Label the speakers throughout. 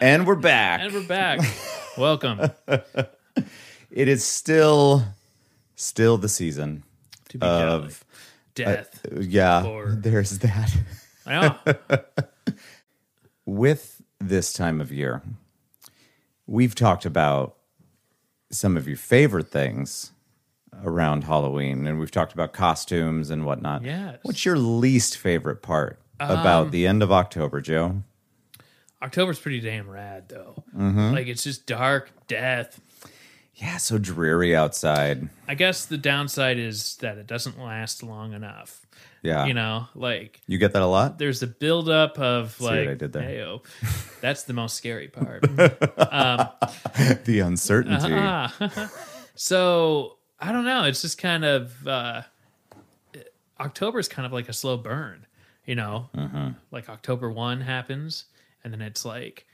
Speaker 1: and we're back.
Speaker 2: And we're back. Welcome.
Speaker 1: It is still, still the season
Speaker 2: To be
Speaker 1: of
Speaker 2: death.
Speaker 1: yeah.
Speaker 2: Lord.
Speaker 1: There's that.
Speaker 2: yeah.
Speaker 1: With this time of year, we've talked about some of your favorite things around Halloween, and we've talked about costumes and whatnot.
Speaker 2: Yes. Um,
Speaker 1: What's your least favorite part about the end of October, Joe?
Speaker 2: October's pretty damn rad though.
Speaker 1: Mm-hmm.
Speaker 2: Like it's just dark, death.
Speaker 1: Yeah, so dreary outside.
Speaker 2: I guess the downside is that it doesn't last long enough.
Speaker 1: Yeah.
Speaker 2: You know, like
Speaker 1: You get that a lot?
Speaker 2: there's the buildup of
Speaker 1: what
Speaker 2: like,
Speaker 1: I did there?
Speaker 2: "Heyo." that's the most scary part.
Speaker 1: The uncertainty.
Speaker 2: Uh-huh. so I don't know. It's just kind of uh, October is kind of like a slow burn, you know.
Speaker 1: Mm-hmm.
Speaker 2: Like October one happens, and then it's like,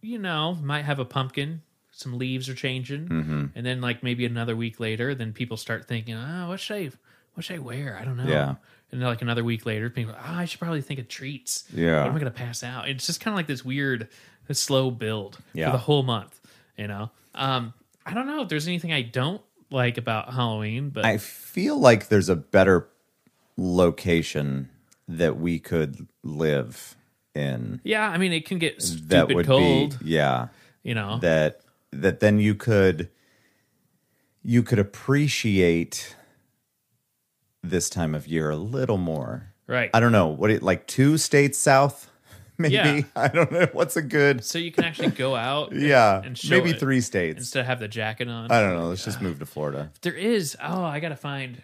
Speaker 2: you know, might have a pumpkin. Some leaves are changing,
Speaker 1: Mm-hmm.
Speaker 2: and then like maybe another week later, then people start thinking, oh, what should I, what should I wear? I don't know.
Speaker 1: Yeah.
Speaker 2: And then like another week later, people, are, oh, I should probably think of treats.
Speaker 1: Yeah.
Speaker 2: What am I gonna pass out? It's just kind of like this weird, this slow build
Speaker 1: Yeah.
Speaker 2: for the whole month. You know, um, I don't know if there's anything I don't like about Halloween, but
Speaker 1: I feel like there's a better location that we could live in.
Speaker 2: yeah, I mean, it can get stupid
Speaker 1: That would
Speaker 2: cold.
Speaker 1: be yeah.
Speaker 2: you know,
Speaker 1: That that then you could you could appreciate this time of year a little more.
Speaker 2: right?
Speaker 1: I don't know what it like two states south, maybe.
Speaker 2: Yeah.
Speaker 1: I don't know what's a good
Speaker 2: so you can actually go out, and-
Speaker 1: yeah,
Speaker 2: and show
Speaker 1: maybe
Speaker 2: it
Speaker 1: three states.
Speaker 2: instead of have the jacket on.
Speaker 1: I don't know. Let's just move to Florida.
Speaker 2: there is oh, I gotta find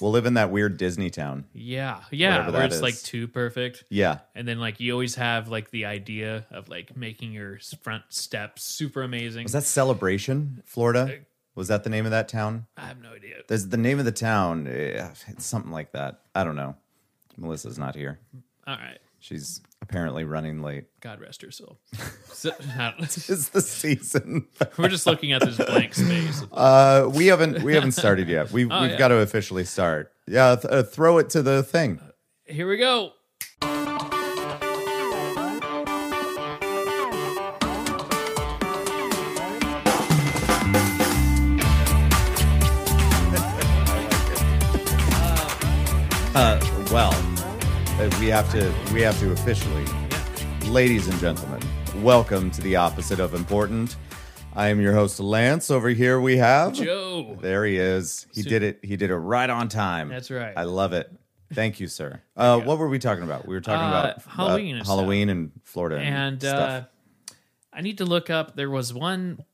Speaker 1: We'll live in that weird Disney town.
Speaker 2: yeah, yeah,
Speaker 1: Whatever
Speaker 2: where
Speaker 1: that
Speaker 2: it's
Speaker 1: is.
Speaker 2: like too perfect.
Speaker 1: Yeah.
Speaker 2: And then, like, you always have like the idea of like making your s- front steps super amazing.
Speaker 1: Was that Celebration, Florida? Was that the name of that town?
Speaker 2: I have no idea.
Speaker 1: There's the name of the town. eh, It's something like that. I don't know. Melissa's not here.
Speaker 2: All right,
Speaker 1: She's apparently running late.
Speaker 2: God rest her soul. So, I don't-
Speaker 1: It's the season.
Speaker 2: we're just looking at this blank space.
Speaker 1: Uh, we haven't we haven't started yet. We've we've
Speaker 2: Oh, yeah.
Speaker 1: got to officially start. Yeah, th- uh, throw it to the thing.
Speaker 2: Here we go.
Speaker 1: Uh, well, uh, we have to we have to officially, ladies and gentlemen, welcome to the opposite of important. I am your host Lance. Over here we have
Speaker 2: Joe.
Speaker 1: There he is. He did it. He did it right on time.
Speaker 2: That's right.
Speaker 1: I love it. Thank you, sir. Uh, what were we talking about? We were talking
Speaker 2: Uh,
Speaker 1: about uh,
Speaker 2: Halloween and
Speaker 1: Halloween, and Florida, and,
Speaker 2: And uh,
Speaker 1: stuff.
Speaker 2: I need to look up. There was one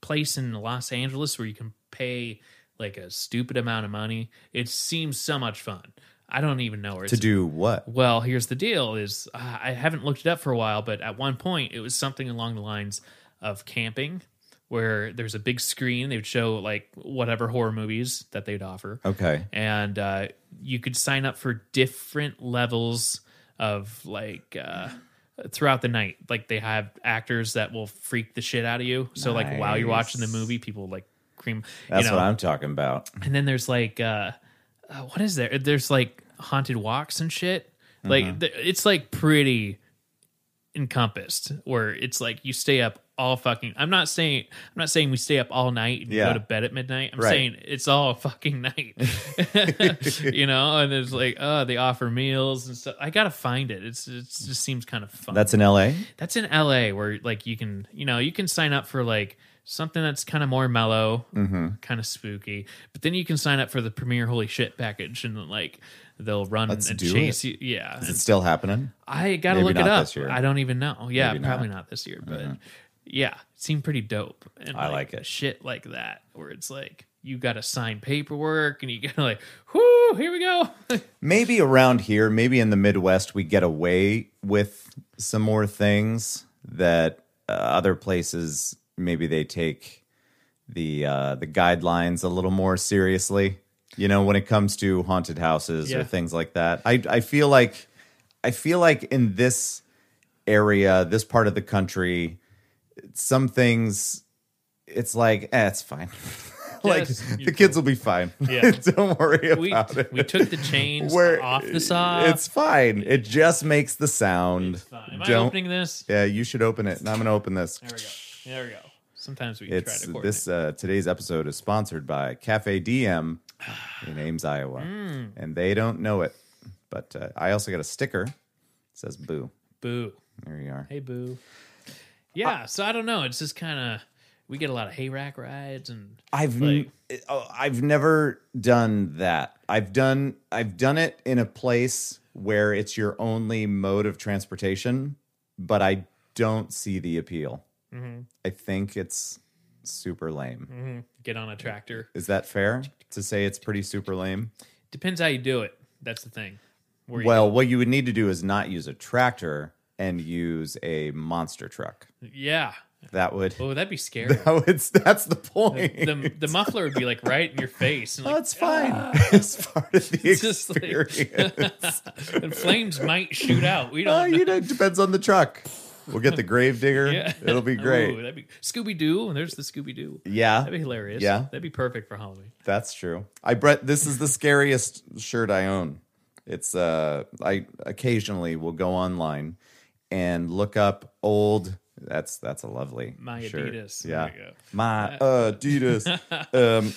Speaker 2: place in Los Angeles where you can pay like a stupid amount of money. It seems so much fun. I don't even know where it's
Speaker 1: to do what?
Speaker 2: Well, here's the deal: is uh, I haven't looked it up for a while, but at one point it was something along the lines of camping, where there's a big screen. They would show like whatever horror movies that they'd offer.
Speaker 1: Okay.
Speaker 2: and uh, you could sign up for different levels of like uh, throughout the night. Like they have actors that will freak the shit out of you. So like while you're watching the
Speaker 1: Nice.
Speaker 2: movie, people like scream.
Speaker 1: That's
Speaker 2: you know,
Speaker 1: what I'm talking about.
Speaker 2: and then there's like uh, uh what is there there's like haunted walks and shit
Speaker 1: Mm-hmm.
Speaker 2: like th- it's like pretty encompassed where it's like you stay up all fucking i'm not saying i'm not saying we stay up all night and
Speaker 1: Yeah.
Speaker 2: go to bed at midnight i'm
Speaker 1: Right.
Speaker 2: saying it's all fucking night you know and it's like oh they offer meals and stuff i gotta find it it's it just seems kind of fun
Speaker 1: That's in L.A.
Speaker 2: that's in LA where like you can you know you can sign up for like something that's kind of more mellow,
Speaker 1: Mm-hmm.
Speaker 2: kind of spooky, but then you can sign up for the premiere holy shit package and like they'll run
Speaker 1: Let's
Speaker 2: and
Speaker 1: do
Speaker 2: chase you. Yeah,
Speaker 1: Is it still happening?
Speaker 2: I gotta
Speaker 1: Maybe
Speaker 2: look it
Speaker 1: not
Speaker 2: up.
Speaker 1: this year.
Speaker 2: I don't even know. Yeah,
Speaker 1: Maybe not. Mm-hmm.
Speaker 2: probably not. this year, but yeah, it seemed pretty dope. And
Speaker 1: I like it.
Speaker 2: Shit like that where it's like you gotta sign paperwork and you gotta like, whoo, here we go.
Speaker 1: Maybe around here, maybe in the Midwest, we get away with some more things that uh, other places maybe they take the uh, the guidelines a little more seriously. You know, when it comes to haunted houses or
Speaker 2: Yeah.
Speaker 1: things like that. I I feel like I feel like in this area, this part of the country, some things it's like eh, it's fine. like
Speaker 2: Yes,
Speaker 1: the
Speaker 2: you're
Speaker 1: kids will be fine.
Speaker 2: Yeah.
Speaker 1: don't worry
Speaker 2: We
Speaker 1: about it.
Speaker 2: we took the chains
Speaker 1: We're-
Speaker 2: off the sock.
Speaker 1: It's fine. It just makes the sound.
Speaker 2: It's fine. Am I
Speaker 1: Don't.
Speaker 2: opening this?
Speaker 1: yeah, you should open it. And I'm gonna open this.
Speaker 2: There we go. There we go. Sometimes we try
Speaker 1: It's
Speaker 2: to coordinate.
Speaker 1: this uh, today's episode is sponsored by Cafe DM in Ames, Iowa,
Speaker 2: Hmm.
Speaker 1: and they don't know it, but uh, I also got a sticker. It says "Boo."
Speaker 2: Boo.
Speaker 1: There you are.
Speaker 2: Hey, boo. Yeah.
Speaker 1: Ah.
Speaker 2: so I don't know. It's just kind of we get a lot of hay rack rides and
Speaker 1: I've
Speaker 2: Like-
Speaker 1: n- oh, I've never done that. I've done I've done it in a place where it's your only mode of transportation, but I don't see the appeal.
Speaker 2: Mm-hmm.
Speaker 1: I think it's super lame.
Speaker 2: mhm, get on a tractor.
Speaker 1: Is that fair to say it's pretty super lame?
Speaker 2: Depends how you do it. That's the thing. Where you-
Speaker 1: Well, what you would need to do is not use a tractor and use a monster truck.
Speaker 2: yeah.
Speaker 1: That would
Speaker 2: Oh, that'd be scary.
Speaker 1: that would that's the point.
Speaker 2: the the muffler would be like right in your face, and, like,
Speaker 1: that's fine. it's part of the
Speaker 2: It's just like-
Speaker 1: experience.
Speaker 2: and flames might shoot out. We
Speaker 1: Oh,
Speaker 2: don't. know.
Speaker 1: you know, it depends on the truck. We'll get the grave digger.
Speaker 2: Yeah.
Speaker 1: It'll be
Speaker 2: Ooh,
Speaker 1: great.
Speaker 2: that'd be Scooby Doo. And there's the Scooby Doo.
Speaker 1: yeah,
Speaker 2: That'd be hilarious.
Speaker 1: Yeah.
Speaker 2: That'd be perfect for Halloween.
Speaker 1: that's true. I Brett, this is the scariest shirt I own. It's uh I occasionally will go online and look up old that's that's a lovely
Speaker 2: My
Speaker 1: shirt.
Speaker 2: Adidas. There
Speaker 1: Yeah.
Speaker 2: you go. Uh,
Speaker 1: My Adidas. um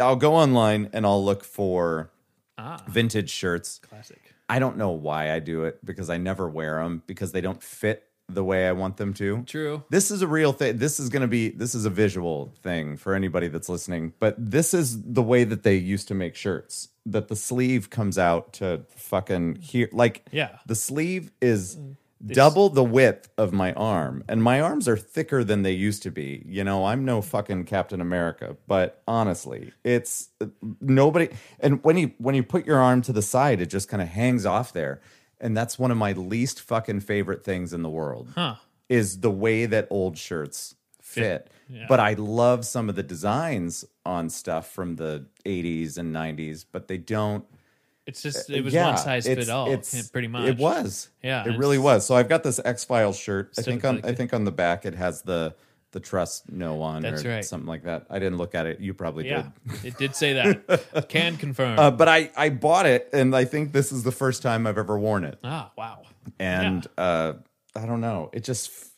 Speaker 1: I'll go online and I'll look for
Speaker 2: Ah,
Speaker 1: vintage shirts
Speaker 2: classic.
Speaker 1: I don't know why I do it because I never wear them because they don't fit the way I want them to.
Speaker 2: True.
Speaker 1: This is a real thing. This is going to be this is a visual thing for anybody that's listening, but this is the way that they used to make shirts. That the sleeve comes out to fucking here like
Speaker 2: Yeah.
Speaker 1: the sleeve is
Speaker 2: Mm.
Speaker 1: double the width of my arm and my arms are thicker than they used to be. You know, I'm no fucking Captain America, but honestly, it's uh, nobody and when you when you put your arm to the side, it just kind of hangs off there. And that's one of my least fucking favorite things in the world
Speaker 2: Huh.
Speaker 1: is the way that old shirts fit.
Speaker 2: Yeah.
Speaker 1: But I love some of the designs on stuff from the 80s and 90s, but they don't.
Speaker 2: It's just it was
Speaker 1: Uh, Yeah,
Speaker 2: one size
Speaker 1: it's-
Speaker 2: fit all.
Speaker 1: it's-
Speaker 2: yeah, pretty much.
Speaker 1: It was.
Speaker 2: Yeah,
Speaker 1: It
Speaker 2: it's-
Speaker 1: really was. So I've got this X Files shirt. I
Speaker 2: Instead
Speaker 1: think
Speaker 2: of
Speaker 1: on
Speaker 2: like
Speaker 1: I
Speaker 2: the-
Speaker 1: think on the back it has the the trust no on
Speaker 2: That's
Speaker 1: or
Speaker 2: right.
Speaker 1: something like that. I didn't look at it. You probably
Speaker 2: Yeah.
Speaker 1: did.
Speaker 2: it did say that. Can confirm.
Speaker 1: Uh, but I, I bought it and I think this is the first time I've ever worn it.
Speaker 2: ah, wow.
Speaker 1: And uh, I don't know. It just f-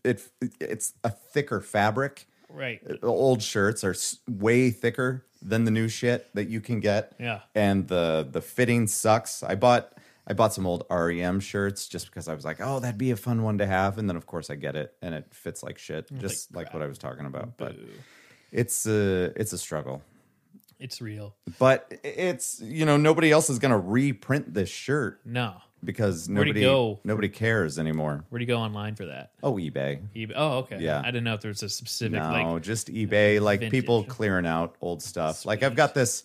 Speaker 1: it it's a thicker fabric.
Speaker 2: Right.
Speaker 1: the old shirts are s- way thicker than the new shit that you can get.
Speaker 2: Yeah.
Speaker 1: And the the fitting sucks. I bought I bought some old REM shirts just because I was like, "Oh, that'd be a fun one to have." And then of course I get it and it fits like shit, just like what I was talking about. But it's a it's a struggle.
Speaker 2: It's real.
Speaker 1: But it's you know nobody else is going to reprint this shirt
Speaker 2: No.
Speaker 1: because
Speaker 2: do you
Speaker 1: nobody
Speaker 2: go?
Speaker 1: nobody cares anymore.
Speaker 2: Where do you go online for that?
Speaker 1: Oh, eBay.
Speaker 2: eBay. Oh, okay.
Speaker 1: Yeah.
Speaker 2: I didn't know if there was a specific
Speaker 1: No,
Speaker 2: like
Speaker 1: just eBay, like
Speaker 2: vintage.
Speaker 1: people clearing out old stuff. Like I've got this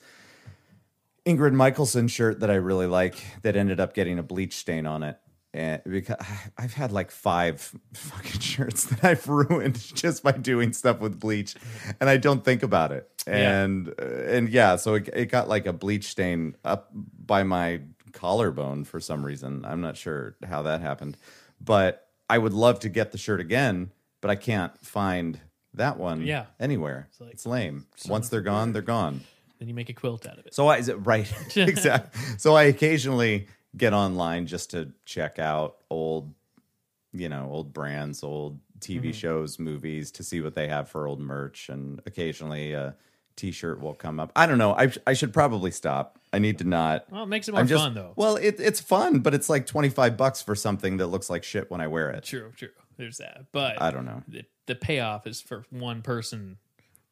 Speaker 1: Ingrid Michaelson shirt that I really like that ended up getting a bleach stain on it. And because I've had like five fucking shirts that I've ruined just by doing stuff with bleach, and I don't think about it.
Speaker 2: Yeah.
Speaker 1: And uh, and yeah, so it, it got like a bleach stain up by my collarbone for some reason. I'm not sure how that happened, but I would love to get the shirt again, but I can't find that one
Speaker 2: Yeah.
Speaker 1: anywhere. It's,
Speaker 2: like-
Speaker 1: lame. Once they're gone, they're gone.
Speaker 2: then you make a quilt out of it.
Speaker 1: So I is it right? exactly. So I occasionally get online just to check out old, you know, old brands, old TV
Speaker 2: Mm-hmm.
Speaker 1: shows, movies to see what they have for old merch, and occasionally a T-shirt will come up. I don't know. I I should probably stop. I need to not.
Speaker 2: Well, it makes it more
Speaker 1: I'm just
Speaker 2: fun though.
Speaker 1: well, it, it's fun, but it's like twenty five bucks for something that looks like shit when I wear it.
Speaker 2: True, true. There's that. But
Speaker 1: I don't know.
Speaker 2: the, the payoff is for one person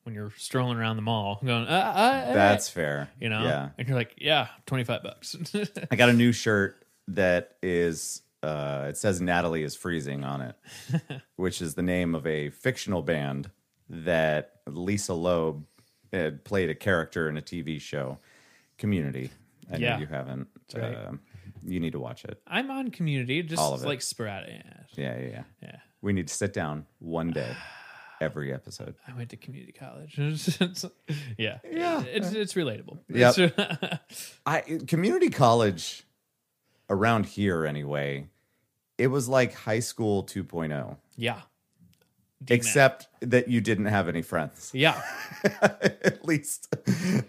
Speaker 2: when you're strolling around the mall going, uh, uh, uh,
Speaker 1: That's fair.
Speaker 2: you know,
Speaker 1: yeah.
Speaker 2: and you're like, yeah, 25 bucks.
Speaker 1: I got a new shirt that is uh it says Natalie is freezing on it, which is the name of a fictional band that Lisa Loeb had played a character in a TV show, Community. I
Speaker 2: Yeah.
Speaker 1: know you haven't.
Speaker 2: right.
Speaker 1: Um, you need to watch it.
Speaker 2: I'm on community, just
Speaker 1: All of it.
Speaker 2: like sporadic.
Speaker 1: Yeah,
Speaker 2: Yeah,
Speaker 1: yeah, yeah.
Speaker 2: yeah.
Speaker 1: We need to sit down one day, every episode.
Speaker 2: I went to community college. It's- yeah.
Speaker 1: Yeah.
Speaker 2: It's, it's relatable.
Speaker 1: Yep.
Speaker 2: It's-
Speaker 1: I community college around here anyway. It was like high school 2.0.
Speaker 2: yeah.
Speaker 1: oh, except that you didn't have any friends.
Speaker 2: Yeah.
Speaker 1: At least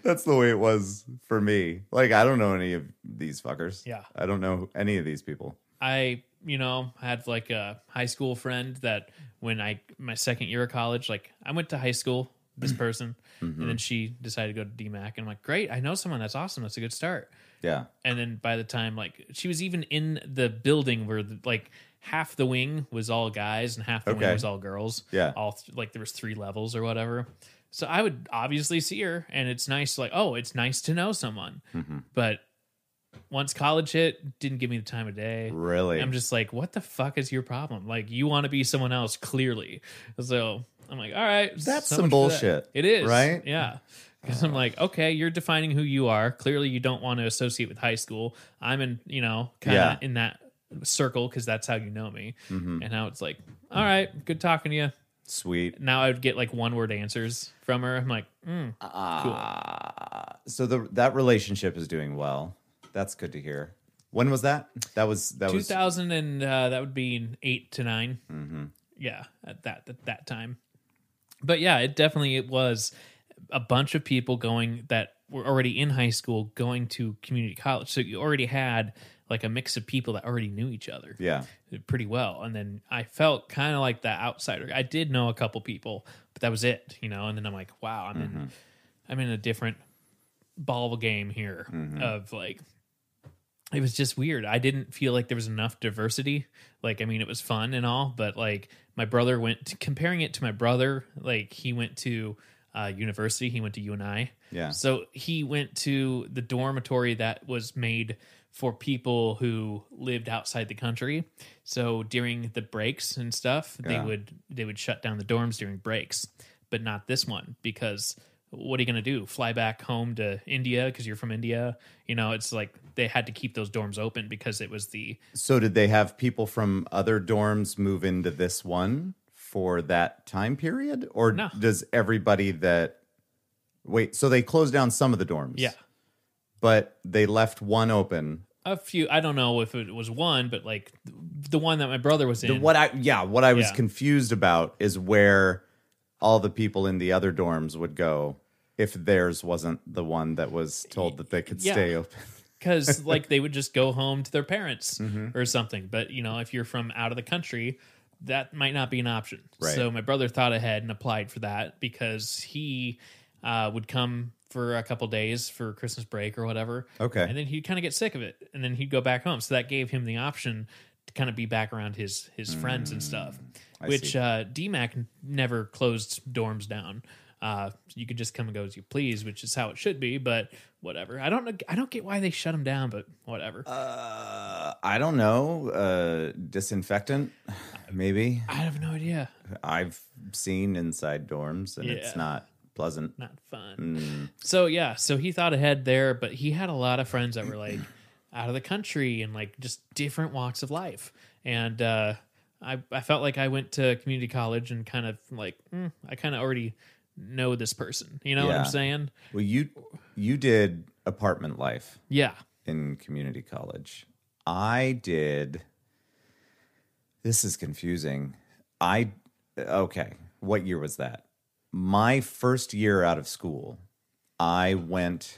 Speaker 1: that's the way it was for me. Like I don't know any of these fuckers.
Speaker 2: Yeah.
Speaker 1: I don't know any of these people.
Speaker 2: I, you know, had like a high school friend that when I my second year of college, like I went to high school, this person,
Speaker 1: Mm-hmm.
Speaker 2: and then she decided to go to DMAC, and I'm like, great, I know someone that's awesome, that's a good start.
Speaker 1: Yeah.
Speaker 2: And then by the time like she was even in the building where like half the wing was all guys and half the
Speaker 1: Okay.
Speaker 2: wing was all girls,
Speaker 1: Yeah.
Speaker 2: all th- like there was three levels or whatever. So I would obviously see her, and it's nice, like oh, it's nice to know someone,
Speaker 1: Mm-hmm.
Speaker 2: but. Once college hit, didn't give me the time of day.
Speaker 1: Really?
Speaker 2: I'm just like, what the fuck is your problem? Like, you want to be someone else, clearly. So I'm like, all right,
Speaker 1: That's
Speaker 2: so
Speaker 1: some
Speaker 2: much for that.
Speaker 1: bullshit,
Speaker 2: It is,
Speaker 1: right? Uh.
Speaker 2: Yeah, because I'm like, okay, you're defining who you are. Clearly, you don't want to associate with high school. I'm in, you know, kind of
Speaker 1: Yeah. Mm-hmm.
Speaker 2: in that circle because that's how you know me. And now it's like, all right, good talking to you.
Speaker 1: Sweet.
Speaker 2: Now I would get like one word answers from her. I'm like, mm,
Speaker 1: Ah. So the that relationship is doing well. That's good to hear. When was that? That was that was
Speaker 2: 2000 and uh, that would be in eight to 9 mm-hmm. yeah at that at that time but yeah it definitely it was a bunch of people going that were already in high school going to community college so you already had like a mix of people that already knew each other
Speaker 1: yeah.
Speaker 2: pretty well and then i felt kind of like that outsider i did know a couple people but that was it you know and then i'm like wow i'm in i'm in a different ball game here of like it was just weird i didn't feel like there was enough diversity like i mean it was fun and all but like my brother went to, comparing it to my brother like he went to uh, university he went to uni
Speaker 1: Yeah.
Speaker 2: so he went to the dormitory that was made for people who lived outside the country. So during the breaks and stuff,
Speaker 1: Yeah.
Speaker 2: they would they would shut down the dorms during breaks, but not this one because what are you going to do? Fly back home to India because you're from India? You know, it's like they had to keep those dorms open because it was the
Speaker 1: So did they have people from other dorms move into this one for that time period or
Speaker 2: No.
Speaker 1: does everybody that Wait, so they closed down some of the dorms.
Speaker 2: yeah.
Speaker 1: But they left one open.
Speaker 2: A few I don't know if it was one, but like the one that my brother was in.
Speaker 1: What I yeah, what I was
Speaker 2: Yeah.
Speaker 1: confused about is where all the people in the other dorms would go if theirs wasn't the one that was told that they could
Speaker 2: Yeah.
Speaker 1: stay open.
Speaker 2: because like they would just go home to their parents or something but you know if you're from out of the country that might not be an option
Speaker 1: Right.
Speaker 2: so my brother thought ahead and applied for that because he uh, would come for a couple days for christmas break or whatever
Speaker 1: Okay.
Speaker 2: and then he'd kind of get sick of it and then he'd go back home so that gave him the option to kind of be back around his his friends and stuff which
Speaker 1: Mm, see.
Speaker 2: uh, dmac n- never closed dorms down uh, you could just come and go as you please which is how it should be but whatever i don't know i don't get why they shut them down but whatever
Speaker 1: Uh, I don't know. Uh, disinfectant, maybe.
Speaker 2: i have no idea
Speaker 1: I've seen inside dorms, and
Speaker 2: Yeah.
Speaker 1: it's not pleasant.
Speaker 2: not fun.
Speaker 1: Mm.
Speaker 2: So yeah, so he thought ahead there, but he had a lot of friends that were like out of the country and like just different walks of life. And uh, I I felt like I went to community college and kind of like mm, I kind of already know this person. You know what
Speaker 1: Yeah.
Speaker 2: I'm saying?
Speaker 1: Well, you you did apartment life
Speaker 2: Yeah.
Speaker 1: in community college. I did. This is confusing. I okay. What year was that? My first year out of school, I went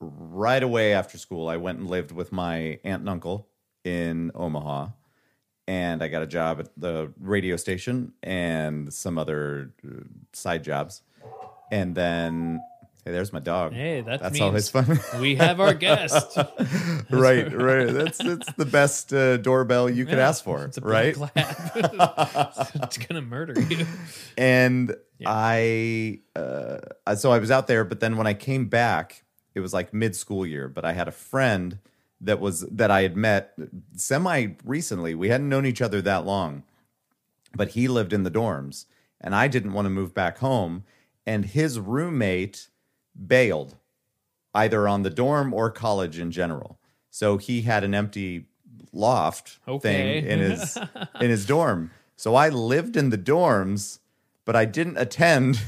Speaker 1: right away after school. I went and lived with my aunt and uncle in Omaha, and I got a job at the radio station and some other uh, side jobs. And then, hey, there's my dog.
Speaker 2: Hey, that
Speaker 1: that's
Speaker 2: means
Speaker 1: always fun.
Speaker 2: we have our guest.
Speaker 1: right, right. That's that's the best uh, doorbell you could ask for,
Speaker 2: It's a big
Speaker 1: right?
Speaker 2: clap. it's gonna murder you.
Speaker 1: And I, uh, I- so I was out there, but then when I came back, it was like mid school year. But I had a friend that was that I had met semi recently. We hadn't known each other that long, but he lived in the dorms, and I didn't want to move back home. And his roommate bailed. either on the dorm or college in general. So he had an empty loft
Speaker 2: Okay.
Speaker 1: thing in his in his dorm. So I lived in the dorms, but I didn't attend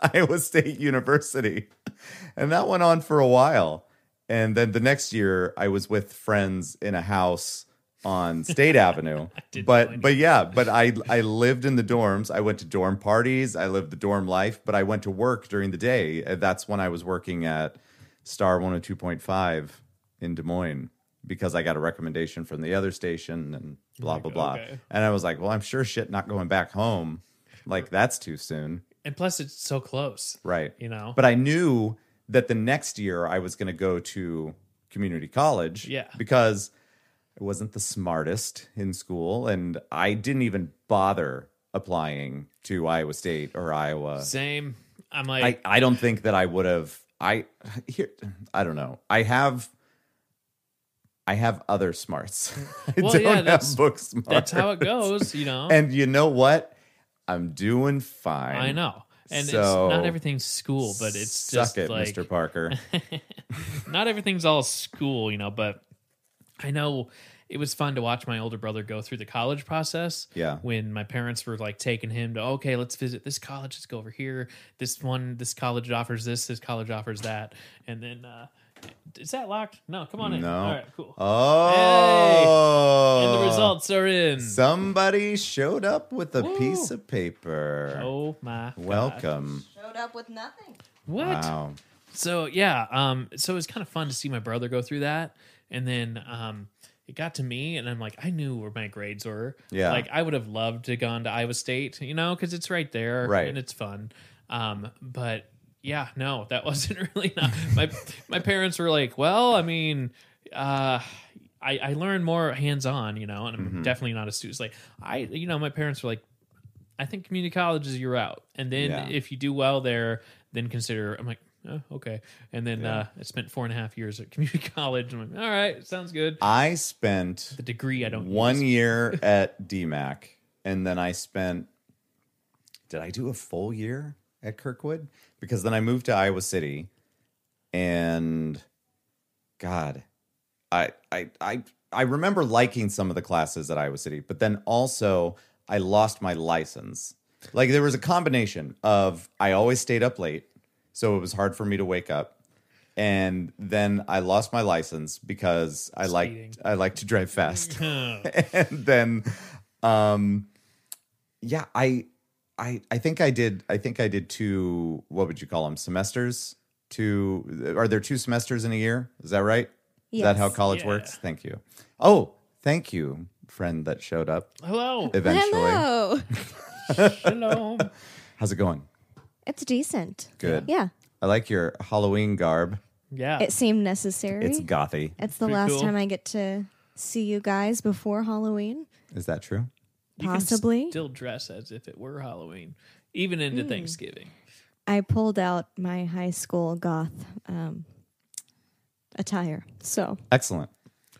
Speaker 1: Iowa State University. And that went on for a while. And then the next year I was with friends in a house on State Avenue.
Speaker 2: didn't know
Speaker 1: But
Speaker 2: any
Speaker 1: but yeah, but I I lived in the dorms. I went to dorm parties. I lived the dorm life, but I went to work during the day. Uh, That's when I was working at Star 102.5 in Des Moines because I got a recommendation from the other station and blah blah blah.
Speaker 2: okay.
Speaker 1: And I was like, well, I'm sure shit not going back home. Like that's too soon.
Speaker 2: And plus, it's so close.
Speaker 1: Right.
Speaker 2: You know?
Speaker 1: But I knew that the next year I was going to go to community college.
Speaker 2: Yeah.
Speaker 1: Because I wasn't the smartest in school and I didn't even bother applying to Iowa State or Iowa.
Speaker 2: Same. I'm like,
Speaker 1: uh, I, I don't think that I would have I here I don't know. I have I have other smarts. I
Speaker 2: Well,
Speaker 1: don't
Speaker 2: yeah, that's-
Speaker 1: have book smarts.
Speaker 2: that's how it goes, you know?
Speaker 1: And you know what? I'm doing fine.
Speaker 2: I know. And
Speaker 1: So-
Speaker 2: it's not everything's school, but it's
Speaker 1: Suck
Speaker 2: just
Speaker 1: it,
Speaker 2: like
Speaker 1: Mr. Parker.
Speaker 2: not everything's all school, you know, but I know it was fun to watch my older brother go through the college process.
Speaker 1: Yeah.
Speaker 2: When my parents were like taking him to, okay, let's visit this college, let's go over here. This one, this college offers this, this college offers that. And then, uh, is that locked? No, come on in.
Speaker 1: No.
Speaker 2: All right, cool.
Speaker 1: Oh.
Speaker 2: and the results are in.
Speaker 1: Somebody showed up with a
Speaker 2: Woo.
Speaker 1: piece of paper.
Speaker 2: oh my. God.
Speaker 1: Welcome.
Speaker 3: Showed up with nothing.
Speaker 2: What?
Speaker 1: Wow.
Speaker 2: So yeah, um, so it was kind of fun to see my brother go through that, and then um, it got to me, and I'm like, I knew where my grades were.
Speaker 1: Yeah.
Speaker 2: like I would have loved to gone to Iowa State, you know, because it's right there,
Speaker 1: Right.
Speaker 2: and it's fun. Um, but yeah, no, that wasn't really not my my parents were like, well, I mean, uh. I, I learned more hands on, you know, and I'm
Speaker 1: Mm-hmm.
Speaker 2: definitely not a student. It's like I, you know, my parents were like, I think community college is your route. And then
Speaker 1: Yeah.
Speaker 2: if you do well there, then consider. I'm like, oh, okay. And then
Speaker 1: Yeah.
Speaker 2: uh, I spent four and a half years at community college. I'm like, all right, sounds good.
Speaker 1: I spent
Speaker 2: The degree I don't
Speaker 1: one
Speaker 2: use.
Speaker 1: year at DMAC, and then I spent. Did I do a full year at Kirkwood? Because then I moved to Iowa City, and God, I I I I remember liking some of the classes at Iowa City, but then also I lost my license. Like there was a combination of I always stayed up late, so it was hard for me to wake up. And then I lost my license because I
Speaker 2: Speeding.
Speaker 1: liked I like to drive fast. and then um yeah, I I I think I did I think I did two what would you call them semesters? Two are there two semesters in a year? Is that right? Is that how
Speaker 3: Yes.
Speaker 1: college
Speaker 2: Yeah.
Speaker 1: works? Thank you. Oh, thank you, friend that showed up
Speaker 2: Hello.
Speaker 1: eventually.
Speaker 3: Hello.
Speaker 2: Shalom.
Speaker 1: How's it going?
Speaker 3: It's decent.
Speaker 1: Good.
Speaker 3: Yeah.
Speaker 1: I like your Halloween garb.
Speaker 2: Yeah.
Speaker 3: It seemed necessary.
Speaker 1: It's gothy.
Speaker 3: It's the
Speaker 2: Uh, Pretty
Speaker 3: last
Speaker 2: cool.
Speaker 3: time I get to see you guys before Halloween,
Speaker 1: Is that true?
Speaker 2: You can
Speaker 3: possibly.
Speaker 2: still dress as if it were Halloween, even into Thanksgiving.
Speaker 3: I pulled out my high school goth um, attire. So
Speaker 1: Excellent.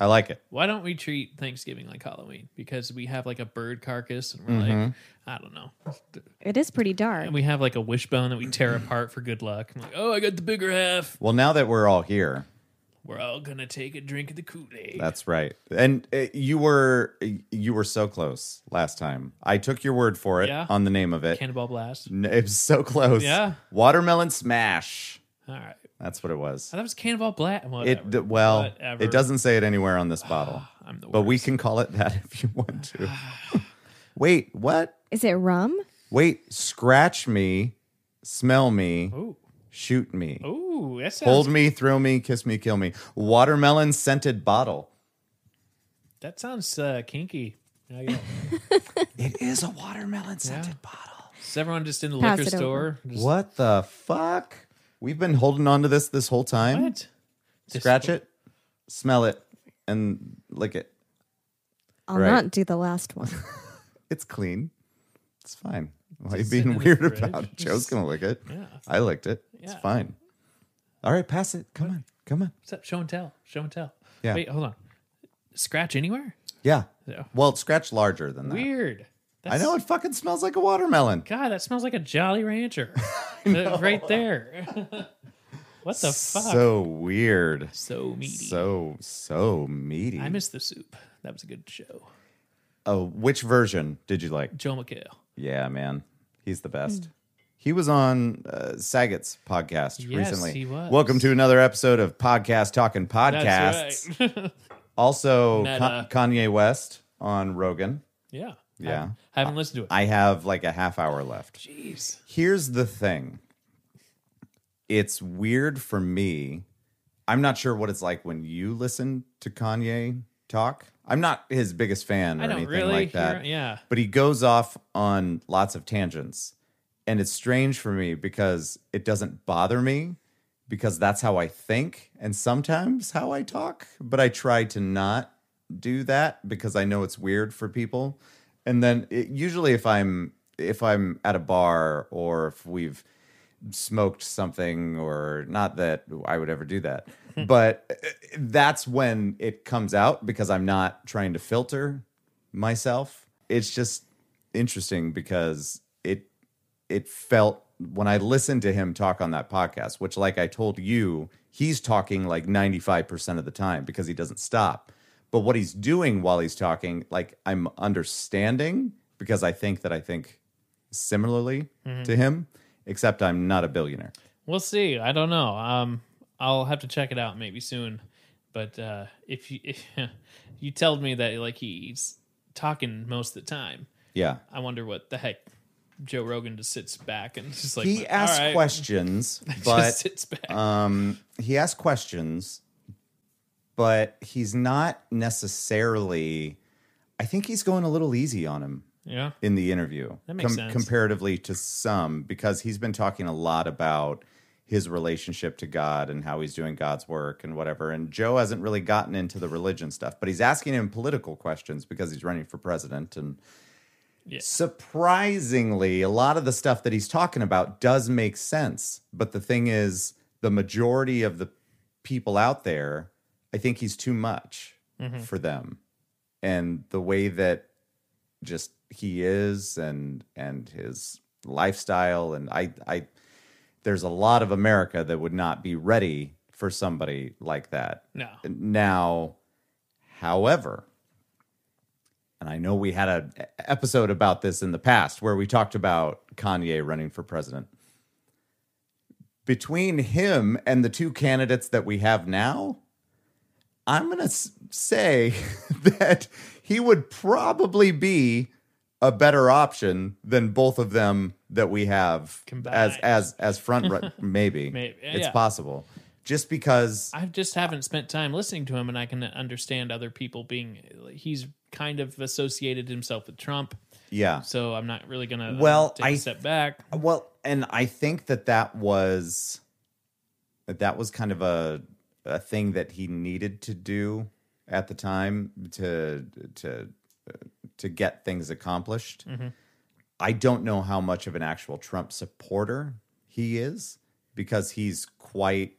Speaker 1: I like it.
Speaker 2: Why don't we treat Thanksgiving like Halloween? Because we have like a bird carcass and we're like,
Speaker 1: Mm-hmm.
Speaker 2: I don't know.
Speaker 3: it is pretty dark.
Speaker 2: And we have like a wishbone that we tear apart for good luck. I'm like, oh, I got the bigger half.
Speaker 1: Well, now that we're all here,
Speaker 2: We're all gonna take a drink of the Kool Aid.
Speaker 1: that's right. And uh, you were you were so close last time. I took your word for it
Speaker 2: Yeah.
Speaker 1: on the name of it.
Speaker 2: Cannonball blast.
Speaker 1: N- it was so close.
Speaker 2: Yeah.
Speaker 1: Watermelon smash.
Speaker 2: All right,
Speaker 1: That's what it was.
Speaker 2: that was cannonball blast.
Speaker 1: It d- well,
Speaker 2: Whatever.
Speaker 1: it doesn't say it anywhere on this bottle.
Speaker 2: I'm the Ah, worst.
Speaker 1: But we can call it that if you want to. Wait, what?
Speaker 3: is it rum?
Speaker 1: Wait, scratch me, smell me,
Speaker 2: Ooh,
Speaker 1: shoot me,
Speaker 2: Oh, ooh, that sounds.
Speaker 1: hold me, throw me, kiss me, kill me. Watermelon scented bottle.
Speaker 2: That sounds uh, kinky. Now you know.
Speaker 1: It is a watermelon scented bottle.
Speaker 2: Is everyone just in the
Speaker 3: Pass
Speaker 2: liquor
Speaker 3: it
Speaker 2: store? Just,
Speaker 1: What the fuck? We've been holding on to this this whole time.
Speaker 2: What? This-
Speaker 1: Scratch it, smell it, and lick it.
Speaker 3: I'll
Speaker 1: Right.
Speaker 3: not do the last one. It's
Speaker 1: It's clean. It's fine. Why are you
Speaker 2: Just sit
Speaker 1: being
Speaker 2: in the
Speaker 1: weird
Speaker 2: fridge.
Speaker 1: about it? Joe's gonna lick it.
Speaker 2: Yeah.
Speaker 1: I licked it. It's
Speaker 2: Yeah.
Speaker 1: fine. All right, pass it. Come on. Come on.
Speaker 2: What's that? Show and tell. Show and tell.
Speaker 1: Yeah.
Speaker 2: Wait, hold on. Scratch anywhere?
Speaker 1: Yeah.
Speaker 2: Yeah.
Speaker 1: Well, scratch larger than that. Uh,
Speaker 2: Weird.
Speaker 1: I
Speaker 2: That's,
Speaker 1: know it fucking smells like a watermelon.
Speaker 2: God, that smells like a Jolly Rancher. Uh, right there. what the fuck? So,
Speaker 1: So weird.
Speaker 2: meaty.
Speaker 1: So so meaty.
Speaker 2: I miss the soup. That was a good show.
Speaker 1: oh, which version did you like?
Speaker 2: Joe McHale.
Speaker 1: Yeah, man, he's the best. He was on uh, Saget's podcast
Speaker 2: Hmm. Yes,
Speaker 1: recently.
Speaker 2: he was.
Speaker 1: Welcome to another episode of Podcast Talking Podcasts.
Speaker 2: That's right.
Speaker 1: Also,
Speaker 2: Meta.
Speaker 1: Ka- Kanye West on Rogan.
Speaker 2: Yeah.
Speaker 1: Yeah.
Speaker 2: Haven't- haven't listened to it.
Speaker 1: I have like a half hour left.
Speaker 2: Jeez.
Speaker 1: Here's the thing it's weird for me. I'm not sure what it's like when you listen to Kanye talk. I'm not his biggest fan or
Speaker 2: I don't
Speaker 1: anything
Speaker 2: really
Speaker 1: like that.
Speaker 2: hear. Yeah.
Speaker 1: But he goes off on lots of tangents. And it's strange for me because it doesn't bother me because that's how I think and sometimes how I talk. But I try to not do that because I know it's weird for people. And then it, usually if I'm if I'm at a bar or if we've smoked something or not that I would ever do that. but uh, that's when it comes out because I'm not trying to filter myself. It's just interesting because it it felt when I listened to him talk on that podcast, which like I told you, he's talking like 95% of the time because he doesn't stop. But what he's doing while he's talking, like I'm understanding because I think that I think similarly
Speaker 2: Mm-hmm.
Speaker 1: to him, except I'm not a billionaire.
Speaker 2: We'll see. I don't know. Um, I'll have to check it out maybe soon. But uh, if you if you told me that like he's talking most of the time,
Speaker 1: Yeah.
Speaker 2: I wonder what the heck Joe Rogan just sits back and just like
Speaker 1: he
Speaker 2: "All
Speaker 1: asks
Speaker 2: right."
Speaker 1: questions,
Speaker 2: Just
Speaker 1: but
Speaker 2: sits back.
Speaker 1: um, he asks questions, but he's not necessarily. I think he's going a little easy on him
Speaker 2: yeah.
Speaker 1: in the interview
Speaker 2: That makes sense.
Speaker 1: comparatively to some because he's been talking a lot about his relationship to God and how he's doing God's work and whatever. And Joe hasn't really gotten into the religion stuff, but he's asking him political questions because he's running for president. And
Speaker 2: Yeah.
Speaker 1: surprisingly, a lot of the stuff that he's talking about does make sense. But the thing is, the majority of the people out there, I think he's too much
Speaker 2: Mm-hmm.
Speaker 1: for them. And the way that just he is and and his lifestyle and I I there's a lot of America that would not be ready for somebody like that.
Speaker 2: No.
Speaker 1: Now, however, and I know we had an episode about this in the past where we talked about Kanye running for president. Between him and the two candidates that we have now, I'm going to say that he would probably be a better option than both of them that we have as
Speaker 2: Combined.
Speaker 1: as as front run maybe.
Speaker 2: Maybe,
Speaker 1: It's
Speaker 2: yeah.
Speaker 1: possible. Just because
Speaker 2: I just haven't spent time listening to him, and I can understand other people being. He's kind of associated himself with Trump,
Speaker 1: yeah.
Speaker 2: so I'm not really gonna uh,
Speaker 1: Well,
Speaker 2: take
Speaker 1: I-
Speaker 2: a step back.
Speaker 1: Well, and I think that that was that was kind of a a thing that he needed to do at the time to to to get things accomplished.
Speaker 2: Mm-hmm.
Speaker 1: I don't know how much of an actual Trump supporter he is because he's quite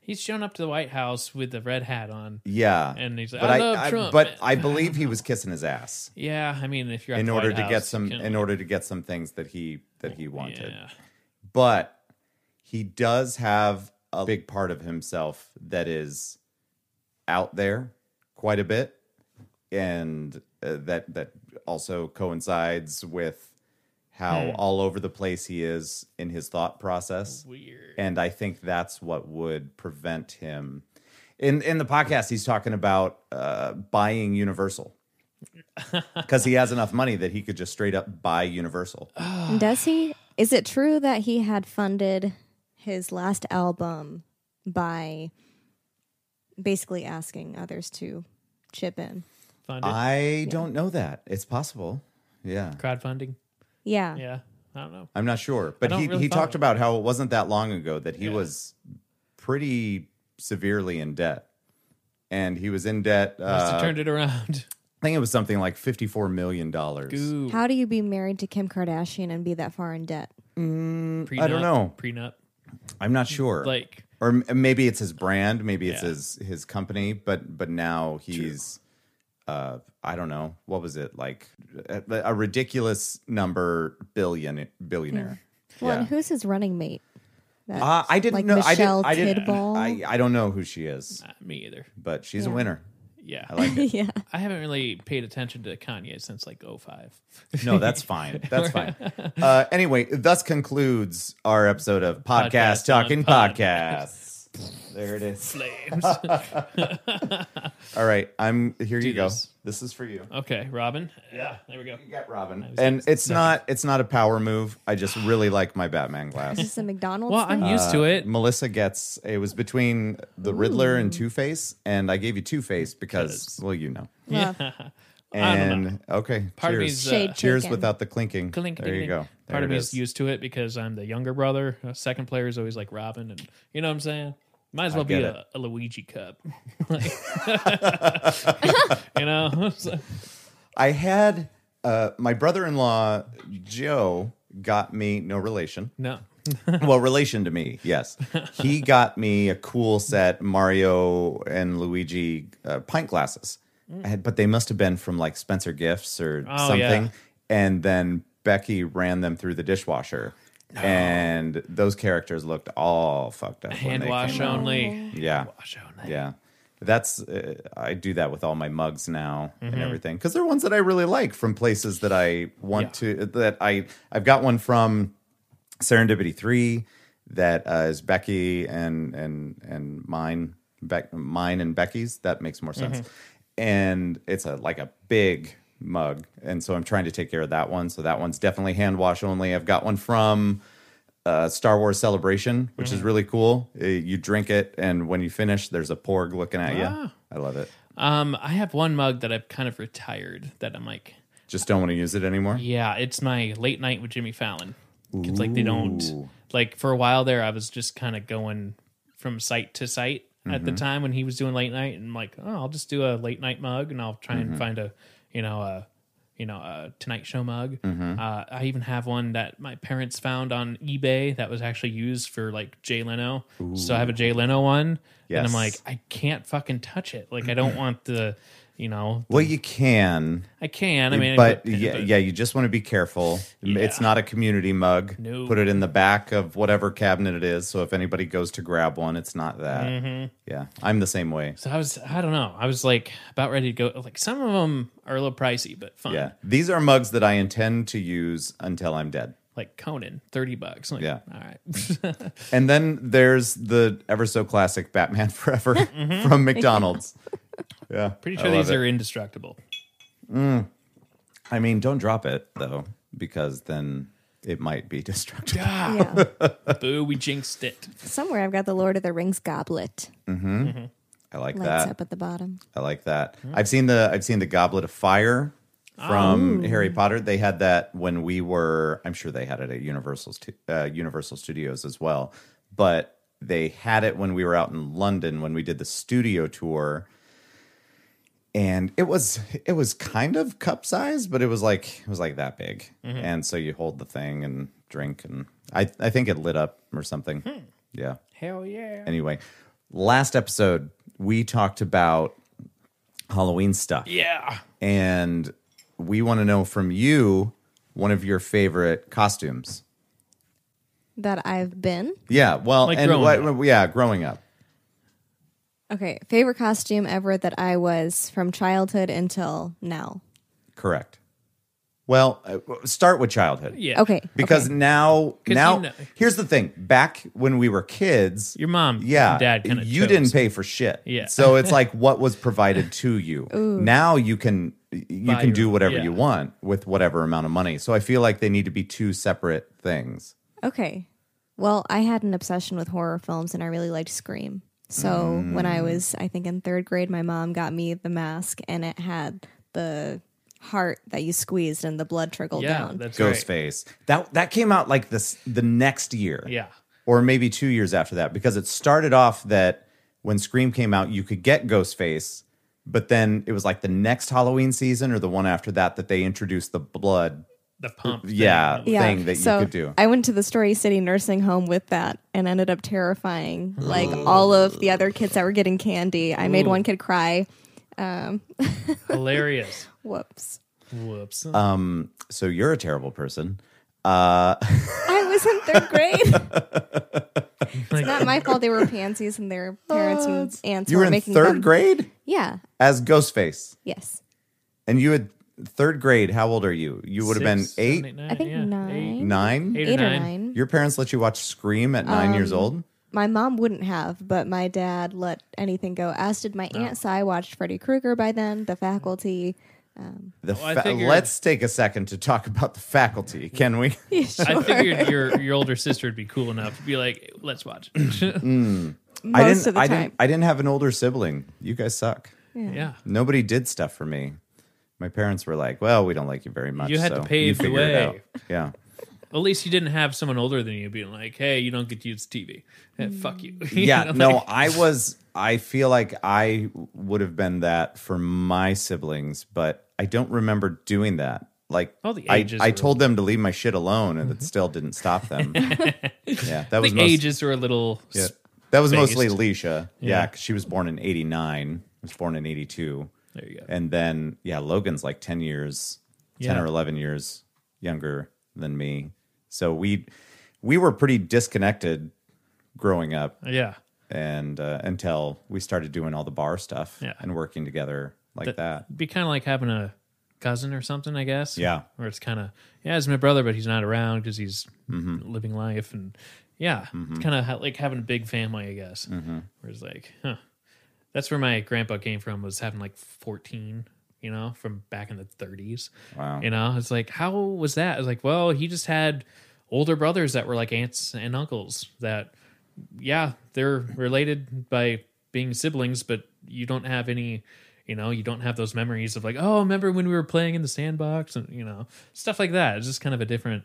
Speaker 2: He's shown up to the White House with the red hat on.
Speaker 1: yeah.
Speaker 2: And he's like,
Speaker 1: but
Speaker 2: "I love Trump."
Speaker 1: but I believe he was kissing his ass
Speaker 2: Yeah, I mean, if you're at
Speaker 1: in
Speaker 2: the
Speaker 1: order
Speaker 2: White
Speaker 1: to
Speaker 2: House,
Speaker 1: get
Speaker 2: you
Speaker 1: some
Speaker 2: can-
Speaker 1: in order to get some things that he that he wanted.
Speaker 2: yeah,
Speaker 1: but he does have a big part of himself that is out there quite a bit and uh, that that also coincides with how all over the place he is in his thought process
Speaker 2: weird.
Speaker 1: and I think that's what would prevent him. In in the podcast, he's talking about uh, buying Universal because he has enough money that he could just straight up buy Universal.
Speaker 3: And Does he? Is it true that he had funded his last album by basically asking others to chip in?
Speaker 2: Funded,
Speaker 1: I don't know that. It's possible. Yeah,
Speaker 2: crowdfunding.
Speaker 3: Yeah.
Speaker 2: Yeah, I don't know.
Speaker 1: I'm not sure, but
Speaker 2: don't
Speaker 1: he
Speaker 2: really
Speaker 1: he talked
Speaker 2: follow.
Speaker 1: about how it wasn't that long ago that he
Speaker 2: Yeah.
Speaker 1: was pretty severely in debt, and he was in debt.
Speaker 2: Must have
Speaker 1: Uh,
Speaker 2: turned it around.
Speaker 1: I think it was something like fifty four million dollars.
Speaker 2: Ooh,
Speaker 3: How do you be married to Kim Kardashian and be that far in debt?
Speaker 2: prenup,
Speaker 1: I don't know.
Speaker 2: Prenup,
Speaker 1: I'm not sure.
Speaker 2: like
Speaker 1: or m- maybe it's his brand, maybe it's
Speaker 2: Yeah.
Speaker 1: his his company, but but now he's uh I don't know, what was it? Like a, a ridiculous number billion billionaire.
Speaker 2: Mm.
Speaker 3: Well, and
Speaker 1: Yeah.
Speaker 3: who's his running mate? That-
Speaker 1: Uh, I didn't
Speaker 3: like
Speaker 1: know
Speaker 3: Michelle
Speaker 1: I didn't I didn't
Speaker 3: Tidball?
Speaker 1: I, I don't know who she is,
Speaker 2: uh, me either.
Speaker 1: but she's a
Speaker 3: Yeah.
Speaker 1: winner.
Speaker 2: Yeah,
Speaker 1: I like it.
Speaker 3: yeah.
Speaker 2: I haven't really paid attention to Kanye since like 05.
Speaker 1: No, that's fine. That's fine. Uh anyway, thus concludes our episode of Podcast,
Speaker 2: Podcast on
Speaker 1: Talking
Speaker 2: Pod.
Speaker 1: Podcasts. There it is.
Speaker 2: Flames.
Speaker 1: All right, I'm here. you
Speaker 2: this.
Speaker 1: go.
Speaker 2: Oh.
Speaker 1: This is for you.
Speaker 2: okay, Robin. Yeah, there we go.
Speaker 1: You got Robin, and it's not it's not a power move. I just really like my Batman
Speaker 3: Is
Speaker 1: glass.
Speaker 3: this a McDonald's
Speaker 2: Well,
Speaker 3: thing?
Speaker 2: I'm used
Speaker 1: Uh,
Speaker 2: to it.
Speaker 1: Melissa gets it was between the Riddler and Two Face, and I gave you Two Face because well you know.
Speaker 3: Love.
Speaker 1: And okay,
Speaker 2: Part of
Speaker 1: cheers.
Speaker 2: me's, uh,
Speaker 3: Shade
Speaker 1: cheers
Speaker 3: taken.
Speaker 1: without the clinking.
Speaker 2: Clink,
Speaker 1: there
Speaker 2: ding,
Speaker 1: you
Speaker 2: ding.
Speaker 1: go. There
Speaker 2: Part of
Speaker 1: it
Speaker 2: me
Speaker 1: is.
Speaker 2: is used to it because I'm the younger brother. Uh, second player is always like Robin, and you know what I'm saying. Might as well be
Speaker 1: get
Speaker 2: a, a Luigi cup, Like- you know. So-
Speaker 1: I had uh, my brother-in-law Joe got me no relation.
Speaker 2: no,
Speaker 1: well, relation to me, yes. He got me a cool set Mario and Luigi uh, pint glasses, I had- but they must have been from like Spencer Gifts or
Speaker 2: Mm. Oh,
Speaker 1: something.
Speaker 2: yeah.
Speaker 1: And then Becky ran them through the dishwasher, and those characters looked all fucked up. when
Speaker 2: hand
Speaker 1: they
Speaker 2: wash
Speaker 1: came out.
Speaker 2: only.
Speaker 1: Yeah,
Speaker 2: Wash only.
Speaker 1: yeah. That's uh, I do that with all my mugs now and everything because they're ones that I really like from places that I want to that I I've got one from Serendipity Three that uh, is Becky and and and mine Beck mine and Becky's that makes more sense and it's a like a big mug and so I'm trying to take care of that one so that one's definitely hand wash only I've got one from uh, Star Wars Celebration, which
Speaker 2: Mm-hmm.
Speaker 1: is really cool. Uh, you drink it, and when you finish, there's a porg looking at you.
Speaker 2: Ah.
Speaker 1: I love it.
Speaker 2: Um, I have one mug that I've kind of retired. That I'm like,
Speaker 1: Just don't want to use it anymore.
Speaker 2: yeah, it's my late night with Jimmy Fallon. It's like they
Speaker 1: Ooh.
Speaker 2: don't like for a while there. I was just kind of going from site to site at
Speaker 1: Mm-hmm.
Speaker 2: the time when he was doing late night, and I'm like, oh, I'll just do a late night mug, and I'll try
Speaker 1: Mm-hmm.
Speaker 2: and find a, you know, a, you know, a Tonight Show mug.
Speaker 1: Mm-hmm.
Speaker 2: Uh, I even have one that my parents found on eBay that was actually used for like Jay Leno. So I have a Jay Leno one, and
Speaker 1: Yes.
Speaker 2: I'm like, I can't fucking touch it. Like I don't want the, you know,
Speaker 1: Well, you can,
Speaker 2: I can. I mean,
Speaker 1: but yeah, yeah, you just want to be careful.
Speaker 2: Yeah.
Speaker 1: It's not a community mug.
Speaker 2: No.
Speaker 1: Put it in the back of whatever cabinet it is. So if anybody goes to grab one, it's not that.
Speaker 2: Mm-hmm.
Speaker 1: Yeah, I'm the same way.
Speaker 2: So I was, I don't know. I was like about ready to go. Like some of them are a little pricey, but fun.
Speaker 1: Yeah, these are mugs that I intend to use until I'm dead.
Speaker 2: Like Conan, 30 bucks. I'm like,
Speaker 1: Yeah.
Speaker 2: All right.
Speaker 1: And then there's the ever so classic Batman Forever from McDonald's. yeah,
Speaker 2: Mm-hmm. Pretty
Speaker 1: I
Speaker 2: sure
Speaker 1: love
Speaker 2: these
Speaker 1: it.
Speaker 2: are indestructible.
Speaker 1: I mean, don't drop it though, because then it might be destructive.
Speaker 3: yeah.
Speaker 2: Boo, we jinxed it.
Speaker 3: Somewhere I've got the Lord of the Rings goblet.
Speaker 1: I like
Speaker 3: Lights
Speaker 1: that.
Speaker 3: up at the bottom.
Speaker 1: I like that. I've seen the I've seen the Goblet of Fire from Harry Potter. They had that when we were. I'm sure they had it at Universal Stu- uh, Universal Studios as well, but they had it when we were out in London when we did the studio tour. And it was it was kind of cup size, but it was like it was like that big. And so you hold the thing and drink, and I I think it lit up or something. Yeah.
Speaker 2: Hell yeah.
Speaker 1: Anyway, last episode we talked about Halloween stuff,
Speaker 2: yeah.
Speaker 1: and we want to know from you one of your favorite costumes.
Speaker 3: That I've been.
Speaker 1: Yeah, well,
Speaker 2: Like
Speaker 1: and
Speaker 2: growing
Speaker 1: what- yeah, growing up.
Speaker 3: Okay, favorite costume ever that I was from childhood until now.
Speaker 1: Correct. Well, uh, start with childhood.
Speaker 2: Yeah.
Speaker 3: Okay.
Speaker 1: Because
Speaker 3: okay.
Speaker 1: now, now
Speaker 2: you know-
Speaker 1: here's the thing. Back when we were kids,
Speaker 2: Your mom,
Speaker 1: yeah,
Speaker 2: and dad kind of
Speaker 1: you didn't pay for shit.
Speaker 2: Yeah.
Speaker 1: so it's like what was provided to you. Now you can you
Speaker 2: Buy
Speaker 1: can
Speaker 2: your-
Speaker 1: do whatever
Speaker 2: yeah.
Speaker 1: you want with whatever amount of money. So I feel like they need to be two separate things.
Speaker 3: Okay. Well, I had an obsession with horror films and I really liked Scream. So when I was, I think, in third grade, my mom got me the mask and it had the heart that you squeezed and the blood trickled
Speaker 2: Yeah,
Speaker 3: down.
Speaker 2: that's right.
Speaker 1: Ghostface. That that came out like this the next year.
Speaker 2: Yeah.
Speaker 1: Or maybe 2 years after that because it started off that when Scream came out you could get Ghostface, but then it was like the next Halloween season or the one after that that they introduced the blood.
Speaker 2: The pump. thing.
Speaker 1: Yeah. thing that you
Speaker 3: so
Speaker 1: could do.
Speaker 3: I went to the Story City nursing home with that and ended up terrifying like all of the other kids that were getting candy. I made
Speaker 2: Ooh.
Speaker 3: one kid cry.
Speaker 2: Hilarious.
Speaker 3: Whoops.
Speaker 2: Whoops.
Speaker 1: Um so you're a terrible person. Uh,
Speaker 3: I was in third grade.
Speaker 2: Like,
Speaker 3: Not my fault. They were pansies and their parents and aunts
Speaker 1: You
Speaker 3: were
Speaker 1: were in
Speaker 3: making
Speaker 1: third
Speaker 3: fun-
Speaker 1: grade
Speaker 3: Yeah.
Speaker 1: as Ghostface.
Speaker 3: Yes.
Speaker 1: And you had third grade. How old are you? You would have been
Speaker 2: six, seven,
Speaker 1: eight,
Speaker 2: eight, nine,
Speaker 3: I think
Speaker 2: yeah.
Speaker 3: nine.
Speaker 2: Eight.
Speaker 1: nine.
Speaker 2: Eight. or
Speaker 3: Eight or
Speaker 2: nine.
Speaker 3: nine. Um,
Speaker 1: Your parents let you watch Scream at nine years old.
Speaker 3: my mom wouldn't have, but my dad let anything go. As did
Speaker 2: Oh.
Speaker 3: my aunt. So I watched Freddy Krueger by then. The faculty.
Speaker 1: The
Speaker 2: Well, I
Speaker 1: fa-
Speaker 2: figured-
Speaker 1: let's take a second to talk about the faculty, can we?
Speaker 2: I figured your your older sister would be cool enough to be like, let's watch.
Speaker 1: Mm.
Speaker 2: it."
Speaker 3: Most
Speaker 1: I didn't.
Speaker 3: of the
Speaker 1: I
Speaker 3: time.
Speaker 1: didn't. I didn't have an older sibling. You guys suck.
Speaker 2: yeah.
Speaker 1: Nobody did stuff for me. My parents were like, "Well, we don't like you very much.
Speaker 2: You had
Speaker 1: so
Speaker 2: to pave the
Speaker 1: figure it
Speaker 2: way.
Speaker 1: out." Yeah.
Speaker 2: At least you didn't have someone older than you being like, hey, you don't get to use TV. Eh, fuck you. You
Speaker 1: yeah
Speaker 2: know,
Speaker 1: no
Speaker 2: like-
Speaker 1: i was i feel like i would have been that for my siblings but i don't remember doing that like
Speaker 2: All the
Speaker 1: I,
Speaker 2: ages
Speaker 1: I
Speaker 2: were- Mm-hmm.
Speaker 1: told them to leave my shit alone and it still didn't stop them yeah that was
Speaker 2: the
Speaker 1: most-
Speaker 2: ages are a little.
Speaker 1: yeah,
Speaker 2: s-
Speaker 1: that was mostly
Speaker 2: spaced.
Speaker 1: alicia yeah
Speaker 2: Yeah.
Speaker 1: 'cause she was born in 89 was born in 82
Speaker 2: There you go.
Speaker 1: and then yeah logan's like 10 years 10
Speaker 2: Yeah.
Speaker 1: or 11 years younger than me so we we were pretty disconnected growing up
Speaker 2: yeah.
Speaker 1: and uh, until we started doing all the bar stuff
Speaker 2: Yeah.
Speaker 1: and working together like that.
Speaker 2: It'd be kind of like having a cousin or something, I guess.
Speaker 1: Yeah.
Speaker 2: Where it's kind of, yeah, it's my brother, but he's not around because he's
Speaker 1: Mm-hmm.
Speaker 2: living life. And yeah, it's kind of ha- like having a big family, I guess.
Speaker 1: Mm-hmm.
Speaker 2: Where it's like, huh. That's where my grandpa came from, was having like 14, you know, from back in the 30s.
Speaker 1: Wow.
Speaker 2: You know, it's like, how was that? I was like, well, he just had older brothers that were like aunts and uncles that, yeah, they're related by being siblings, but you don't have any, you know, you don't have those memories of like, oh, remember when we were playing in the sandbox and, you know, stuff like that. It's just kind of a different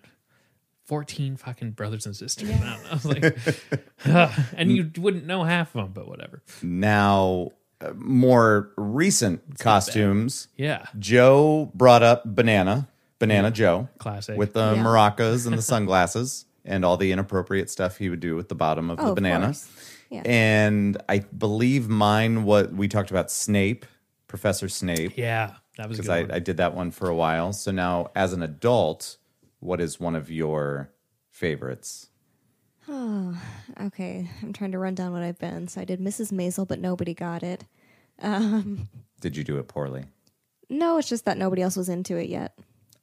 Speaker 2: 14 fucking brothers and sisters. I don't know. It's like, ugh. and you wouldn't know half of them, but whatever.
Speaker 1: Now, uh, more recent costumes.
Speaker 2: Yeah.
Speaker 1: Joe brought up Banana, Banana Joe,
Speaker 2: Classic.
Speaker 1: with the
Speaker 3: Yeah.
Speaker 1: maracas and the sunglasses and all the inappropriate stuff he would do with the bottom of
Speaker 3: Oh,
Speaker 1: the
Speaker 3: of
Speaker 1: banana.
Speaker 3: course. Yeah.
Speaker 1: And I believe mine. What we talked about Snape, Professor Snape.
Speaker 2: yeah. That was a
Speaker 1: because
Speaker 2: good.
Speaker 1: I,
Speaker 2: one.
Speaker 1: I did that one for a while. So now, as an adult, what is one of your favorites?
Speaker 3: Okay, I'm trying to run down what I've been. So I did Mrs. Maisel, but nobody got it.
Speaker 1: Did you do it poorly?
Speaker 3: No, it's just that nobody else was into it yet.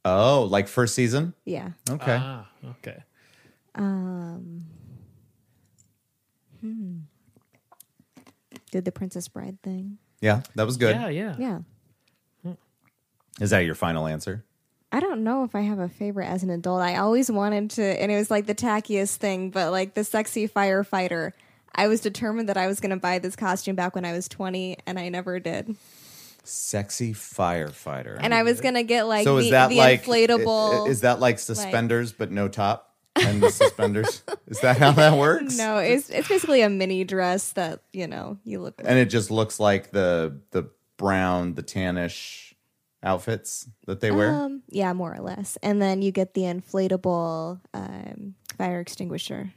Speaker 1: Oh, like first season?
Speaker 3: Yeah.
Speaker 1: Okay.
Speaker 2: Ah, okay.
Speaker 3: Did the Princess Bride thing.
Speaker 1: yeah, that was good.
Speaker 2: Yeah, yeah.
Speaker 3: Yeah.
Speaker 1: Is that your final answer?
Speaker 3: I don't know if I have a favorite as an adult. I always wanted to, and it was like the tackiest thing, but like the sexy firefighter. I was determined that I was going to buy this costume back when I was 20, and I never did.
Speaker 1: Sexy firefighter.
Speaker 3: And I was going to get like
Speaker 1: so
Speaker 3: the,
Speaker 1: is that
Speaker 3: the
Speaker 1: like
Speaker 3: inflatable.
Speaker 1: i- Is that like suspenders but no top and the suspenders? Is that how that works?
Speaker 3: no, it's, it's basically a mini dress that, you know, you look
Speaker 1: And it just looks like the the brown, the tannish outfits that they wear.
Speaker 3: Um, yeah, more or less. And then you get the inflatable um, fire extinguisher.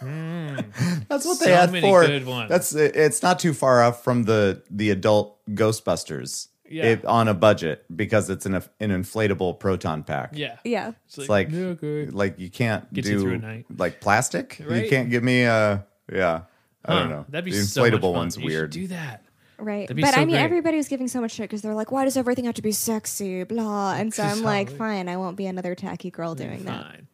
Speaker 1: That's what they
Speaker 2: So
Speaker 1: had
Speaker 2: many
Speaker 1: for.
Speaker 2: good ones.
Speaker 1: That's it- it's not too far off from the the adult Ghostbusters.
Speaker 2: Yeah.
Speaker 1: It- on a budget because it's an an inflatable proton pack.
Speaker 2: Yeah.
Speaker 3: Yeah.
Speaker 1: it's like
Speaker 2: "Yeah, okay."
Speaker 1: like you can't
Speaker 2: Gets
Speaker 1: do
Speaker 2: you through a night.
Speaker 1: like plastic. You
Speaker 2: Right?
Speaker 1: can't give me a yeah. I
Speaker 2: Huh,
Speaker 1: don't know.
Speaker 2: That'd be
Speaker 1: the
Speaker 2: so much
Speaker 1: inflatable
Speaker 2: fun.
Speaker 1: one's
Speaker 2: You should
Speaker 1: weird.
Speaker 2: Do that.
Speaker 3: Right.
Speaker 2: That'd be
Speaker 3: But
Speaker 2: so
Speaker 3: I mean,
Speaker 2: great.
Speaker 3: everybody was giving so much shit because they're like, why does everything have to be sexy? Blah. And so I'm like, fine, I won't be another tacky girl doing that.
Speaker 2: Fine.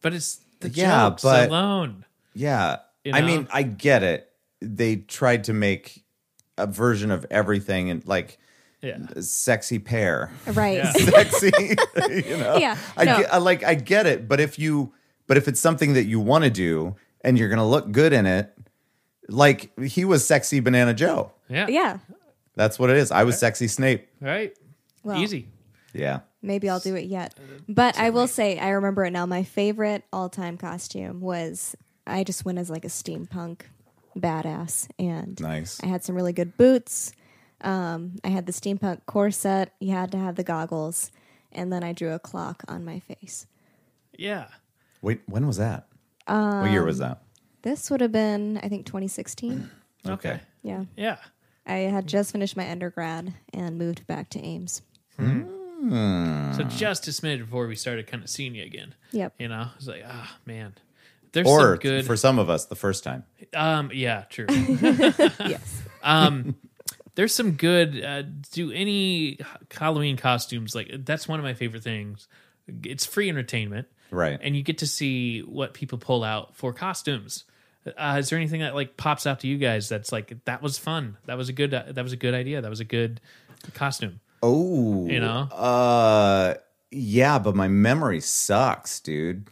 Speaker 2: But it's the
Speaker 1: Yeah,
Speaker 2: jokes
Speaker 1: but-
Speaker 2: alone.
Speaker 1: Yeah.
Speaker 2: You
Speaker 1: I
Speaker 2: know?
Speaker 1: mean, I get it. They tried to make a version of everything and like
Speaker 2: Yeah.
Speaker 1: sexy pair.
Speaker 3: Right.
Speaker 2: Yeah.
Speaker 1: sexy. you know,
Speaker 3: Yeah,
Speaker 1: I,
Speaker 3: no.
Speaker 1: get, I like I get it, but if you but if it's something that you want to do and you're gonna look good in it, like he was sexy Banana Joe.
Speaker 2: Yeah.
Speaker 3: yeah.
Speaker 1: That's what it is. I was sexy Snape.
Speaker 2: Right.
Speaker 3: Well,
Speaker 2: Easy.
Speaker 1: Yeah,
Speaker 3: Maybe I'll do it yet. But I will say, I remember it now. My favorite all time costume was I just went as like a steampunk badass. And
Speaker 1: nice.
Speaker 3: I had some really good boots. Um, I had the steampunk corset. You had to have the goggles. And then I drew a clock on my face.
Speaker 2: Yeah.
Speaker 1: Wait, when was that? what year was that?
Speaker 3: This would have been, I think, 2016.
Speaker 2: Um,
Speaker 1: Okay.
Speaker 3: yeah.
Speaker 2: Yeah.
Speaker 3: I had just finished my undergrad and moved back to Ames.
Speaker 2: So just a minute before we started kind of seeing you again.
Speaker 3: Yep.
Speaker 2: You know, it's like, ah, man. There's
Speaker 1: Or
Speaker 2: some good.
Speaker 1: for some of us, the first time.
Speaker 2: um, yeah, true. Um,
Speaker 3: yes.
Speaker 2: There's some good. Uh, do any Halloween costumes like that's one of my favorite things. It's free entertainment.
Speaker 1: Right.
Speaker 2: and you get to see what people pull out for costumes. Uh, is there anything that like pops out to you guys that's like that was fun? That was a good. uh, that was a good idea. That was a good costume.
Speaker 1: Oh,
Speaker 2: You know?
Speaker 1: Uh, yeah, but my memory sucks, dude.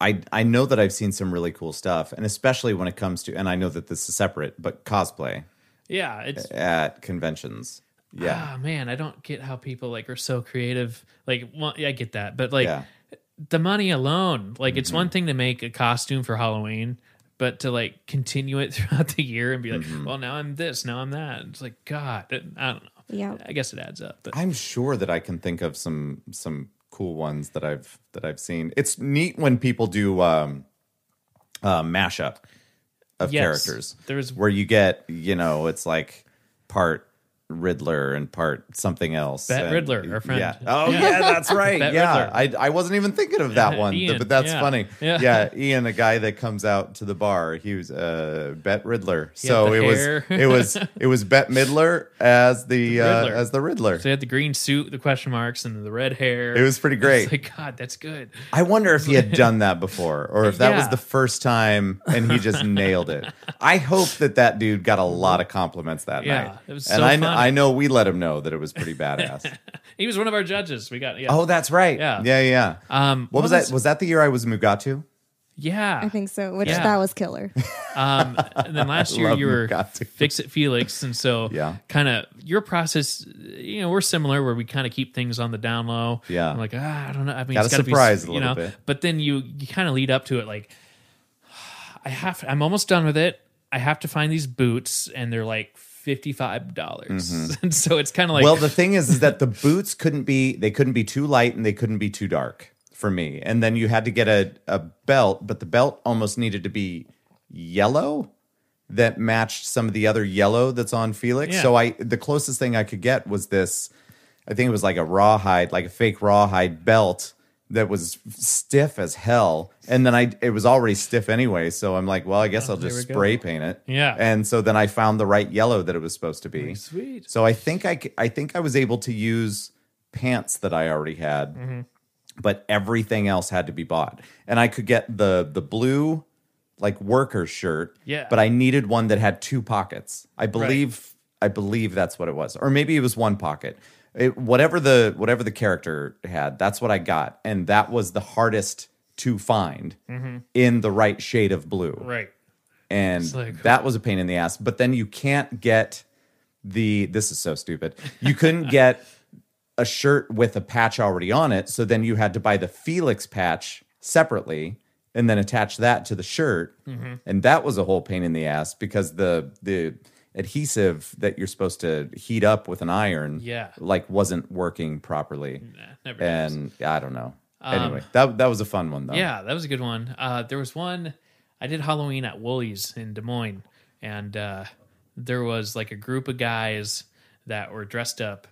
Speaker 1: I I know that I've seen some really cool stuff, and especially when it comes to, and I know that this is separate, but cosplay
Speaker 2: Yeah, it's
Speaker 1: at conventions. Yeah,
Speaker 2: ah man, I don't get how people like are so creative. Like, well, yeah, I get that, but like
Speaker 1: yeah,
Speaker 2: the money alone, like it's
Speaker 1: Mm-hmm.
Speaker 2: one thing to make a costume for Halloween, but to like continue it throughout the year and be like,
Speaker 1: Mm-hmm.
Speaker 2: well, now I'm this, now I'm that. It's like God, I don't know.
Speaker 3: Yeah.
Speaker 2: I guess it adds up. But
Speaker 1: I'm sure that I can think of some some cool ones that I've that I've seen. It's neat when people do um, uh, mashup of
Speaker 2: Yes.
Speaker 1: characters.
Speaker 2: There's-
Speaker 1: where you get, you know, it's like part Riddler and part something else.
Speaker 2: Bette
Speaker 1: and-
Speaker 2: Riddle, our friend.
Speaker 1: Yeah. Oh
Speaker 2: Yeah.
Speaker 1: yeah, that's right.
Speaker 2: Bette
Speaker 1: yeah, I I wasn't even thinking of that
Speaker 2: Yeah,
Speaker 1: one,
Speaker 2: Ian,
Speaker 1: but that's
Speaker 2: yeah.
Speaker 1: funny.
Speaker 2: Yeah.
Speaker 1: yeah, Ian, a guy that comes out to the bar, he was uh, Bette Riddler.
Speaker 2: He had
Speaker 1: So
Speaker 2: the
Speaker 1: it
Speaker 2: hair.
Speaker 1: was it was it was Bette Midler as the, uh,
Speaker 2: Riddler.
Speaker 1: as the Riddler.
Speaker 2: so they had the green suit, the question marks, and the red hair.
Speaker 1: It was pretty great.
Speaker 2: It's like God, that's good.
Speaker 1: I wonder if he had done that before or if that was
Speaker 2: Yeah.
Speaker 1: the first time and he just nailed it. I hope that that dude got a lot of compliments that
Speaker 2: Yeah,
Speaker 1: night.
Speaker 2: it was
Speaker 1: and
Speaker 2: so
Speaker 1: I, kn-
Speaker 2: funny.
Speaker 1: I know we let him know that it was pretty badass.
Speaker 2: He was one of our judges. We got yeah.
Speaker 1: oh, that's right.
Speaker 2: Yeah.
Speaker 1: Yeah, yeah.
Speaker 2: um,
Speaker 1: what was, that? Was that the year I was Mugatu?
Speaker 2: Yeah,
Speaker 3: I think so. Which
Speaker 2: Yeah.
Speaker 3: that was killer.
Speaker 2: Um, and then last year
Speaker 1: love
Speaker 2: you were
Speaker 1: Mugatu.
Speaker 2: Fix It Felix, and so
Speaker 1: Yeah.
Speaker 2: kind of your process. You know, we're similar where we kind of keep things on the down low.
Speaker 1: Yeah.
Speaker 2: I'm like ah, I don't know. I mean,
Speaker 1: Gotta
Speaker 2: it's gotta
Speaker 1: surprise a
Speaker 2: be, you
Speaker 1: little
Speaker 2: know,
Speaker 1: bit.
Speaker 2: But then you you kind of lead up to it like I have. I'm almost done with it. I have to find these boots, and they're like fifty five dollars, and so it's kind of like
Speaker 1: Mm-hmm. well, the thing is, is that the boots couldn't be they couldn't be too light and they couldn't be too dark for me. And then you had to get a, a belt, but the belt almost needed to be yellow that matched some of the other yellow that's on Felix.
Speaker 2: Yeah.
Speaker 1: So I the closest thing I could get was this I think it was like a rawhide, like a fake rawhide belt that was stiff as hell. And then I it was already stiff anyway, so I'm like, well, I guess I'll
Speaker 2: Oh, there
Speaker 1: just
Speaker 2: we go.
Speaker 1: spray paint it.
Speaker 2: Yeah.
Speaker 1: And so then I found the right yellow that it was supposed to be.
Speaker 2: sweet.
Speaker 1: So I think I, c- I think I was able to use pants that I already had, but everything else had to be bought, and I could get the the blue like worker shirt.
Speaker 2: Yeah.
Speaker 1: but I needed one that had two pockets. I believe I believe that's what it was, or maybe it was one pocket. It, whatever the whatever the character had, that's what I got, and that was the hardest to find in the right shade of blue
Speaker 2: right.
Speaker 1: and
Speaker 2: like-
Speaker 1: that was a pain in the ass. But then you can't get the this is so stupid. You couldn't get a shirt with a patch already on it, so then you had to buy the Felix patch separately and then attach that to the shirt,
Speaker 2: Mm-hmm.
Speaker 1: and that was a whole pain in the ass because the the adhesive that you're supposed to heat up with an iron,
Speaker 2: Yeah. Mm,
Speaker 1: like wasn't working properly,
Speaker 2: Nah, never. does.
Speaker 1: and I don't know. Anyway, that that was a fun one though.
Speaker 2: Um, Yeah, that was a good one. Uh, there was one I did Halloween at Woolies in Des Moines, and uh, there was like a group of guys that were dressed up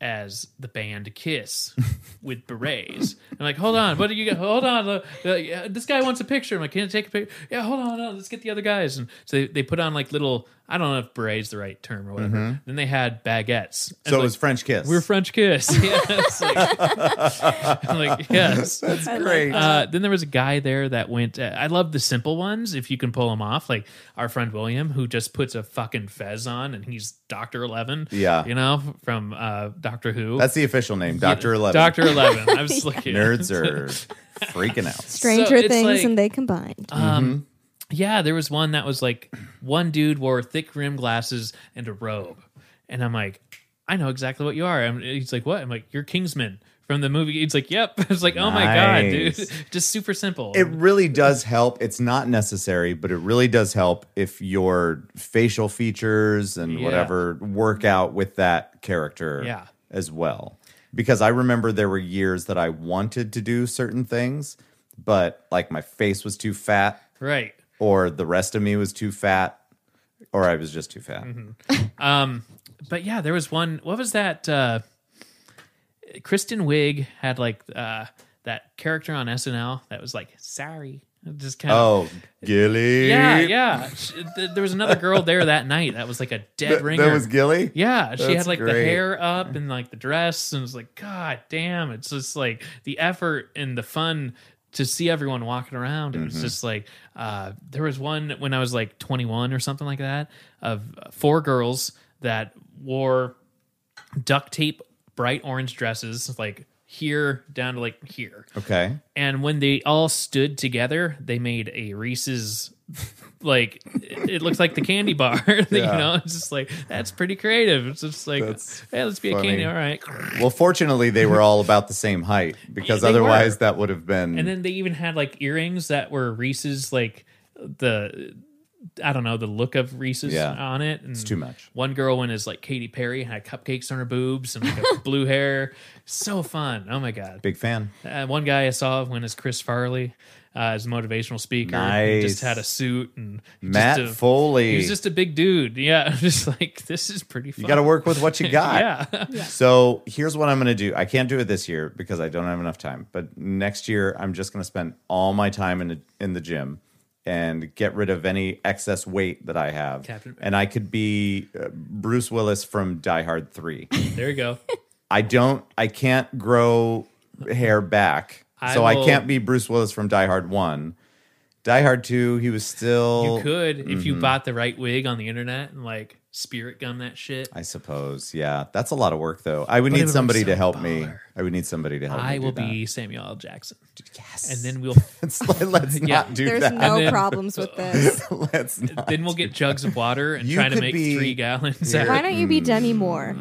Speaker 2: as the band Kiss with berets. I'm like, hold on, what do you got? Hold on, uh, uh, yeah, this guy wants a picture. I'm like, can I take a picture? Yeah, hold on, hold on, let's get the other guys. And so they, they put on like little, I don't know if beret's the right term or whatever. Then they had baguettes. And
Speaker 1: Mm-hmm. So it
Speaker 2: like,
Speaker 1: was French kiss.
Speaker 2: we're French Kiss. Yeah, it's like- I'm like, yes.
Speaker 1: That's great.
Speaker 2: Uh, then there was a guy there that went. Uh, I love the simple ones if you can pull them off. Like our friend William, who just puts a fucking fez on and he's Doctor Eleven.
Speaker 1: Yeah.
Speaker 2: you know from uh, Doctor Who.
Speaker 1: That's the official name, Doctor Eleven.
Speaker 2: Doctor Eleven. I was looking.
Speaker 1: nerds are freaking out.
Speaker 2: So
Speaker 3: Stranger
Speaker 2: it's
Speaker 3: Things
Speaker 2: like-
Speaker 3: and they combined.
Speaker 1: Mm-hmm.
Speaker 2: Um, Yeah, there was one that was like one dude wore thick rim glasses and a robe, and I'm like, I know exactly what you are. And he's like, what? I'm like, you're Kingsman from the movie. He's like, yep. I was like, oh my god, dude,
Speaker 1: Nice.
Speaker 2: just super simple.
Speaker 1: It really does help. It's not necessary, but it really does help if your facial features and
Speaker 2: Yeah.
Speaker 1: whatever work out with that character
Speaker 2: Yeah.
Speaker 1: as well. Because I remember there were years that I wanted to do certain things, but like my face was too fat,
Speaker 2: right.
Speaker 1: or the rest of me was too fat, or I was just too fat.
Speaker 2: Um, but yeah, there was one. What was that? Uh, Kristen Wiig had like uh, that character on SNL that was like, "Sorry," just kind of.
Speaker 1: Oh, Gilly.
Speaker 2: Yeah, yeah. Sh- th- There was another girl there that night that was like a dead
Speaker 1: Th-
Speaker 2: ringer.
Speaker 1: that was Gilly?
Speaker 2: yeah, she had
Speaker 1: That's
Speaker 2: like the
Speaker 1: great.
Speaker 2: hair up and like the dress, and it's like, God damn! It's just like the effort and the fun to see everyone walking around. It
Speaker 1: Mm-hmm.
Speaker 2: was just like uh, there was one when I was like 21 or something like that of uh, four girls that wore duct tape bright orange dresses like here down to like here.
Speaker 1: Okay.
Speaker 2: And when they all stood together, they made a Reese's like it it looks like the candy bar. You
Speaker 1: Yeah.
Speaker 2: know, it's just like that's pretty creative. It's just like
Speaker 1: That's
Speaker 2: hey, let's be
Speaker 1: funny.
Speaker 2: a candy, all right.
Speaker 1: Well, fortunately, they were all about the same height because
Speaker 2: They
Speaker 1: otherwise
Speaker 2: were.
Speaker 1: that would have been.
Speaker 2: And then they even had like earrings that were Reese's like the I don't know, the look of Reese's
Speaker 1: Yeah.
Speaker 2: on it. And it's
Speaker 1: too much.
Speaker 2: One girl went as like Katy Perry had cupcakes on her boobs and like a blue hair. So fun. Oh my god.
Speaker 1: big fan.
Speaker 2: Uh, one guy I saw went as Chris Farley, uh, as a motivational speaker. He just
Speaker 1: Nice.
Speaker 2: had a suit and he was
Speaker 1: Matt
Speaker 2: just a-
Speaker 1: Foley.
Speaker 2: He was just a big dude. Yeah, I'm just like this is pretty. Fun.
Speaker 1: you got to work with what you got.
Speaker 2: Yeah,
Speaker 1: So here's what I'm going to do. I can't do it this year because I don't have enough time. But next year, I'm just going to spend all my time in the, in the gym and get rid of any excess weight that I have.
Speaker 2: Captain America.
Speaker 1: and I could be uh, Bruce Willis from Die Hard Three.
Speaker 2: there you go.
Speaker 1: I don't. I can't grow hair back,
Speaker 2: I
Speaker 1: so I
Speaker 2: will-
Speaker 1: can't be Bruce Willis from Die Hard One. Die Hard Two, he was still.
Speaker 2: You could if
Speaker 1: mm-hmm.
Speaker 2: you bought the right wig on the internet and like spirit gum that shit.
Speaker 1: I suppose. Yeah, that's a lot of work, though. I would
Speaker 2: it would
Speaker 1: need
Speaker 2: be
Speaker 1: somebody to
Speaker 2: so
Speaker 1: help me.
Speaker 2: baller.
Speaker 1: I would need somebody to help me.
Speaker 2: I
Speaker 1: do
Speaker 2: will
Speaker 1: that.
Speaker 2: be Samuel L. Jackson,
Speaker 1: Yes.
Speaker 2: and then we'll
Speaker 1: let's, let's not do
Speaker 3: There's
Speaker 1: that.
Speaker 3: no
Speaker 2: And then-
Speaker 3: problems with this.
Speaker 1: let's not.
Speaker 2: then we'll get jugs of water and
Speaker 1: You
Speaker 2: try to
Speaker 1: could
Speaker 2: make
Speaker 1: be-
Speaker 2: three gallons.
Speaker 1: Here.
Speaker 2: out.
Speaker 3: Why don't you be Demi Moore?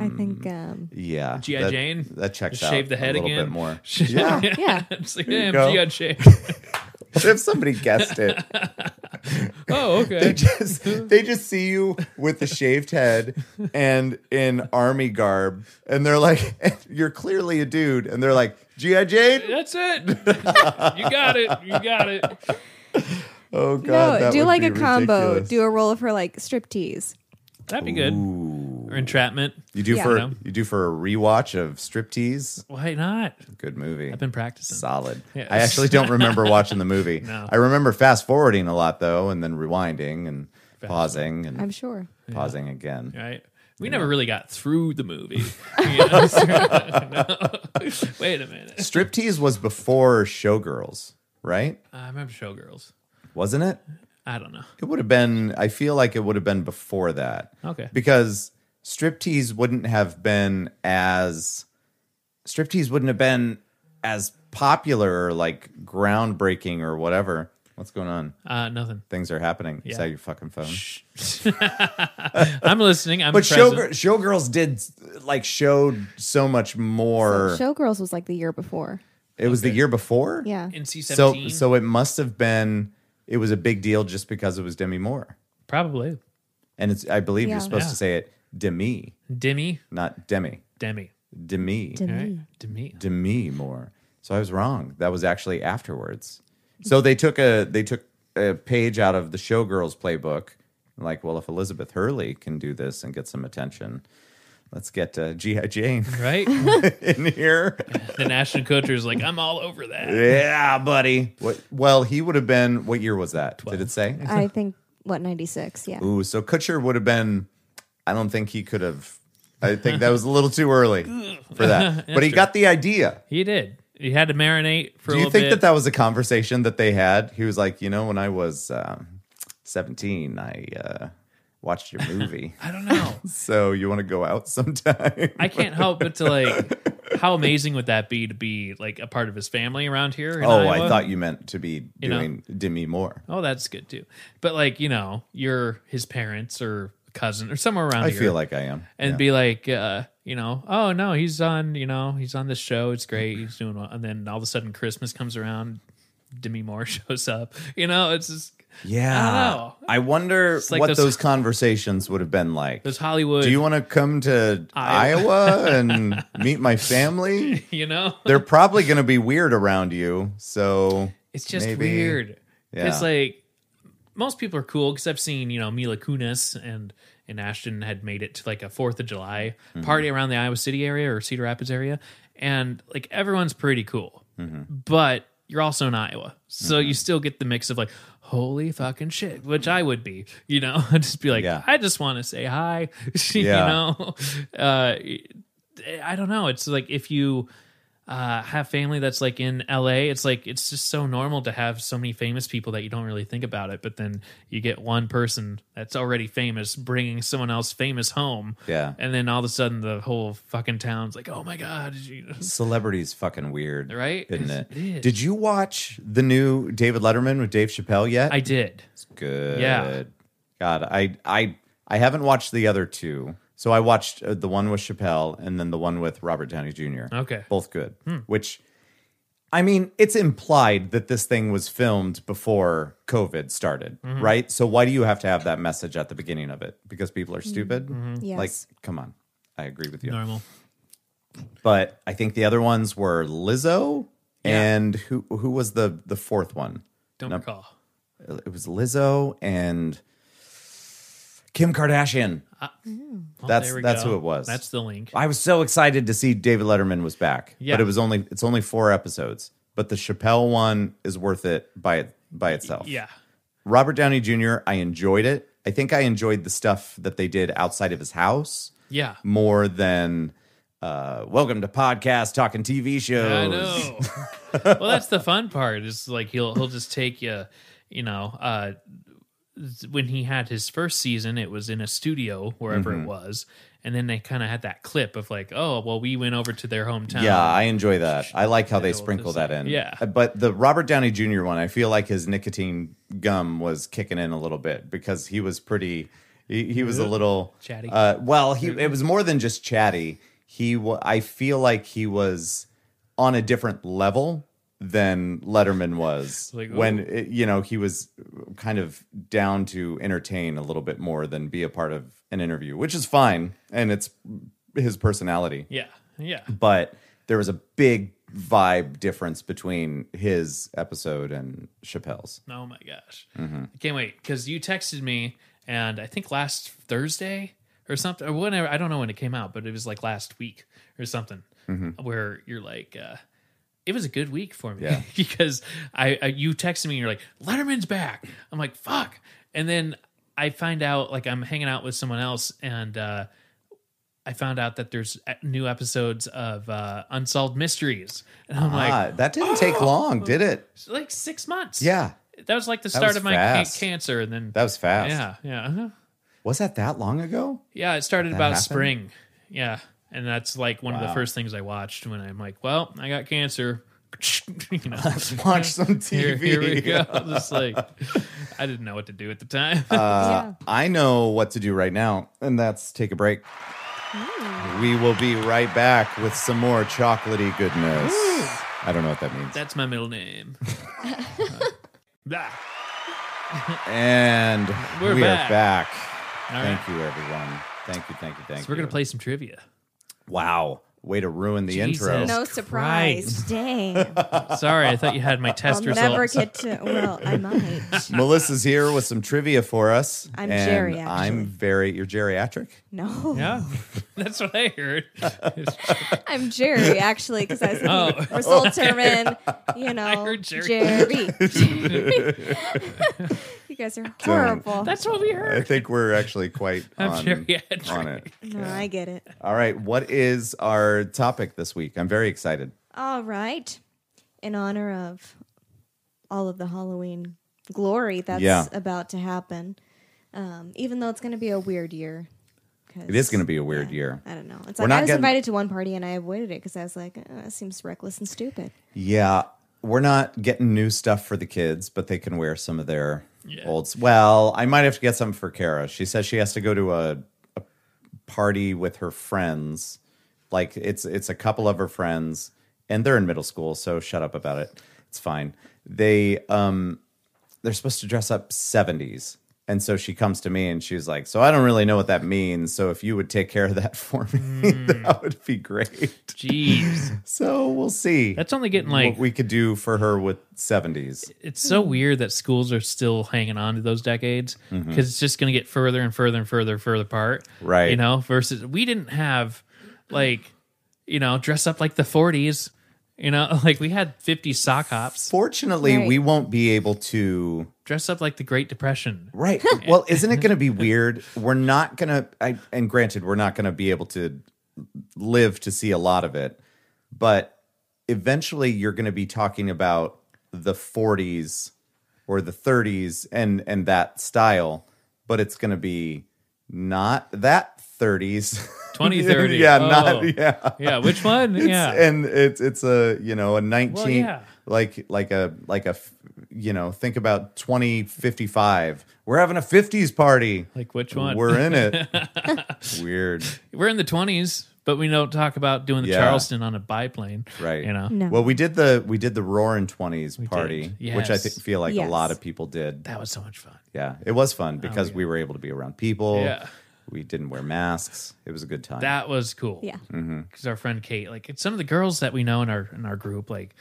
Speaker 3: I think.
Speaker 1: Mm.
Speaker 3: Um,
Speaker 1: Yeah.
Speaker 2: G.I.
Speaker 1: that-
Speaker 2: Jane?
Speaker 1: That checks out.
Speaker 2: Shave the head
Speaker 1: a little
Speaker 2: again.
Speaker 1: bit more.
Speaker 2: yeah,
Speaker 3: Yeah.
Speaker 2: It's like,
Speaker 1: you
Speaker 2: damn,
Speaker 1: go.
Speaker 2: she got shaved.
Speaker 1: if somebody guessed it,
Speaker 2: Oh,
Speaker 1: they
Speaker 2: okay.
Speaker 1: just they just see you with the shaved head and in army garb, and they're like, "You're clearly a dude," and they're like, "G.I. Jane."
Speaker 2: That's it. you got it. You got it.
Speaker 1: Oh God.
Speaker 3: no,
Speaker 1: that
Speaker 3: do
Speaker 1: would
Speaker 3: like
Speaker 1: be
Speaker 3: a combo.
Speaker 1: ridiculous.
Speaker 3: Do a roll of her like striptease.
Speaker 2: That'd be good. Or entrapment.
Speaker 1: You do
Speaker 3: Yeah.
Speaker 1: for
Speaker 2: No.
Speaker 1: you do for a rewatch of Striptease.
Speaker 2: Why not?
Speaker 1: Good movie.
Speaker 2: I've been practicing.
Speaker 1: solid.
Speaker 2: Yeah.
Speaker 1: I actually don't remember watching the movie. I remember fast forwarding a lot though, and then rewinding and pausing and
Speaker 3: I'm sure.
Speaker 1: pausing again.
Speaker 2: right? We never really got through the movie. You know? Wait a minute.
Speaker 1: Striptease was before Showgirls, right?
Speaker 2: I remember Showgirls.
Speaker 1: Wasn't it?
Speaker 2: I don't know.
Speaker 1: It would have been. I feel like it would have been before that.
Speaker 2: Okay.
Speaker 1: Because striptease wouldn't have been as striptease wouldn't have been as popular or like groundbreaking or whatever. What's going on?
Speaker 2: Uh, nothing.
Speaker 1: Things are happening. Is
Speaker 2: Yeah.
Speaker 1: that your fucking phone?
Speaker 2: I'm listening. I'm
Speaker 1: But
Speaker 2: present.
Speaker 1: Showgirl, Showgirls did like showed so much more.
Speaker 3: Showgirls was like the year before.
Speaker 1: it was the year before.
Speaker 3: Yeah.
Speaker 2: in C
Speaker 1: So
Speaker 2: seventeen.
Speaker 1: so it must have been it was a big deal just because it was Demi Moore.
Speaker 2: probably
Speaker 1: And it's I believe
Speaker 3: Yeah.
Speaker 1: you're supposed
Speaker 2: Yeah.
Speaker 1: to say it Demi,
Speaker 2: Demi,
Speaker 1: not Demi.
Speaker 2: Demi,
Speaker 1: Demi.
Speaker 3: Demi.
Speaker 2: all right? Demi.
Speaker 1: Demi Moore. So I was wrong. That was actually afterwards. So they took a they took a page out of the Showgirls playbook. Like, well, if Elizabeth Hurley can do this and get some attention, let's get uh, G.I. Jane
Speaker 2: Right?
Speaker 1: in here.
Speaker 2: then Ashton Kutcher is like, I'm all over that.
Speaker 1: Yeah, buddy. What, well, he would have been. What year was that? Did it say?
Speaker 3: I think what 96. Yeah.
Speaker 1: Ooh, so Kutcher would have been. I don't think he could have. I think that was a little too early for that. but he got the idea.
Speaker 2: He did. He had to marinate for
Speaker 1: Do
Speaker 2: a
Speaker 1: you
Speaker 2: little
Speaker 1: think
Speaker 2: bit.
Speaker 1: that that was a conversation that they had? He was like, you know, when I was um, seventeen, I uh, watched your movie.
Speaker 2: I don't know.
Speaker 1: so you want to go out sometime?
Speaker 2: I can't help but to like, how amazing would that be to be like a part of his family around here? in
Speaker 1: oh, I
Speaker 2: Iowa?
Speaker 1: thought you meant to be
Speaker 2: You know.
Speaker 1: doing Demi Moore.
Speaker 2: Oh, that's good too. But like, you know, you're his parents or cousin or somewhere around
Speaker 1: I
Speaker 2: here.
Speaker 1: feel like I am.
Speaker 2: and be like, uh, you know, oh no, he's on, you know, he's on this show. It's great. He's doing well. And then all of a sudden Christmas comes around, Demi Moore shows up. You know, it's just
Speaker 1: Yeah.
Speaker 2: I don't know.
Speaker 1: I wonder
Speaker 2: like
Speaker 1: what
Speaker 2: those-
Speaker 1: those, conversations would have been like.
Speaker 2: there's Hollywood.
Speaker 1: Do you want to come to Iowa and meet my family?
Speaker 2: you know,
Speaker 1: They're probably going to be weird around you. So
Speaker 2: it's just
Speaker 1: maybe-
Speaker 2: weird.
Speaker 1: Yeah.
Speaker 2: It's like most people are cool because I've seen you know Mila Kunis and and Ashton had made it to like a Fourth of July
Speaker 1: Mm-hmm.
Speaker 2: party around the Iowa City area or Cedar Rapids area, and like everyone's pretty cool,
Speaker 1: Mm-hmm.
Speaker 2: but you're also in Iowa, so you still get the mix of like holy fucking shit, which I would be, you know, I'd just be like,
Speaker 1: Yeah.
Speaker 2: I just want to say hi, you
Speaker 1: Yeah.
Speaker 2: know, uh, I don't know, it's like if you uh, have family that's like in LA. It's like it's just so normal to have so many famous people that you don't really think about it. But then you get one person that's already famous bringing someone else famous home,
Speaker 1: Yeah.
Speaker 2: and then all of a sudden the whole fucking town's like, "Oh my god!" did you-"
Speaker 1: Celebrity's fucking weird,
Speaker 2: Right?
Speaker 1: Isn't it?
Speaker 2: It's- it is.
Speaker 1: Did you watch the new David Letterman with Dave Chappelle yet?
Speaker 2: I did.
Speaker 1: It's good.
Speaker 2: Yeah.
Speaker 1: God, I I I haven't watched the other two. So I watched uh, the one with Chappelle and then the one with Robert Downey Jr.
Speaker 2: Okay. Hmm.
Speaker 1: Both good. Which I mean, it's implied that this thing was filmed before COVID started,
Speaker 2: Mm-hmm.
Speaker 1: right? So why do you have to have that message at the beginning of it? Because people
Speaker 2: Hmm.
Speaker 1: are stupid?
Speaker 2: Mm-hmm.
Speaker 3: Yes.
Speaker 1: Like, come on. I agree with you.
Speaker 2: Normal.
Speaker 1: But I think the other ones were Lizzo
Speaker 2: Yeah.
Speaker 1: and who who was the the fourth one?
Speaker 2: Don't
Speaker 1: Nope.
Speaker 2: recall.
Speaker 1: it was Lizzo and Kim Kardashian.
Speaker 2: Well,
Speaker 1: That's-
Speaker 2: Oh, there we
Speaker 1: that's
Speaker 2: go.
Speaker 1: who it was.
Speaker 2: That's the link.
Speaker 1: I was so excited to see David Letterman was back,
Speaker 2: Yeah.
Speaker 1: but it was only it's only four episodes. But the Chappelle one is worth it by by itself.
Speaker 2: Yeah.
Speaker 1: Robert Downey Jr. I enjoyed it. I think I enjoyed the stuff that they did outside of his house
Speaker 2: Yeah.
Speaker 1: more than uh, welcome to podcast talking TV shows.
Speaker 2: I know. well, that's the fun part. Is like he'll he'll just take you, you know. Uh, when he had his first season, it was in a studio wherever it was, and then they kind of had that clip of like, oh, well, we went over to their hometown.
Speaker 1: Yeah, I enjoy that. I like how they
Speaker 2: Middle of the
Speaker 1: sprinkle that in.
Speaker 2: summer. Yeah.
Speaker 1: Uh, But the Robert Downey Jr. one, I feel like his nicotine gum was kicking in a little bit because he was pretty, he, he was a little
Speaker 2: Chatty.
Speaker 1: Uh, well, he it was more than just chatty. He, wa- I feel like he was on a different level than Letterman was
Speaker 2: Like,
Speaker 1: when it, you know he was kind of down to entertain a little bit more than be a part of an interview, which is fine, and it's his personality
Speaker 2: yeah, yeah.
Speaker 1: but there was a big vibe difference between his episode and Chappelle's.
Speaker 2: Oh my gosh,
Speaker 1: Mm-hmm.
Speaker 2: I can't wait because you texted me, and I think last Thursday or something, or whenever I don't know when it came out, but it was like last week or something, where you're like. uh it was a good week for me
Speaker 1: Mm-hmm. Yeah.
Speaker 2: because I, I you texted me and you're like Letterman's back. I'm like fuck, and then I find out like I'm hanging out with someone else and uh, I found out that there's uh, new episodes of uh, Unsolved Mysteries, and I'm like oh!
Speaker 1: ah, that didn't take long, did it?
Speaker 2: it's like six months.
Speaker 1: Yeah,
Speaker 2: that was like the start
Speaker 1: was
Speaker 2: of my ca-
Speaker 1: fast.
Speaker 2: cancer, and then
Speaker 1: that was fast.
Speaker 2: yeah, yeah, uh-huh.
Speaker 1: Was that that long ago?
Speaker 2: yeah. It started about
Speaker 1: happened?
Speaker 2: spring, yeah, and that's like one of the
Speaker 1: Wow.
Speaker 2: first things I watched when I'm like, well, I got cancer. you know,
Speaker 1: Watch some TV.
Speaker 2: Here, here we go. Just like I didn't know what to do at the time.
Speaker 1: Uh, I know what to do right now, and that's take a break. We will be right back with some more chocolatey goodness. I don't know what that means.
Speaker 2: That's my middle name. Uh, ah, Blah.
Speaker 1: and
Speaker 2: We're
Speaker 1: we
Speaker 2: back.
Speaker 1: are back.
Speaker 2: All
Speaker 1: thank you, everyone. Thank you, thank you, thank you.
Speaker 2: So we're gonna play some trivia.
Speaker 1: Wow, way to ruin the
Speaker 2: Jesus.
Speaker 1: intro.
Speaker 3: no
Speaker 2: Christ.
Speaker 3: surprise. Dang.
Speaker 2: Sorry, I thought you had my
Speaker 3: I'll
Speaker 2: test results.
Speaker 3: never get to. Well, I might.
Speaker 1: Melissa's here with some trivia for us.
Speaker 3: I'm
Speaker 1: and
Speaker 3: geriatric.
Speaker 1: I'm very. You're geriatric.
Speaker 3: No.
Speaker 2: yeah, that's what I heard.
Speaker 3: I'm Jerry, actually, because I was thinking
Speaker 2: Oh.
Speaker 3: Russell Terman, you know.
Speaker 2: heard Jerry.
Speaker 3: Jerry. you guys are horrible.
Speaker 2: That's what we heard.
Speaker 1: I think we're actually quite
Speaker 2: I'm
Speaker 1: on,
Speaker 2: geriatric.
Speaker 1: on it.
Speaker 3: no, I get it.
Speaker 1: All right. What is our topic this week? I'm very excited.
Speaker 3: All right. In honor of all of the Halloween glory that's
Speaker 1: Yeah.
Speaker 3: about to happen, um, even though it's going to be a weird year. 'cause-
Speaker 1: It is going to be a weird year.
Speaker 3: I don't know. It's
Speaker 1: We're
Speaker 3: like
Speaker 1: not
Speaker 3: I was
Speaker 1: getting-
Speaker 3: invited to one party and I avoided it because I was like, oh, that seems reckless and stupid.
Speaker 1: Yeah. We're not getting new stuff for the kids, but they can wear some of their
Speaker 2: Yeah.
Speaker 1: old. s- Well, I might have to get some for Kara. She says she has to go to a, a party with her friends. Like it's it's a couple of her friends, and they're in middle school, so shut up about it. It's fine. They um they're supposed to dress up seventies. And so she comes to me and she's like, So I don't really know what that means. So if you would take care of that for me, that would be great.
Speaker 2: Jeez,
Speaker 1: So we'll see
Speaker 2: that's only getting like
Speaker 1: what we could do for her with 70s.
Speaker 2: it's so
Speaker 1: Hmm.
Speaker 2: weird that schools are still hanging on to those decades because
Speaker 1: Mm-hmm.
Speaker 2: it's just going to get further and further and further and further apart.
Speaker 1: Right.
Speaker 2: You know, versus we didn't have like, you know, dress up like the 40s, you know, like we had 50 sock hops,
Speaker 1: Fortunately,
Speaker 3: Right.
Speaker 1: we won't be able to.
Speaker 2: dress up like the Great Depression.
Speaker 1: Right. well, isn't it going to be weird? We're not going to, I and granted, we're not going to be able to live to see a lot of it, but eventually you're going to be talking about the 40s or the 30s and and that style, but it's going to be not that 30s.
Speaker 2: 2030.
Speaker 1: yeah,
Speaker 2: Oh.
Speaker 1: not yeah.
Speaker 2: Yeah, which one? yeah.
Speaker 1: It's- and it's it's a you know a 19
Speaker 2: yeah.
Speaker 1: like like a like a f- you know think about 2055 we're having a 50s party
Speaker 2: like which one?
Speaker 1: we're in it weird
Speaker 2: We're in the 20s, but we don't talk about doing the
Speaker 1: Yeah.
Speaker 2: Charleston on a biplane.
Speaker 1: right
Speaker 2: You know,
Speaker 3: No.
Speaker 1: well we did the we did the roaring 20s party
Speaker 2: did.
Speaker 1: which i
Speaker 2: Yes.
Speaker 1: th- feel like
Speaker 3: Yes.
Speaker 1: a lot of people did
Speaker 2: that was so much fun.
Speaker 1: yeah it was fun because
Speaker 2: Oh, yeah.
Speaker 1: we were able to be around people
Speaker 2: Yeah.
Speaker 1: we didn't wear masks it was a good time
Speaker 2: That was cool.
Speaker 3: Yeah.
Speaker 1: Mm-hmm.
Speaker 2: Because our friend Kate, like it's some of the girls that we know in our in our group, like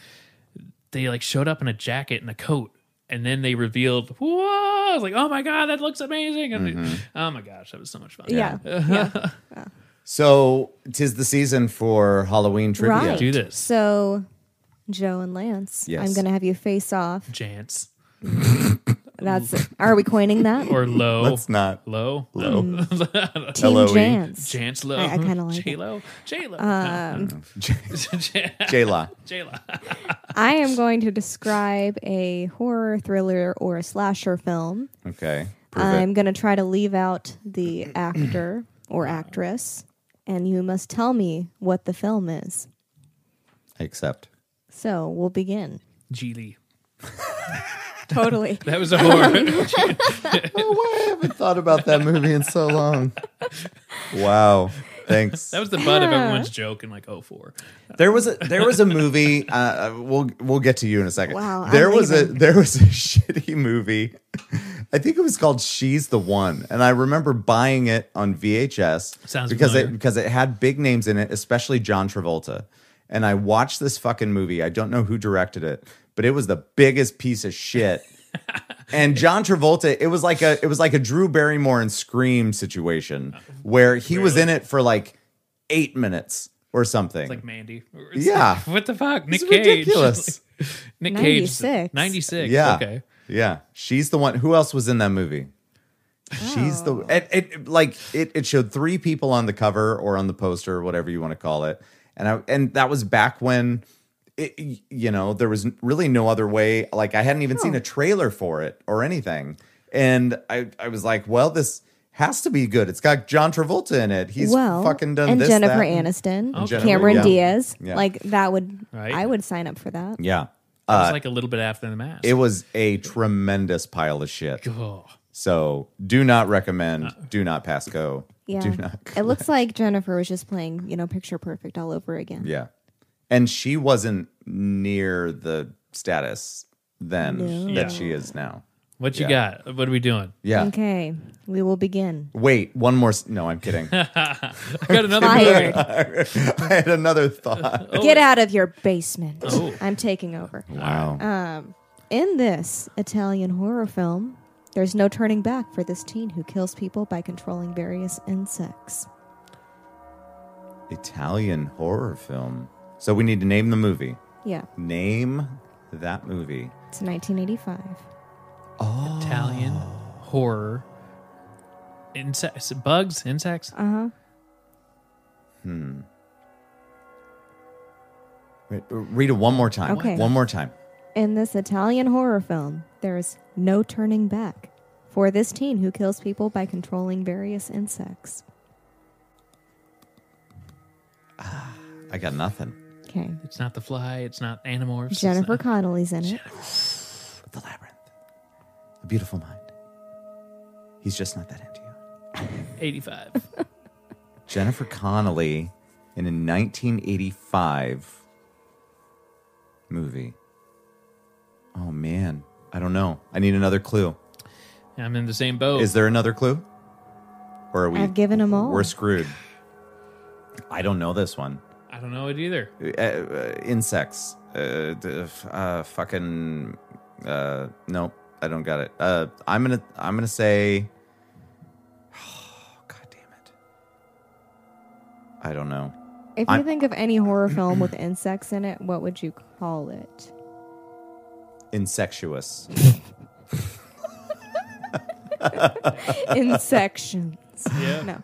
Speaker 2: they like showed up in a jacket and a coat, and then they revealed, whoa! I was like, oh my god, that looks amazing! And
Speaker 1: Mm-hmm.
Speaker 2: oh my gosh, that was so much fun.
Speaker 3: Yeah.
Speaker 1: so tis the season for halloween trivia
Speaker 3: Right.
Speaker 2: Do this.
Speaker 3: So, Joe and Lance,
Speaker 1: Yes.
Speaker 3: I'm going to have you face off.
Speaker 2: Jance
Speaker 3: That's Are we coining that?
Speaker 2: or low,
Speaker 1: let's not
Speaker 2: low,
Speaker 1: low
Speaker 3: Team
Speaker 1: LOE.
Speaker 3: Jance.
Speaker 2: Jance low.
Speaker 3: I- I kinda like it. Um,
Speaker 2: J Lo, J Lo,
Speaker 1: jayla
Speaker 2: J Lo.
Speaker 3: I am going to describe a horror, thriller, or a slasher film.
Speaker 1: okay prove it.
Speaker 3: I'm going to try to leave out the actor or actress, and you must tell me what the film is.
Speaker 1: I accept.
Speaker 3: So, we'll begin.
Speaker 2: G Lee.
Speaker 3: Totally.
Speaker 2: That was a
Speaker 3: Oh,
Speaker 2: horror.
Speaker 1: I haven't thought about that movie in so long. Wow. Thanks.
Speaker 2: That was the butt of everyone's joke in like 04.
Speaker 1: There was a there was a movie. Uh, uh, we'll we'll get to you in a second.
Speaker 3: Wow, I'm
Speaker 1: There was a
Speaker 3: leaving.
Speaker 1: there was a shitty movie. I think it was called She's the One, and I remember buying it on VHS
Speaker 2: Sounds
Speaker 1: because it
Speaker 2: familiar.
Speaker 1: because it had big names in it, especially John Travolta. And I watched this fucking movie. I don't know who directed it, but it was the biggest piece of shit. and John Travolta, it was like a it was like a Drew Barrymore and Scream situation where he was in it for like eight minutes or something.
Speaker 2: Like Mandy. It's
Speaker 1: Yeah.
Speaker 2: like, what the fuck? Nick
Speaker 1: It's
Speaker 2: Cage.
Speaker 1: ridiculous.
Speaker 2: Nick Cage.
Speaker 3: 96.
Speaker 2: 96.
Speaker 1: Yeah.
Speaker 2: Okay.
Speaker 1: Yeah. She's the one. Who else was in that movie? She's
Speaker 3: Oh.
Speaker 1: the it, it like it, it showed three people on the cover or on the poster or whatever you want to call it. And I and that was back when it, you know, there was really no other way. Like I hadn't even seen a trailer for it or anything. And I I was like, well, this has to be good. It's got John Travolta in it. He's
Speaker 3: well,
Speaker 1: fucking done
Speaker 3: and
Speaker 1: this
Speaker 3: Jennifer
Speaker 1: that, and-
Speaker 3: Aniston,
Speaker 1: Jennifer,
Speaker 3: Cameron
Speaker 1: yeah.
Speaker 3: Diaz.
Speaker 1: Yeah.
Speaker 3: Like that would
Speaker 2: Right.
Speaker 3: I would sign up for that.
Speaker 1: Yeah. Uh,
Speaker 2: It's like a little bit after the mask.
Speaker 1: it was a tremendous pile of shit.
Speaker 2: oh,
Speaker 1: So do not recommend. do not pass go.
Speaker 3: Yeah.
Speaker 1: Do not.
Speaker 3: It looks like Jennifer was just playing, you know, picture perfect all over again.
Speaker 1: Yeah. And she wasn't near the status then
Speaker 3: No.
Speaker 1: that
Speaker 2: Yeah.
Speaker 1: she is now.
Speaker 2: what you
Speaker 1: Yeah.
Speaker 2: got? What are we doing?
Speaker 1: Yeah.
Speaker 3: Okay, we will begin.
Speaker 1: Wait, one more. s- No, I'm kidding. I
Speaker 2: I got another
Speaker 3: Fired.
Speaker 1: had another thought.
Speaker 3: Get out of your basement.
Speaker 2: Oh.
Speaker 3: I'm taking over.
Speaker 1: Wow.
Speaker 3: In this Italian horror film, there's no turning back for this teen who kills people by controlling various insects.
Speaker 1: Italian horror film. So we need to name the movie.
Speaker 3: Yeah,
Speaker 1: Name that movie.
Speaker 3: it's 1985.
Speaker 2: Italian horror. Insects, bugs, insects.
Speaker 3: Uh huh.
Speaker 1: Re- Read it one more time.
Speaker 3: Okay.
Speaker 1: One more time.
Speaker 3: In this Italian horror film, there's no turning back for this teen who kills people by controlling various insects.
Speaker 1: I got nothing.
Speaker 3: Okay.
Speaker 2: It's not the fly. It's not animorphs. it's
Speaker 3: Jennifer
Speaker 2: not-
Speaker 3: Connelly's in it.
Speaker 1: The labyrinth. A beautiful mind. He's just not that into you.
Speaker 2: 85.
Speaker 1: Jennifer Connelly in a 1985 movie. Oh man, I don't know. I need another clue.
Speaker 2: I'm in the same boat.
Speaker 1: Is there another clue? Or are we
Speaker 3: I've given 'em all.
Speaker 1: We're screwed. I don't know this one.
Speaker 2: I don't know it either.
Speaker 1: Uh, uh, insects. Uh, d- uh fucking uh no, I don't got it. Uh I'm going to I'm going to say oh, God damn it. I don't know.
Speaker 3: If
Speaker 1: I'm-
Speaker 3: you think of any horror film with insects in it, what would you call it?
Speaker 1: Insectuous.
Speaker 3: Insections.
Speaker 2: Yeah.
Speaker 3: No.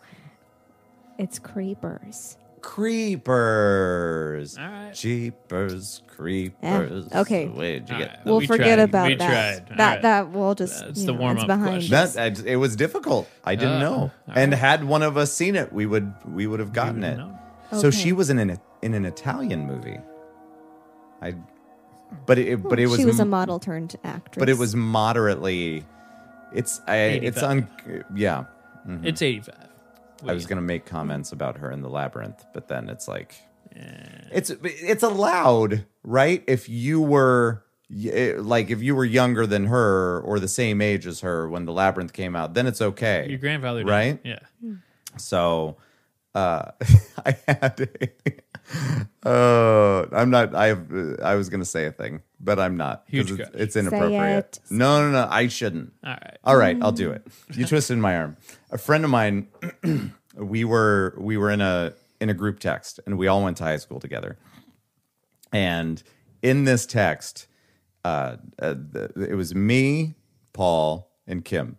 Speaker 3: It's creepers.
Speaker 1: Creepers.
Speaker 2: All right.
Speaker 1: Jeepers, creepers.
Speaker 3: Eh, okay.
Speaker 1: Where did you
Speaker 2: All
Speaker 1: get
Speaker 2: right.
Speaker 1: that?
Speaker 3: We'll
Speaker 2: We
Speaker 3: forget
Speaker 2: tried.
Speaker 3: about
Speaker 2: We
Speaker 3: that.
Speaker 2: tried. All
Speaker 3: That
Speaker 2: right.
Speaker 3: that we'll just
Speaker 2: That's
Speaker 3: you
Speaker 2: the
Speaker 3: know,
Speaker 2: warm-up
Speaker 3: it's behind.
Speaker 2: question.
Speaker 3: us.
Speaker 1: That I- it was difficult. I didn't
Speaker 2: Oh,
Speaker 1: know.
Speaker 2: all
Speaker 1: And
Speaker 2: right.
Speaker 1: had one of us seen it, we would we would have gotten
Speaker 2: would've
Speaker 1: it.
Speaker 2: known.
Speaker 1: So
Speaker 3: Okay.
Speaker 1: she was in an in an Italian movie. I, but it but it was
Speaker 3: she was a
Speaker 1: m-
Speaker 3: model turned actress.
Speaker 1: but it was moderately. It's I, it's un yeah.
Speaker 2: It's 85.
Speaker 1: Mm-hmm. I was
Speaker 2: Wait.
Speaker 1: gonna make comments about her in the labyrinth, but then it's like, it's it's allowed, right? If you were y- eh, like if you were younger than her or the same age as her when the labyrinth came out, then it's okay.
Speaker 2: Your grandfather, did.
Speaker 1: Right?
Speaker 2: Yeah.
Speaker 1: So uh, I had a. Uh, I'm not. I I was gonna say a thing, but I'm not. 'cause
Speaker 2: Huge
Speaker 1: It's,
Speaker 2: crush.
Speaker 1: it's inappropriate.
Speaker 3: it.
Speaker 1: No, no, no. I shouldn't.
Speaker 2: All right.
Speaker 1: All right, I'll do it. You twisted my arm. A friend of mine, we were we were in a in a group text, and we all went to high school together. And in this text, uh, uh, the, it was me, Paul, and Kim,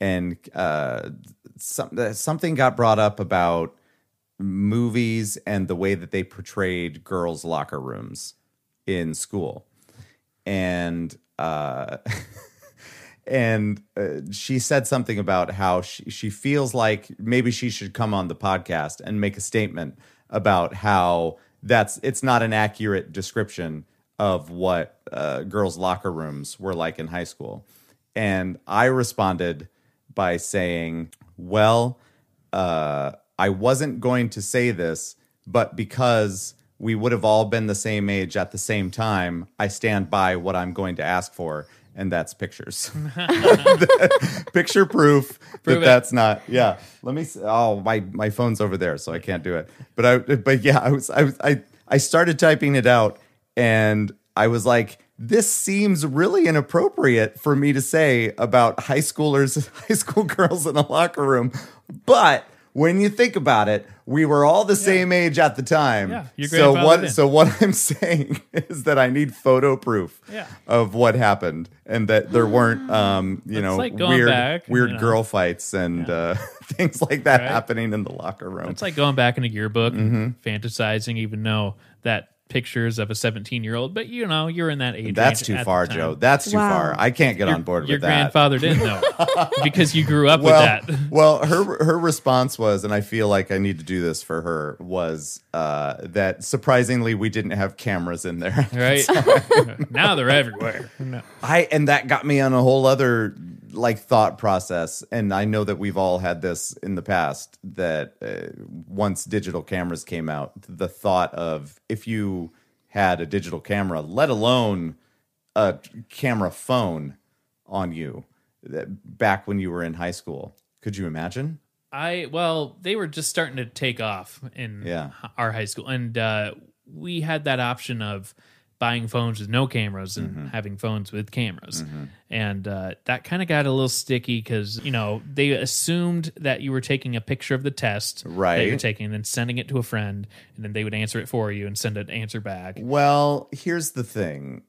Speaker 1: and uh, some, something got brought up about movies and the way that they portrayed girls' locker rooms in school, and. Uh, and uh, she said something about how she, she feels like maybe she should come on the podcast and make a statement about how that's it's not an accurate description of what uh, girls' locker rooms were like in high school. And I responded by saying, "Well, uh, I wasn't going to say this, but because we would have all been the same age at the same time, I stand by what I'm going to ask for, and that's pictures. Picture proof that
Speaker 2: it.
Speaker 1: that's not. Yeah. Let me. s- Oh, my my phone's over there, so I can't do it. But I. But yeah, I was. I was. I. I started typing it out, and I was like. This seems really inappropriate for me to say about high schoolers, high school girls in a locker room, but when you think about it, we were all the same age at the time.
Speaker 2: Yeah, your
Speaker 1: so
Speaker 2: grandfather
Speaker 1: what?
Speaker 2: did.
Speaker 1: So what I'm saying is that I need photo proof
Speaker 2: Yeah.
Speaker 1: of what happened, and that there weren't, um, you know,
Speaker 2: like going
Speaker 1: weird
Speaker 2: back,
Speaker 1: weird
Speaker 2: you know.
Speaker 1: girl fights and uh, things like that
Speaker 2: Right.
Speaker 1: happening in the locker room.
Speaker 2: It's like going back in a yearbook, and
Speaker 1: Mm-hmm.
Speaker 2: fantasizing, even though that pictures of a 17 year old, but you know, you're in that age.
Speaker 1: That's
Speaker 2: range
Speaker 1: too
Speaker 2: at the
Speaker 1: far,
Speaker 2: time.
Speaker 1: Joe. That's too
Speaker 3: Wow.
Speaker 1: far. I can't get on board
Speaker 2: Your
Speaker 1: with that.
Speaker 2: grandfather didn't know because you grew up
Speaker 1: well,
Speaker 2: with that.
Speaker 1: well, her her response was, and I feel like I need to do this for her was uh, that surprisingly we didn't have cameras in there.
Speaker 2: Right now they're everywhere. No.
Speaker 1: I and that got me on a whole other like thought process and I know that we've all had this in the past that uh, once digital cameras came out the thought of if you had a digital camera let alone a camera phone on you that back when you were in high school could you imagine
Speaker 2: I well, they were just starting to take off in
Speaker 1: Yeah.
Speaker 2: h- our high school, and uh, we had that option of buying phones with no cameras and
Speaker 1: Mm-hmm.
Speaker 2: having phones with cameras, and uh, that kind of got a little sticky because you know they assumed that you were taking a picture of the test that you're
Speaker 1: Right.
Speaker 2: taking, and then sending it to a friend, and then they would answer it for you and send an answer back.
Speaker 1: Well, here's the thing.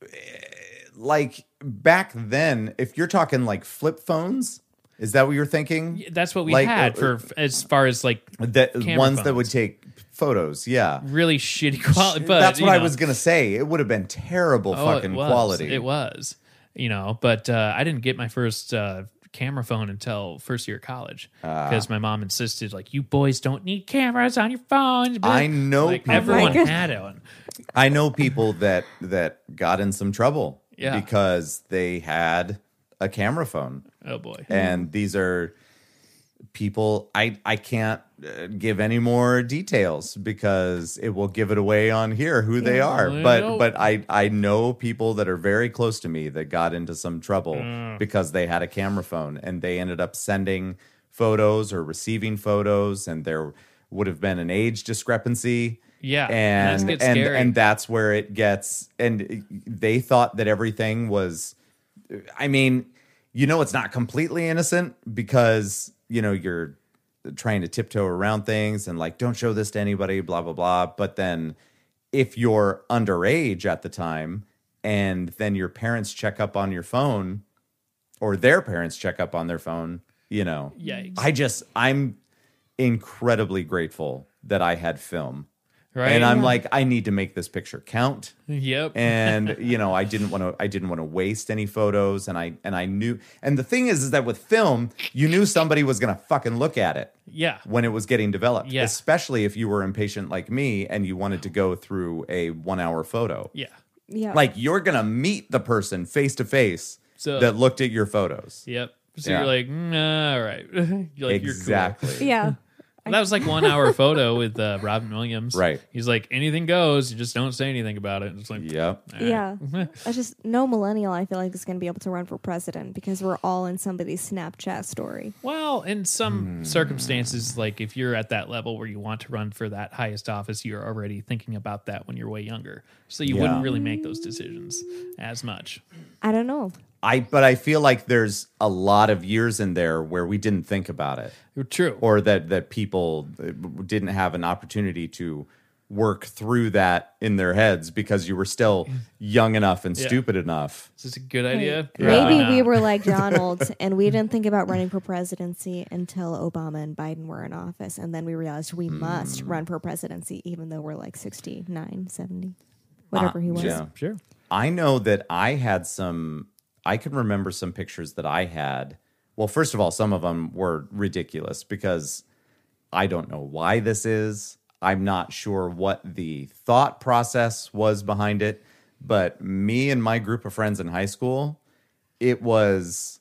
Speaker 1: Eh, Like back then, if you're talking like flip phones, is that what you're thinking?
Speaker 2: That's what we
Speaker 1: Like,
Speaker 2: had
Speaker 1: uh,
Speaker 2: for as far as like
Speaker 1: That ones
Speaker 2: camera
Speaker 1: that would
Speaker 2: phones.
Speaker 1: take photos, yeah.
Speaker 2: really shitty quality. But
Speaker 1: That's
Speaker 2: you
Speaker 1: what I
Speaker 2: know.
Speaker 1: was gonna say. It would have been terrible
Speaker 2: Oh,
Speaker 1: fucking
Speaker 2: it was.
Speaker 1: quality.
Speaker 2: It was, you know, but uh, I didn't get my first uh, camera phone until first year of college
Speaker 1: Ah.
Speaker 2: because my mom insisted, like, you boys don't need cameras on your phones.
Speaker 1: I know
Speaker 2: like,
Speaker 1: people.
Speaker 2: everyone
Speaker 3: Oh my
Speaker 2: had one.
Speaker 1: I know people that that got in some trouble
Speaker 2: Yeah.
Speaker 1: because they had a camera phone.
Speaker 2: Oh boy,
Speaker 1: and these are people i i can't uh, give any more details because it will give it away on here who they are
Speaker 2: I
Speaker 1: but
Speaker 2: know.
Speaker 1: but i i know people that are very close to me that got into some trouble because they had a camera phone and they ended up sending photos or receiving photos and there would have been an age discrepancy
Speaker 2: yeah, that's
Speaker 1: and
Speaker 2: get
Speaker 1: and
Speaker 2: scary.
Speaker 1: and that's where it gets and they thought that everything was i mean you know it's not completely innocent because you know you're trying to tiptoe around things and like don't show this to anybody blah blah blah but then if you're underage at the time and then your parents check up on your phone or their parents check up on their phone you know
Speaker 2: Yikes.
Speaker 1: i just i'm incredibly grateful that I had film.
Speaker 2: right?
Speaker 1: And I'm like, I need to make this picture count.
Speaker 2: yep.
Speaker 1: And you know, I didn't want to I didn't want to waste any photos and I and I knew and the thing is is that with film, you knew somebody was gonna fucking look at it
Speaker 2: yeah.
Speaker 1: when it was getting developed.
Speaker 2: Yeah.
Speaker 1: Especially if you were impatient like me and you wanted to go through a one hour photo.
Speaker 2: Yeah.
Speaker 3: Yeah.
Speaker 1: Like you're gonna meet the person face to face
Speaker 2: So-
Speaker 1: that looked at your photos.
Speaker 2: Yep. So
Speaker 1: Yeah.
Speaker 2: you're like, mm, all right. You're like, you're cool.
Speaker 1: exactly.
Speaker 3: yeah.
Speaker 2: That was like one hour photo with uh, Robin Williams.
Speaker 1: Right.
Speaker 2: He's like, anything goes. You just don't say anything about it. It's like,
Speaker 1: Yep.
Speaker 2: all right.
Speaker 3: Yeah. That's just no millennial I feel like is going to be able to run for president because we're all in somebody's Snapchat story.
Speaker 2: Well, in
Speaker 1: Hmm.
Speaker 2: some circumstances, like if you're at that level where you want to run for that highest office, you're already thinking about that when you're way younger. So you
Speaker 1: Yeah.
Speaker 2: wouldn't really make those decisions as much.
Speaker 3: I don't know.
Speaker 1: I but I feel like there's a lot of years in there where we didn't think about it
Speaker 2: True.
Speaker 1: or that that people uh, didn't have an opportunity to work through that in their heads because you were still young enough and
Speaker 2: Yeah.
Speaker 1: stupid enough.
Speaker 2: Is this a good idea?
Speaker 3: Maybe
Speaker 2: Yeah.
Speaker 3: we were like Donald and we didn't think about running for presidency until Obama and Biden were in office. And then we realized we must
Speaker 1: Hmm.
Speaker 3: run for presidency, even though we're like 69, 70, whatever he was.
Speaker 1: Ah, Uh, yeah.
Speaker 2: Sure.
Speaker 1: I know that I had some I can remember some pictures that I had. Well, first of all, some of them were ridiculous because I don't know why this is. I'm not sure what the thought process was behind it, but me and my group of friends in high school, it was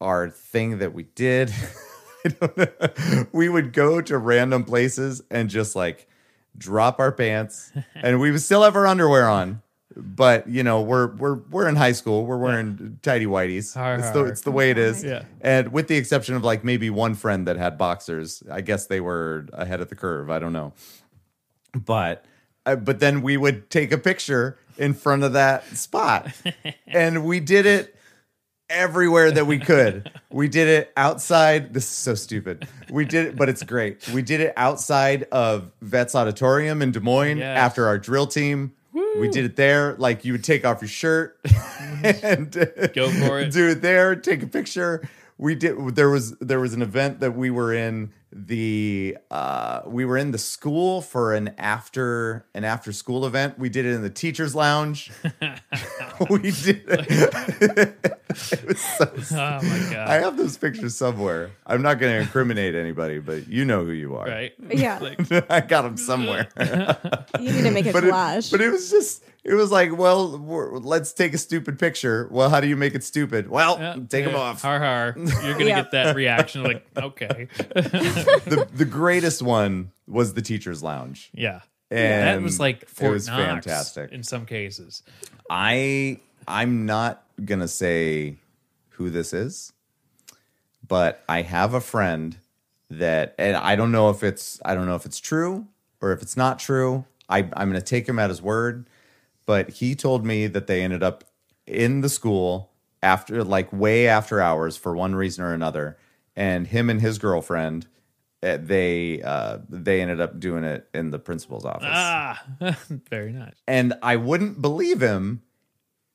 Speaker 1: our thing that we did. I don't know. We would go to random places and just like drop our pants, and we would still have our underwear on. But you know, we're we're we're in high school. We're wearing tidy whities.
Speaker 2: Har,
Speaker 1: It's the
Speaker 2: har.
Speaker 1: it's the way it is.
Speaker 2: Yeah.
Speaker 1: And with the exception of like maybe one friend that had boxers, I guess they were ahead of the curve. I don't know. But uh, but then we would take a picture in front of that spot. and we did it everywhere that we could. We did it outside. This is so stupid. We did it, but it's great. We did it outside of Vets Auditorium in Des Moines
Speaker 2: Yes.
Speaker 1: after our drill team. We did it there. Like you would take off your shirt and
Speaker 2: Go for it.
Speaker 1: do it there. Take a picture. We did. There was there was an event that we were in the uh, we were in the school for an after an after school event. We did it in the teachers lounge. we did. It. It was so-
Speaker 2: Oh my god.
Speaker 1: I have those pictures somewhere. I'm not going to incriminate anybody, but you know who you are.
Speaker 2: right.
Speaker 3: Yeah.
Speaker 2: Like,
Speaker 1: I got them somewhere.
Speaker 3: You need to make a
Speaker 1: but
Speaker 3: collage.
Speaker 1: it, but it was just it was like, well, we're, let's take a stupid picture. Well, how do you make it stupid? Well,
Speaker 2: yeah,
Speaker 1: take them
Speaker 2: yeah.
Speaker 1: off.
Speaker 2: Har har. You're gonna
Speaker 3: Yeah.
Speaker 2: get that reaction. Like, okay.
Speaker 1: the, the greatest one was the teachers lounge.
Speaker 2: Yeah.
Speaker 1: And
Speaker 2: that was like Fort
Speaker 1: it was
Speaker 2: Knox
Speaker 1: fantastic.
Speaker 2: in some cases.
Speaker 1: I I'm not gonna say who this is, but I have a friend that, and I don't know if it's I don't know if it's true or if it's not true. I I'm gonna take him at his word, but he told me that they ended up in the school after like way after hours for one reason or another, and him and his girlfriend. eh, They uh, they ended up doing it in the principal's office.
Speaker 2: Ah, very nice.
Speaker 1: And I wouldn't believe him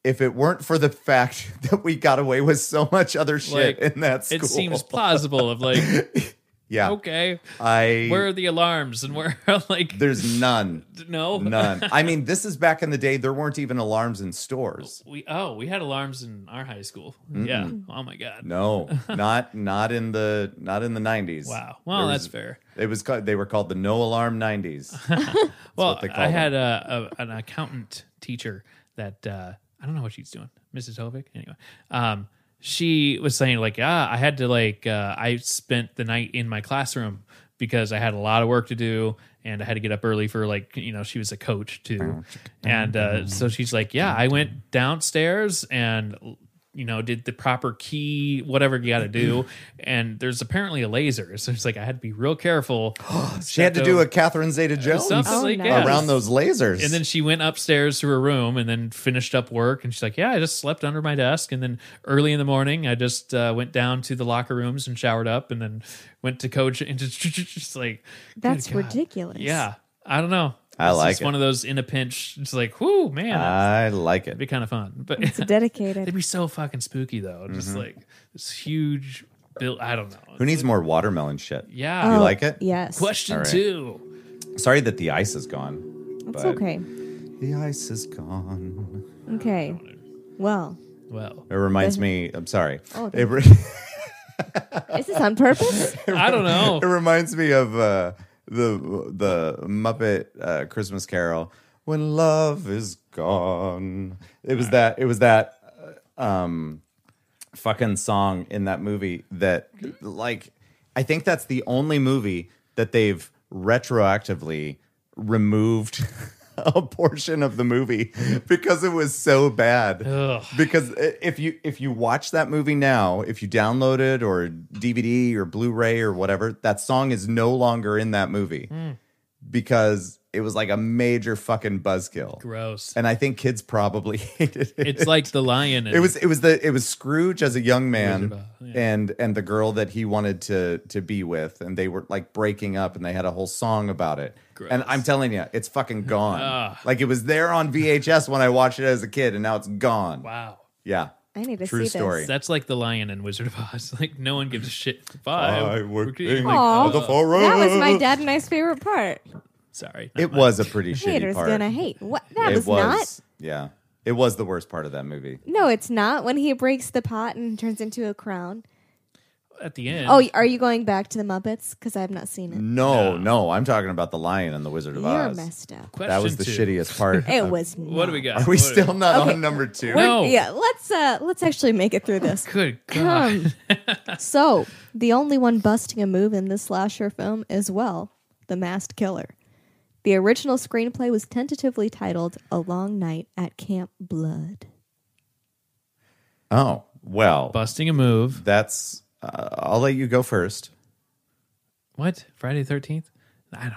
Speaker 1: if it weren't for the fact that we got away with so much other shit
Speaker 2: Like,
Speaker 1: in that school.
Speaker 2: It seems plausible. Of like,
Speaker 1: yeah.
Speaker 2: okay,
Speaker 1: I
Speaker 2: where are the alarms and where like
Speaker 1: there's none,
Speaker 2: no
Speaker 1: none. I mean, this is back in the day. There weren't even alarms in stores.
Speaker 2: We oh we had alarms in our high school. Yeah. Oh my god.
Speaker 1: No, not not in the not in the nineties.
Speaker 2: Wow. Well,
Speaker 1: There
Speaker 2: that's
Speaker 1: was-
Speaker 2: fair.
Speaker 1: It was called, they were called the no alarm nineties.
Speaker 2: Well,
Speaker 1: what they
Speaker 2: I
Speaker 1: call
Speaker 2: had a, a an accountant teacher that uh, I don't know what she's doing, Mrs. Hovick. Anyway, um, she was saying like, ah, I had to like, uh, I spent the night in my classroom because I had a lot of work to do and I had to get up early for like, you know, she was a coach too, and uh, so she's like, yeah, I went downstairs and you know, did the proper key, whatever you got to do, and there's apparently a laser, so it's like I had to be real careful.
Speaker 1: she had to do a Catherine Zeta Jones
Speaker 2: something like
Speaker 3: Oh,
Speaker 2: that.
Speaker 3: nice.
Speaker 1: around those lasers.
Speaker 2: And then she went upstairs to her room and then finished up work. And she's like, Yeah, I just slept under my desk. And then early in the morning, I just uh, went down to the locker rooms and showered up and then went to coach. And just, just like, good
Speaker 3: That's
Speaker 2: God.
Speaker 3: ridiculous.
Speaker 2: Yeah. I don't know.
Speaker 1: I
Speaker 2: It's
Speaker 1: like
Speaker 2: just
Speaker 1: it. Uh,
Speaker 2: one of those in a pinch. It's like, whoo, man,
Speaker 1: I like
Speaker 2: it'd
Speaker 1: it.
Speaker 2: be kind of fun. But
Speaker 3: It's
Speaker 2: it'd
Speaker 3: dedicated.
Speaker 2: be so fucking spooky, though. Just like this huge built. I don't know.
Speaker 1: Mm-hmm. Who needs more watermelon shit?
Speaker 2: Yeah.
Speaker 1: You like it?
Speaker 3: Oh, Yes.
Speaker 2: Question
Speaker 1: All right.
Speaker 2: two.
Speaker 1: Sorry that the ice is gone.
Speaker 3: It's
Speaker 1: but
Speaker 3: okay.
Speaker 1: The ice is gone.
Speaker 3: Okay. Well,
Speaker 2: Well,
Speaker 1: It reminds me. I'm sorry.
Speaker 3: Oh,
Speaker 1: it, re-
Speaker 3: is this on purpose?
Speaker 2: I don't know.
Speaker 1: it reminds me of uh, the the Muppet uh, Christmas Carol. When love is gone, it was that. It was that. uh, Um, fucking song in that movie that, like, I think that's the only movie that they've retroactively removed. A portion of the movie because it was so bad.
Speaker 2: Ugh.
Speaker 1: because i- if you if you watch that movie now, if you download it or DVD or Blu-ray or whatever, that song is no longer in that movie
Speaker 2: Hmm.
Speaker 1: because it was like a major fucking buzzkill.
Speaker 2: Gross.
Speaker 1: And I think kids probably hated it.
Speaker 2: It's like the lion.
Speaker 1: it was it was the it was Scrooge as a young man
Speaker 2: Wizard of Oz, yeah.
Speaker 1: and and the girl that he wanted to to be with and they were like breaking up and they had a whole song about it. And
Speaker 2: Gross.
Speaker 1: I'm telling you, it's fucking gone.
Speaker 2: Ah.
Speaker 1: Like it was there on VHS when I watched it as a kid and now it's gone.
Speaker 2: wow.
Speaker 1: Yeah.
Speaker 3: I need to
Speaker 1: True
Speaker 3: see
Speaker 1: story.
Speaker 3: this.
Speaker 2: That's like the lion in Wizard of Oz. Like no one gives a shit. Bye.
Speaker 3: Aw.
Speaker 2: uh,
Speaker 3: the That was my dad and I's favorite part.
Speaker 2: sorry.
Speaker 1: It was a pretty shitty
Speaker 3: Haters
Speaker 1: part.
Speaker 3: gonna hate. What? That
Speaker 1: it
Speaker 3: was, not.
Speaker 1: Yeah. It was the worst part of that movie.
Speaker 3: No, it's not. When he breaks the pot and turns into a crown.
Speaker 2: At the end.
Speaker 3: Oh, are you going back to the Muppets? Because I have not seen it.
Speaker 1: No, no, I'm talking about the Lion and the Wizard of
Speaker 3: You're
Speaker 1: Oz.
Speaker 3: messed up.
Speaker 2: Question
Speaker 1: That was the
Speaker 2: two.
Speaker 1: shittiest part.
Speaker 3: It was. Not.
Speaker 2: What do we got?
Speaker 1: Are we
Speaker 2: What-
Speaker 1: still not on number two?
Speaker 2: Well- No.
Speaker 3: Yeah, let's uh let's actually make it through this.
Speaker 2: Good God.
Speaker 3: So, the only one busting a move in this slasher film is well, The Masked Killer. The original screenplay was tentatively titled A Long Night at Camp Blood.
Speaker 1: Oh, well,
Speaker 2: Busting a move.
Speaker 1: that's. Uh, I'll let you go first.
Speaker 2: What? Friday thirteenth? I don't know.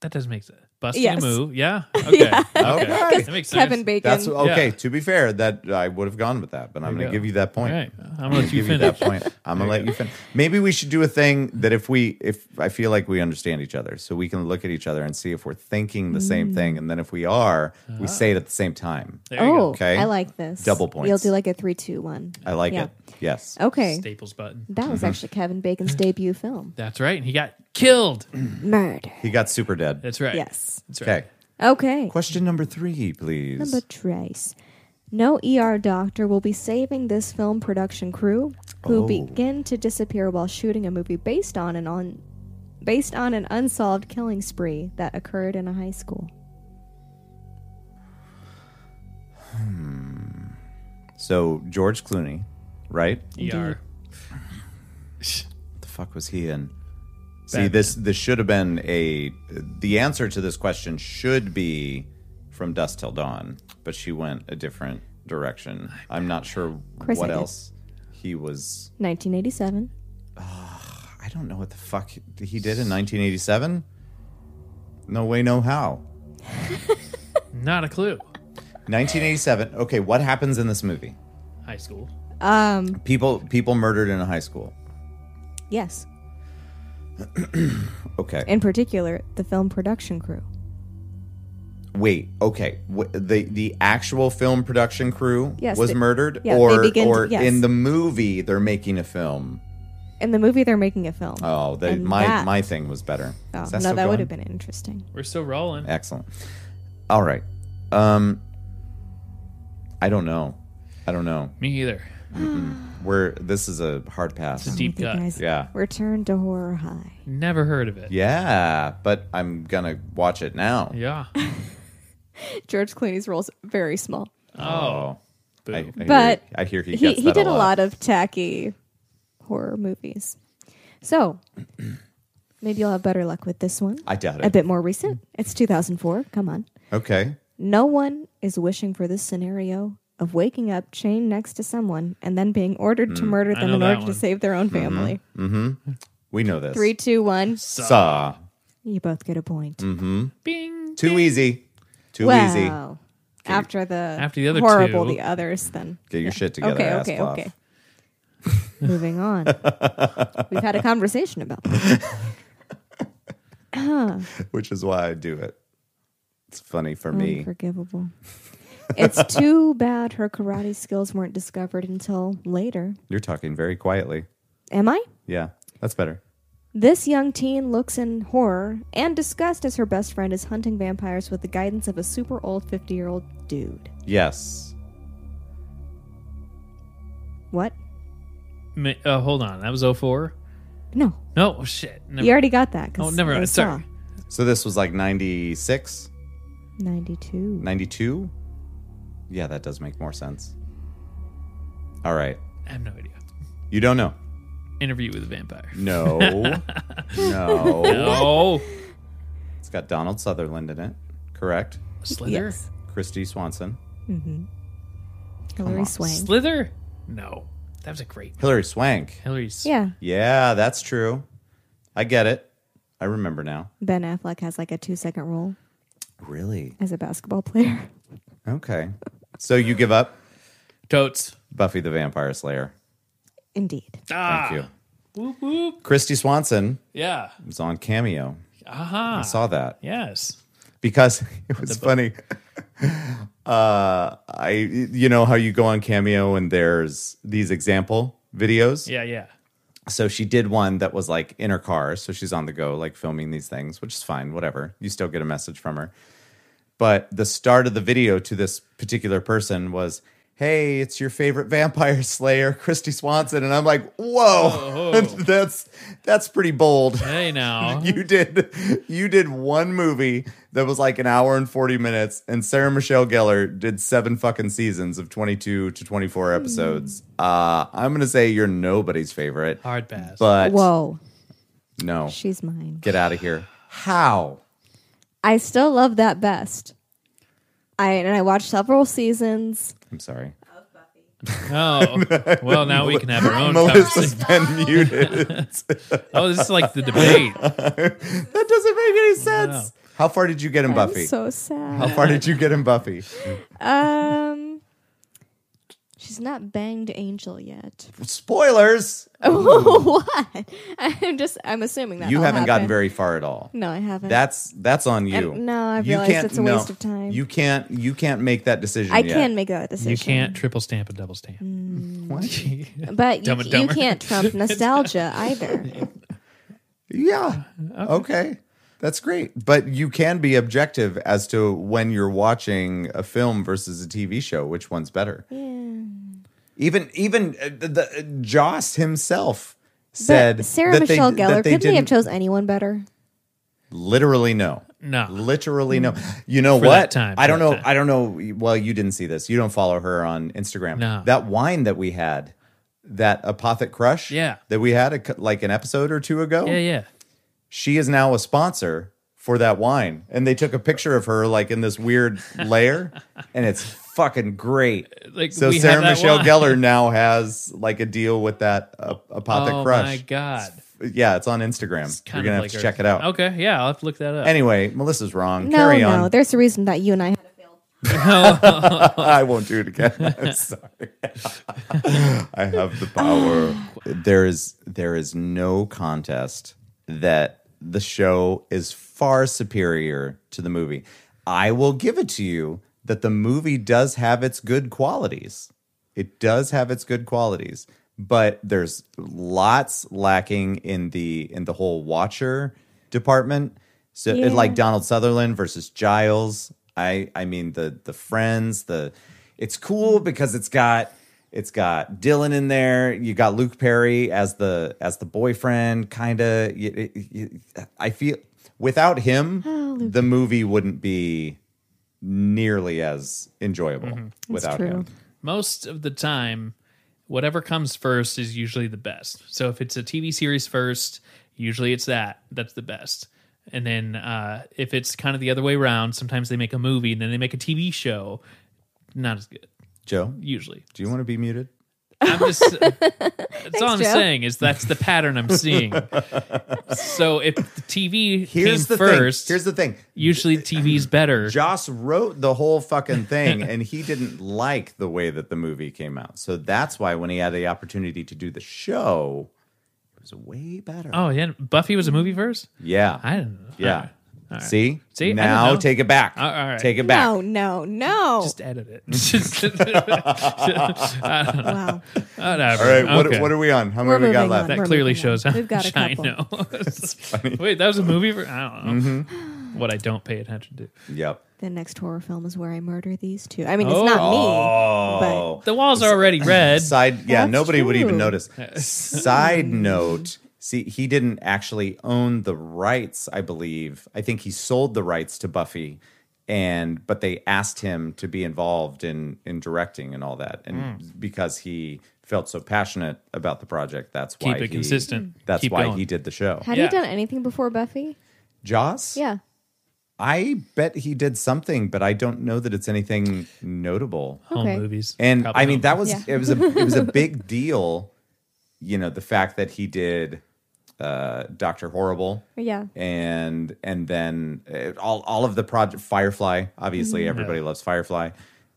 Speaker 2: That doesn't make sense. Busting
Speaker 3: Yes.
Speaker 2: a move. Yeah. Okay. Okay.
Speaker 1: Okay.
Speaker 2: That makes sense.
Speaker 3: Kevin Bacon.
Speaker 1: That's okay.
Speaker 2: Yeah.
Speaker 1: To be fair, that I would have gone with that, but I'm
Speaker 2: you
Speaker 1: going to
Speaker 2: go.
Speaker 1: give you that
Speaker 2: All
Speaker 1: point.
Speaker 2: right. I'm gonna let you
Speaker 1: give you that
Speaker 2: finish.
Speaker 1: point. I'm gonna let you finish. Maybe we should do a thing that if we if I feel like we understand each other, so we can look at each other and see if we're thinking the same
Speaker 3: Mm.
Speaker 1: thing, and then if we are,
Speaker 2: Ah.
Speaker 1: we say it at the same time.
Speaker 2: There you
Speaker 3: oh,
Speaker 2: go.
Speaker 1: Okay.
Speaker 3: I like this.
Speaker 1: Double points.
Speaker 3: You'll do like a three, two, one.
Speaker 1: I like
Speaker 3: Yeah. Oh.
Speaker 1: it. Yes.
Speaker 3: Okay.
Speaker 2: Staples button.
Speaker 3: That
Speaker 1: Mm-hmm.
Speaker 3: was actually Kevin Bacon's debut film.
Speaker 2: That's right. And he got killed.
Speaker 3: Murder.
Speaker 1: He got super dead.
Speaker 2: That's right.
Speaker 3: Yes.
Speaker 2: That's right.
Speaker 1: Okay.
Speaker 3: Okay.
Speaker 1: Question number three, please.
Speaker 3: Number Trace. No ER doctor will be saving this film production crew, who
Speaker 1: Oh.
Speaker 3: begin to disappear while shooting a movie based on an on, based on an unsolved killing spree that occurred in a high school.
Speaker 1: so George Clooney, right?
Speaker 2: ER.
Speaker 1: What the fuck was he in? See,
Speaker 2: Batman.
Speaker 1: this this should have been a. The answer to this question should be from Dust Till Dawn, but she went a different direction. I'm not sure
Speaker 3: course
Speaker 1: what
Speaker 3: I did.
Speaker 1: else he was.
Speaker 3: 1987.
Speaker 1: I don't know what the fuck he did in 1987. No way, no how.
Speaker 2: Not a clue.
Speaker 1: 1987. Okay, what happens in this movie?
Speaker 2: High school.
Speaker 3: Um.
Speaker 1: People people murdered in a high school.
Speaker 3: Yes.
Speaker 1: Okay.
Speaker 3: In particular, the film production crew.
Speaker 1: Wait, okay. W- the the actual film production crew
Speaker 3: Yes,
Speaker 1: was
Speaker 3: they-
Speaker 1: murdered,
Speaker 3: yeah,
Speaker 1: or
Speaker 3: they begin to-
Speaker 1: or
Speaker 3: yes.
Speaker 1: in the movie they're making a film.
Speaker 3: In the movie, they're making a film.
Speaker 1: Oh, they,
Speaker 3: And
Speaker 1: my
Speaker 3: that-
Speaker 1: my thing was better.
Speaker 3: Oh,
Speaker 1: Is
Speaker 3: no,
Speaker 1: still
Speaker 3: that
Speaker 1: going?
Speaker 3: would have been interesting.
Speaker 2: We're still rolling.
Speaker 1: excellent. All right. Um, I don't know. I don't know.
Speaker 2: Me either.
Speaker 1: We're this is a hard pass.
Speaker 2: Deep
Speaker 3: Okay,
Speaker 2: cut.
Speaker 3: guys,
Speaker 1: Yeah.
Speaker 3: Return to Horror High.
Speaker 2: Never heard of it.
Speaker 1: Yeah, but I'm gonna watch it now.
Speaker 2: Yeah.
Speaker 3: George Clooney's role's very small.
Speaker 2: Oh.
Speaker 1: I, I hear-
Speaker 3: But
Speaker 1: I hear he
Speaker 3: he,
Speaker 1: gets
Speaker 3: he
Speaker 1: that
Speaker 3: did a
Speaker 1: lot.
Speaker 3: lot of tacky horror movies. So maybe you'll have better luck with this one.
Speaker 1: I doubt
Speaker 3: A
Speaker 1: it.
Speaker 3: bit more recent. It's 2004. Come on.
Speaker 1: Okay.
Speaker 3: No one is wishing for this scenario of waking up chained next to someone and then being ordered
Speaker 1: Hmm.
Speaker 3: to murder
Speaker 2: I
Speaker 3: them
Speaker 2: know
Speaker 3: in
Speaker 2: that
Speaker 3: order to
Speaker 2: one.
Speaker 3: save their
Speaker 1: Mm-hmm.
Speaker 3: own family.
Speaker 1: We know this.
Speaker 3: Three, two, one.
Speaker 1: Saw.
Speaker 3: You both get a point.
Speaker 2: Bing.
Speaker 1: Too easy. Mm-hmm. Too
Speaker 3: Wow.
Speaker 1: easy.
Speaker 3: After the
Speaker 2: After the other
Speaker 3: horrible
Speaker 2: two.
Speaker 3: the others then.
Speaker 1: Get your shit together, ass ploff.
Speaker 3: Moving on. We've had a conversation about that.
Speaker 1: Which is why I do it. It's funny
Speaker 3: Mm,
Speaker 1: for me.
Speaker 3: Unforgivable. It's too bad her karate skills weren't discovered until later.
Speaker 1: You're talking very quietly.
Speaker 3: Am I?
Speaker 1: Yeah, that's better.
Speaker 3: This young teen looks in horror and disgust as her best friend is hunting vampires with the guidance of a super old 50 year old dude.
Speaker 1: Yes.
Speaker 3: What?
Speaker 2: Ma- Uh, hold on, that was 04?
Speaker 3: No.
Speaker 2: No, oh, shit. Never.
Speaker 3: You already got that. 'cause
Speaker 2: oh, never
Speaker 3: I
Speaker 2: mind.
Speaker 3: saw.
Speaker 2: Sorry.
Speaker 1: So this was like 96,
Speaker 3: 92.
Speaker 1: 92? Yeah, that does make more sense. All right.
Speaker 2: I have no idea.
Speaker 1: You don't know.
Speaker 2: Interview with a vampire.
Speaker 1: No. no.
Speaker 2: No.
Speaker 1: It's got Donald Sutherland in it, correct?
Speaker 2: Slither?
Speaker 3: Yes.
Speaker 1: Christy Swanson.
Speaker 3: Mm-hmm. Hillary
Speaker 1: on.
Speaker 3: Swank.
Speaker 2: Slither? No. That was a great.
Speaker 1: Hillary Swank.
Speaker 2: Hillary's.
Speaker 3: Yeah.
Speaker 1: Yeah, that's true. I get it. I remember now.
Speaker 3: Ben Affleck has like a two second role
Speaker 1: Really?
Speaker 3: as a basketball player.
Speaker 1: Okay. So you give up
Speaker 2: Totes.
Speaker 1: Buffy the Vampire Slayer.
Speaker 3: Indeed.
Speaker 2: Ah.
Speaker 1: Thank you.
Speaker 2: Whoop, whoop.
Speaker 1: Christy Swanson
Speaker 2: Yeah.
Speaker 1: was on Cameo.
Speaker 2: Aha.
Speaker 1: I saw that
Speaker 2: Yes.
Speaker 1: because it was funny. uh, I you know how you go on Cameo and there's these example videos.
Speaker 2: Yeah, yeah.
Speaker 1: So she did one that was like in her car, so she's on the go like filming these things, which is fine, whatever. You still get a message from her. But the start of the video to this particular person was Hey, it's your favorite vampire slayer, Christy Swanson. And I'm like, whoa,
Speaker 2: Whoa.
Speaker 1: that's that's pretty bold.
Speaker 2: Hey now.
Speaker 1: you did you did one movie that was like an hour and 40 minutes and sarah michelle gellar did seven fucking seasons of 22 to 24 episodes uh i'm gonna say you're nobody's favorite
Speaker 2: Hard pass.
Speaker 1: but
Speaker 3: Whoa.
Speaker 1: no
Speaker 3: She's mine.
Speaker 1: get out of here how
Speaker 3: I still love that best. I and I watched several seasons.
Speaker 1: i'm sorry
Speaker 2: oh. Well, now we can have our own
Speaker 1: melissa's been
Speaker 2: conversation.
Speaker 1: muted
Speaker 2: Oh, this is like the debate.
Speaker 1: that doesn't make any sense how far did you get in buffy
Speaker 3: I'm so
Speaker 1: how
Speaker 3: sad.
Speaker 1: far did you get in buffy
Speaker 3: Um She's not banged angel yet.
Speaker 1: spoilers
Speaker 3: Oh, what? I'm just I'm assuming that
Speaker 1: you
Speaker 3: all
Speaker 1: haven't gotten
Speaker 3: happened.
Speaker 1: very far at all
Speaker 3: No, I haven't.
Speaker 1: That's that's on you.
Speaker 3: And- no, I've
Speaker 1: You
Speaker 3: realized
Speaker 1: can't-
Speaker 3: it's a waste of time.
Speaker 1: You can't you can't make that decision.
Speaker 3: I
Speaker 1: yet.
Speaker 3: can make that decision.
Speaker 2: You can't triple stamp and double stamp.
Speaker 1: What?
Speaker 3: But you,
Speaker 2: Dumb and
Speaker 3: you
Speaker 2: Dumber.
Speaker 3: can't trump nostalgia either.
Speaker 1: Yeah. Okay. That's great. But you can be objective as to when you're watching a film versus a TV show, which one's better.
Speaker 3: Yeah.
Speaker 1: Even even uh, the, the uh, Joss himself said
Speaker 3: but Sarah
Speaker 1: that
Speaker 3: Michelle
Speaker 1: they, that
Speaker 3: Gellar
Speaker 1: they
Speaker 3: couldn't they have
Speaker 1: didn't-
Speaker 3: chose anyone better?
Speaker 1: Literally no.
Speaker 2: No.
Speaker 1: Literally no. You know
Speaker 2: For
Speaker 1: what?
Speaker 2: that time,
Speaker 1: I
Speaker 2: for
Speaker 1: don't
Speaker 2: that
Speaker 1: know.
Speaker 2: time.
Speaker 1: I don't know. Well, you didn't see this. You don't follow her on Instagram.
Speaker 2: No.
Speaker 1: That wine that we had, that Apothic Crush.
Speaker 2: Yeah.
Speaker 1: That we had a, cou- like an episode or two ago.
Speaker 2: Yeah, yeah.
Speaker 1: She is now a sponsor for that wine, and they took a picture of her like in this weird layer, and it's fucking great.
Speaker 2: Like
Speaker 1: So
Speaker 2: we had
Speaker 1: Sarah
Speaker 2: that
Speaker 1: Michelle
Speaker 2: one.
Speaker 1: Gellar now has like a deal with that uh, Apothic
Speaker 2: Oh
Speaker 1: Crush.
Speaker 2: my god.
Speaker 1: Yeah, it's on Instagram. You're
Speaker 2: Kind
Speaker 1: gonna
Speaker 2: of
Speaker 1: have
Speaker 2: like
Speaker 1: to
Speaker 2: her-
Speaker 1: check it out.
Speaker 2: Okay, yeah, I'll have to look that up.
Speaker 1: Anyway, Melissa's wrong.
Speaker 3: No,
Speaker 1: Carry on.
Speaker 3: no. There's a reason that you and I had a failed
Speaker 1: I won't do it again. I'm sorry. I have the power. There is there is no contest that the show is far superior to the movie. I will give it to you that the movie does have its good qualities. It does have its good qualities, but there's lots lacking in the in the whole watcher department. So
Speaker 3: Yeah.
Speaker 1: like Donald Sutherland versus Giles. I I mean the the friends, the it's cool because it's got it's got Dylan in there. You got Luke Perry as the as the boyfriend kind of I feel without him the movie wouldn't be nearly as enjoyable
Speaker 2: Mm-hmm.
Speaker 1: without
Speaker 3: true.
Speaker 1: him.
Speaker 2: most of the time, whatever comes first is usually the best. So if it's a TV series first, usually it's that. That's the best. And then uh, if it's kind of the other way around, sometimes they make a movie and then they make a TV show. Not as good,
Speaker 1: Joe,
Speaker 2: usually.
Speaker 1: do you want to be muted?
Speaker 2: I'm just. that's all I'm
Speaker 3: Joe.
Speaker 2: saying is that's the pattern I'm seeing. so if the TV
Speaker 1: Here's
Speaker 2: came
Speaker 1: the
Speaker 2: first,
Speaker 1: thing. Here's the thing.
Speaker 2: usually TV's better.
Speaker 1: Joss wrote the whole fucking thing and he didn't like the way that the movie came out. So that's why when he had the opportunity to do the show, it was way better.
Speaker 2: Oh yeah, Buffy was a movie first.
Speaker 1: yeah.
Speaker 2: I didn't. know.
Speaker 1: yeah. See?
Speaker 2: See, I don't
Speaker 1: Now
Speaker 2: know.
Speaker 1: take it back.
Speaker 2: All- all right.
Speaker 1: Take it back.
Speaker 3: Oh. No, no, no.
Speaker 2: Just edit it.
Speaker 3: wow.
Speaker 2: Whatever.
Speaker 1: All right, what,
Speaker 2: Okay.
Speaker 1: what are we on? How
Speaker 3: We're
Speaker 1: many we got
Speaker 3: moving
Speaker 1: left?
Speaker 2: that
Speaker 3: We're
Speaker 2: clearly
Speaker 3: moving on.
Speaker 2: shows how
Speaker 3: We've got
Speaker 2: much
Speaker 3: a
Speaker 2: I
Speaker 3: couple.
Speaker 2: know.
Speaker 1: funny. Mm-hmm.
Speaker 2: Wait, that was a movie for I don't know what I don't pay attention to.
Speaker 1: Yep.
Speaker 3: The next horror film is where I murder these two. I mean, it's
Speaker 2: Oh.
Speaker 3: not me.
Speaker 1: Oh,
Speaker 2: The walls are already red.
Speaker 1: side. Yeah,
Speaker 3: That's
Speaker 1: nobody would even
Speaker 3: true.
Speaker 1: notice. Side note. See, he didn't actually own the rights. I believe. I think he sold the rights to Buffy, and but they asked him to be involved in in directing and all that, and
Speaker 2: Hmm.
Speaker 1: because he felt so passionate about the project, that's why
Speaker 2: Keep it
Speaker 1: he-
Speaker 2: consistent.
Speaker 3: Mm.
Speaker 1: That's
Speaker 2: Keep
Speaker 1: why
Speaker 2: going.
Speaker 1: he did the show.
Speaker 3: Had
Speaker 2: Yeah.
Speaker 3: he done anything before Buffy?
Speaker 1: Joss.
Speaker 3: Yeah.
Speaker 1: I bet he did something, but I don't know that it's anything notable.
Speaker 2: home
Speaker 3: Okay.
Speaker 2: movies.
Speaker 1: And
Speaker 2: Probably
Speaker 1: I mean,
Speaker 2: home.
Speaker 1: that was
Speaker 3: Yeah.
Speaker 1: it was a it was a big deal. You know, the fact that he did uh, Doctor Horrible,
Speaker 3: Yeah.
Speaker 1: and and then uh, all all of the project Firefly. Obviously,
Speaker 3: Mm-hmm.
Speaker 1: everybody loves Firefly,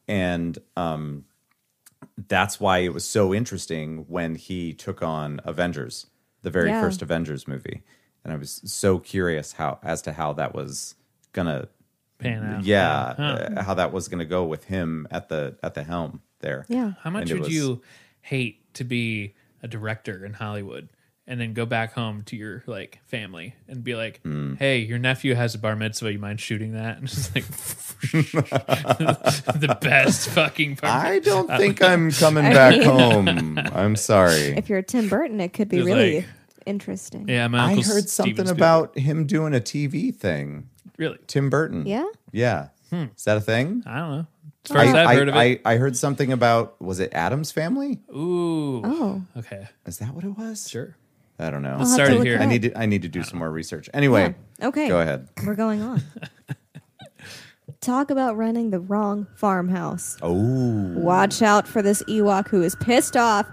Speaker 1: and um, that's why it was so interesting when he took on Avengers, the very
Speaker 3: Yeah.
Speaker 1: first Avengers movie, and I was so curious how as to how that was gonna
Speaker 2: pan out.
Speaker 1: yeah,
Speaker 2: Huh.
Speaker 1: uh, how that was going to go with him at the at the helm there.
Speaker 3: Yeah.
Speaker 2: How much
Speaker 1: And it
Speaker 2: would
Speaker 1: was-
Speaker 2: you hate to be a director in Hollywood and then go back home to your like family and be like,
Speaker 1: Mm.
Speaker 2: "Hey, your nephew has a bar mitzvah. You mind shooting that?" And just like the best fucking part.
Speaker 1: I don't think I'm coming back home. I'm sorry.
Speaker 3: If you're Tim Burton, it could be
Speaker 2: Just
Speaker 3: really
Speaker 2: like-
Speaker 3: interesting.
Speaker 2: yeah, my
Speaker 1: I
Speaker 2: uncle
Speaker 1: heard something
Speaker 2: Steven Spielberg.
Speaker 1: about him doing a TV thing.
Speaker 2: really.
Speaker 1: Tim Burton.
Speaker 3: Yeah?
Speaker 1: Yeah. Is that a thing?
Speaker 2: I don't know. As far
Speaker 1: I,
Speaker 2: as Hmm. I've
Speaker 1: I-
Speaker 2: heard of it.
Speaker 1: I, I heard something about was it Adam's family?
Speaker 2: Ooh.
Speaker 3: Oh.
Speaker 2: Okay.
Speaker 1: Is that what it was?
Speaker 2: Sure.
Speaker 1: I don't know.
Speaker 2: Let's
Speaker 3: have to
Speaker 2: start it
Speaker 3: look
Speaker 2: here.
Speaker 3: it
Speaker 1: I
Speaker 3: up.
Speaker 1: need to I need to do some more research. Anyway,
Speaker 3: Yeah. Okay.
Speaker 1: go ahead.
Speaker 3: We're going on. Talk about running the wrong farmhouse.
Speaker 1: Oh,
Speaker 3: Watch out for this Ewok who is pissed off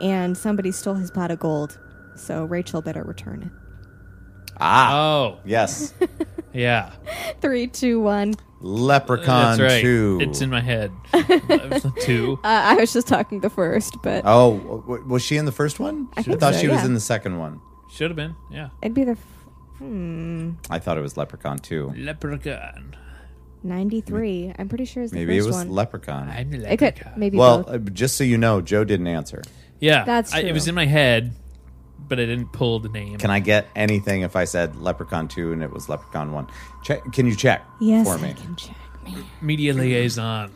Speaker 3: and somebody stole his pot of gold. So Rachel better return it.
Speaker 1: ah,
Speaker 2: Oh.
Speaker 1: yes,
Speaker 2: Yeah.
Speaker 3: Three, two, one.
Speaker 1: Leprechaun
Speaker 2: That's right.
Speaker 1: Two.
Speaker 2: It's in my head. Two.
Speaker 3: Uh, I was just talking the first, but
Speaker 1: Oh, w- w- was she in the first one? I,
Speaker 3: think
Speaker 1: thought
Speaker 3: so,
Speaker 1: she was
Speaker 3: yeah.
Speaker 1: in the second one.
Speaker 2: Should have been. Yeah.
Speaker 3: it'd be the f- hmm,
Speaker 1: I thought it was Leprechaun too.
Speaker 2: Leprechaun.
Speaker 3: 93. I'm pretty sure it's the
Speaker 1: Maybe it
Speaker 3: first
Speaker 1: was
Speaker 3: one.
Speaker 1: Leprechaun.
Speaker 2: I'm the
Speaker 3: it could
Speaker 2: leprechaun.
Speaker 3: maybe
Speaker 1: well,
Speaker 3: both.
Speaker 1: uh, just so you know, Joe didn't answer.
Speaker 2: yeah.
Speaker 3: That's
Speaker 2: I- it
Speaker 3: true.
Speaker 2: was in my head, but I didn't pull the name.
Speaker 1: Can I get anything if I said Leprechaun two and it was Leprechaun one? Check. Can you check
Speaker 3: Yes,
Speaker 1: for me?
Speaker 3: I can check. Man.
Speaker 2: Media liaison.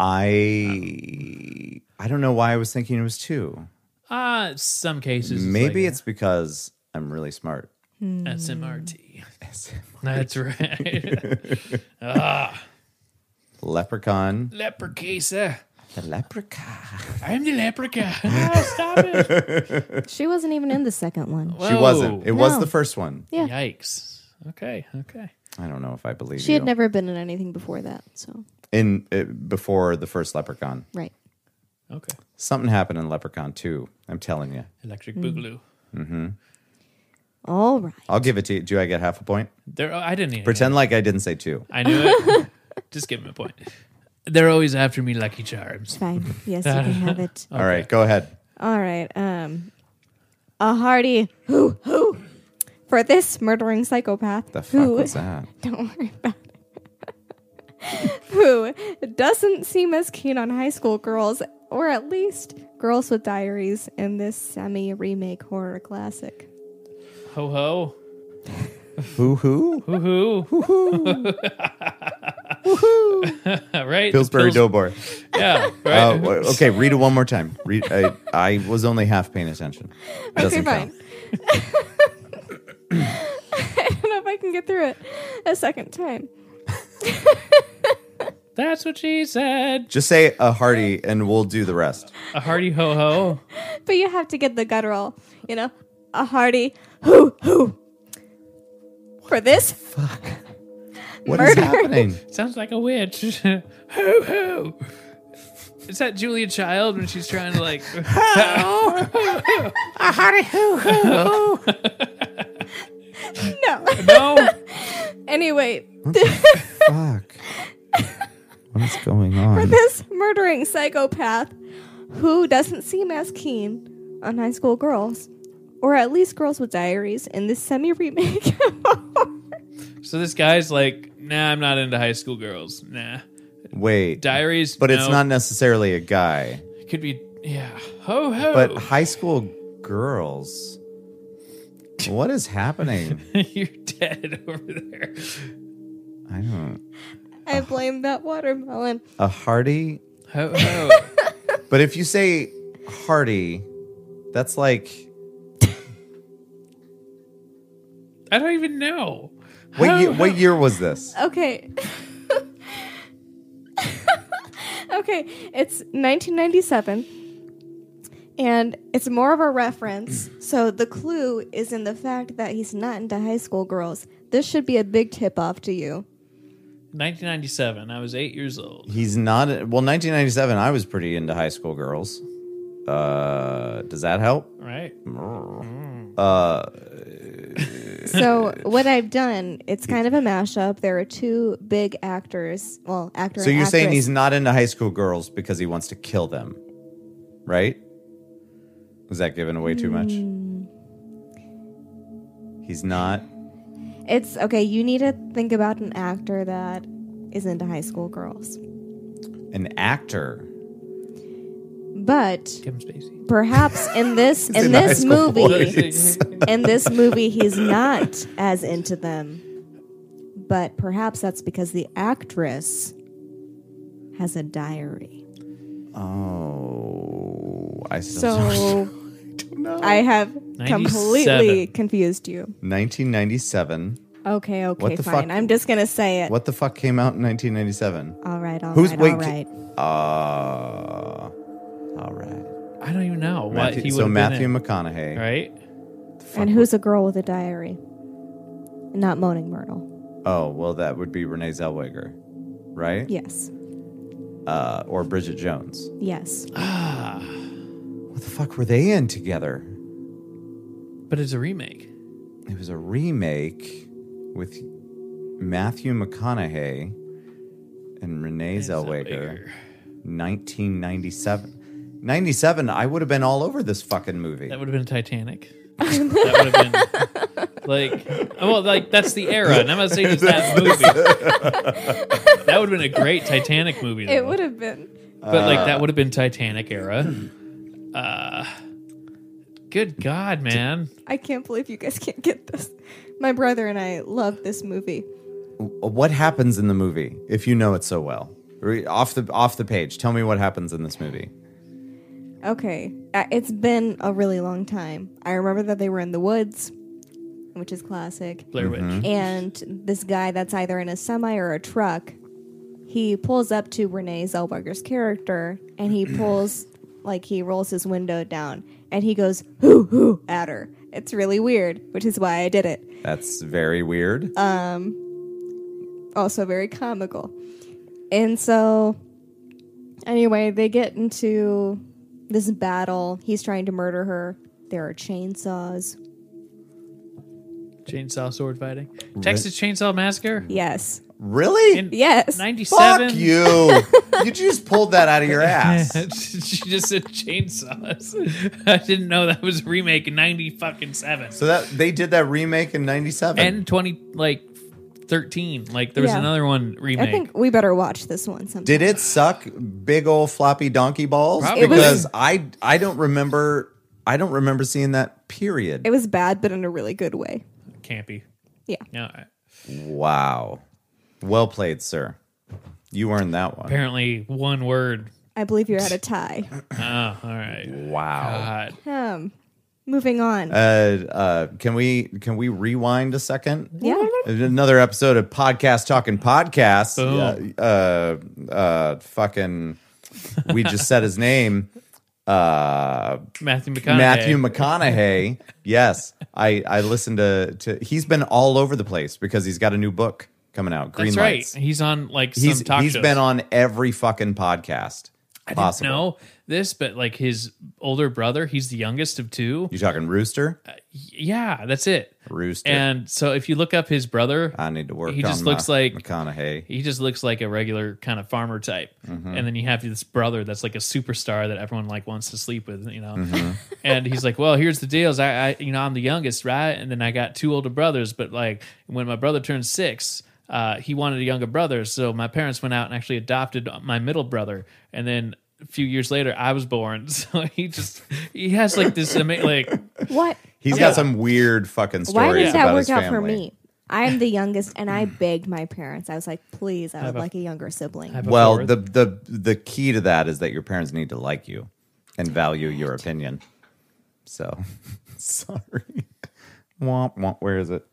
Speaker 1: I I don't know why I was thinking it was two.
Speaker 2: Uh, some cases.
Speaker 1: Maybe
Speaker 2: like
Speaker 1: it's because I'm really smart.
Speaker 2: SMRT. That's right.
Speaker 1: Leprechaun.
Speaker 2: Leprechaun.
Speaker 1: The leprechaun.
Speaker 2: I'm the leprechaun. Oh, stop it.
Speaker 3: She wasn't even in the second one.
Speaker 1: She wasn't. It
Speaker 2: Whoa.
Speaker 1: was
Speaker 3: No.
Speaker 1: the first one.
Speaker 3: Yeah.
Speaker 2: Yikes. Okay. Okay.
Speaker 1: I don't know if I believe
Speaker 3: She
Speaker 1: you.
Speaker 3: had never been in anything before that. So,
Speaker 1: in uh, before the first Leprechaun.
Speaker 3: right.
Speaker 2: Okay.
Speaker 1: Something happened in Leprechaun 2. I'm telling you.
Speaker 2: Electric
Speaker 3: Hmm.
Speaker 2: Boogaloo.
Speaker 3: All right.
Speaker 1: I'll give it to you. Do I get half a point?
Speaker 2: There. oh, I didn't even
Speaker 1: Pretend like I didn't say two.
Speaker 2: I knew it. Just give him a point. They're always after me, Lucky Charms.
Speaker 3: Fine. Yes, you can have it.
Speaker 1: All right, go ahead.
Speaker 3: All right. Um, a hearty who who for this murdering psychopath
Speaker 1: The fuck
Speaker 3: who
Speaker 1: was that?
Speaker 3: don't worry about it. who doesn't seem as keen on high school girls or at least girls with diaries in this semi remake horror classic.
Speaker 2: Ho ho.
Speaker 1: Hoo hoo.
Speaker 2: Hoo hoo. right?
Speaker 1: Pillsbury
Speaker 2: Pills-
Speaker 1: Doughboy.
Speaker 2: Yeah. Right?
Speaker 1: Uh, wha- okay, read it one more time. Read. I, I was only half paying attention. It doesn't count.
Speaker 3: I don't know if I can get through it a second time.
Speaker 2: That's what she said.
Speaker 1: Just say a hearty, and we'll do the rest.
Speaker 2: A hearty ho ho.
Speaker 3: But you have to get the guttural, you know, a hearty hoo hoo. For this
Speaker 1: What is
Speaker 3: Murder.
Speaker 1: happening?
Speaker 2: Sounds like a witch. ho ho. Is that Julia Child when she's trying to like.
Speaker 3: No.
Speaker 2: no.
Speaker 3: anyway,
Speaker 1: Fuck. What's going on?
Speaker 3: this murdering psychopath who doesn't seem as keen on high school girls, or at least girls with diaries, in this semi remake.
Speaker 2: So this guy's like, nah, I'm not into high school girls. Nah.
Speaker 1: Wait,
Speaker 2: Diaries.
Speaker 1: but it's
Speaker 2: no.
Speaker 1: not necessarily a guy.
Speaker 2: It could be Yeah. Ho ho.
Speaker 1: But high school girls, what is happening?
Speaker 2: You're dead over there.
Speaker 1: I don't.
Speaker 3: I blame that watermelon.
Speaker 1: A hearty,
Speaker 2: Ho ho.
Speaker 1: but if you say hearty, that's like
Speaker 2: I don't even know.
Speaker 1: what?
Speaker 2: Ho,
Speaker 1: Year,
Speaker 2: ho.
Speaker 1: what year was this?
Speaker 3: Okay. okay, it's 1997. And it's more of a reference. So the clue is in the fact that he's not into high school girls. This should be a big tip off to you.
Speaker 2: 1997. I was eight years old.
Speaker 1: He's not. Well, 1997. I was pretty into high school girls. Uh, does that help?
Speaker 2: Right.
Speaker 1: Hmm.
Speaker 3: So what I've done, it's kind of a mashup. There are two big actors. Well, actor.
Speaker 1: So
Speaker 3: and
Speaker 1: you're saying
Speaker 3: actress.
Speaker 1: he's not into high school girls because he wants to kill them, right? Was that giving away too much?
Speaker 3: Hmm.
Speaker 1: He's not.
Speaker 3: It's okay. You need to think about an actor that is into high school girls,
Speaker 1: an actor.
Speaker 3: but
Speaker 2: Kevin Spacey.
Speaker 3: perhaps in this in
Speaker 1: in the
Speaker 3: this
Speaker 1: high school
Speaker 3: movie,
Speaker 1: boys.
Speaker 3: in this movie, he's not as into them. But perhaps that's because the actress has a diary.
Speaker 1: Oh, I still
Speaker 3: So
Speaker 1: don't know.
Speaker 3: I have
Speaker 2: 97.
Speaker 3: completely confused you.
Speaker 1: 1997.
Speaker 3: Okay, okay,
Speaker 1: What the
Speaker 3: fine.
Speaker 1: fuck?
Speaker 3: I'm just gonna say it.
Speaker 1: What the fuck came out in 1997?
Speaker 3: All right, all right,
Speaker 1: Who's
Speaker 3: all
Speaker 1: wait?
Speaker 3: right.
Speaker 1: Uh, all right.
Speaker 2: I don't even know what
Speaker 1: Matthew,
Speaker 2: Uh, he would
Speaker 1: so
Speaker 2: have
Speaker 1: Matthew
Speaker 2: been
Speaker 1: McConaughey.
Speaker 2: in, right?
Speaker 3: and who's a girl with a diary? Not Moaning Myrtle.
Speaker 1: Oh well, that would be Renee Zellweger, right?
Speaker 3: Yes,
Speaker 1: Uh, or Bridget Jones.
Speaker 3: yes.
Speaker 1: What the fuck were they in together?
Speaker 2: But it's a remake.
Speaker 1: It was a remake with Matthew McConaughey and Renee Zellweger. 1997. 97, I would have been all over this fucking movie.
Speaker 2: That would have been Titanic. that would have been like, oh, well, like that's the era, and I'm not saying it's that movie. that would have been a great Titanic movie. though.
Speaker 3: It would have been.
Speaker 2: but
Speaker 1: Uh,
Speaker 2: like that would have been Titanic era. Uh, good God, man!
Speaker 3: I can't believe you guys can't get this. My brother and I love this movie.
Speaker 1: What happens in the movie if you know it so well? Re- Off the off the page, tell me what happens in this movie.
Speaker 3: Okay, uh, it's been a really long time. I remember that they were in the woods, which is classic.
Speaker 2: Blair Witch.
Speaker 1: Mm-hmm.
Speaker 3: And this guy that's either in a semi or a truck, he pulls up to Renee Zellweger's character and he pulls, like, he rolls his window down and he goes, hoo hoo, at her. It's really weird, which is why I did it.
Speaker 1: That's very weird.
Speaker 3: also very comical. And so, anyway, they get into this battle. He's trying to murder her. There are chainsaws.
Speaker 2: Chainsaw sword fighting. Texas Chainsaw Massacre.
Speaker 3: Yes.
Speaker 1: really?
Speaker 2: In
Speaker 3: Yes.
Speaker 2: '97.
Speaker 1: Fuck you. you just pulled that out of your ass.
Speaker 2: she just said chainsaws. I didn't know that was a remake in ninety fucking seven
Speaker 1: So that they did that remake in 97.
Speaker 2: and twenty like thirteen. Like there was
Speaker 3: Yeah.
Speaker 2: another one remake.
Speaker 3: I think we better watch this one sometime.
Speaker 1: Did it suck big old floppy donkey balls?
Speaker 2: Probably.
Speaker 1: Because I I don't remember I don't remember seeing that period.
Speaker 3: it was bad, but in a really good way.
Speaker 2: Campy.
Speaker 3: Yeah.
Speaker 2: Yeah. all right.
Speaker 1: Wow. Well played, sir. You earned that one.
Speaker 2: Apparently one word.
Speaker 3: I believe you're at a tie.
Speaker 2: Oh, all right.
Speaker 1: Wow.
Speaker 2: God.
Speaker 3: Um, moving on.
Speaker 1: Uh, uh, can we can we rewind a second?
Speaker 3: yeah.
Speaker 1: Another episode of podcast talking podcast.
Speaker 2: Boom.
Speaker 1: Uh, uh, uh, fucking. We just said his name. Uh,
Speaker 2: Matthew McConaughey.
Speaker 1: Matthew McConaughey. Yes, I I listened to to. He's been all over the place because he's got a new book coming out. Green
Speaker 2: That's
Speaker 1: lights.
Speaker 2: right. He's on like some
Speaker 1: He's
Speaker 2: talk
Speaker 1: he's
Speaker 2: shows.
Speaker 1: been on every fucking podcast. possible.
Speaker 2: No, this, but like his older brother, he's the youngest of two.
Speaker 1: You talking rooster?
Speaker 2: Yeah, that's it.
Speaker 1: Rooster.
Speaker 2: And so if you look up his brother,
Speaker 1: I need to work.
Speaker 2: He
Speaker 1: on
Speaker 2: just
Speaker 1: my
Speaker 2: looks like-
Speaker 1: McConaughey.
Speaker 2: he just looks like a regular kind of farmer type.
Speaker 1: Mm-hmm.
Speaker 2: And then you have this brother that's like a superstar that everyone like wants to sleep with, you know.
Speaker 1: Mm-hmm.
Speaker 2: and he's like, "Well, here's the deal: is I, I, you know, I'm the youngest, right? And then I got two older brothers, but like when my brother turned six. Uh, he wanted a younger brother, so my parents went out and actually adopted my middle brother. And then a few years later, I was born. So he just he has like this ama- like
Speaker 3: What?
Speaker 1: He's
Speaker 3: Okay.
Speaker 1: got some weird fucking stories
Speaker 3: Why did that
Speaker 1: about his
Speaker 3: work out for
Speaker 1: family.
Speaker 3: me? I'm the youngest, and I begged my parents. I was like, "Please, I would
Speaker 2: a-
Speaker 3: like a younger sibling."
Speaker 2: have a
Speaker 1: Well,
Speaker 2: fourth.
Speaker 1: the the the key to that is that your parents need to like you and value your opinion. So, sorry. Womp womp. Where is it?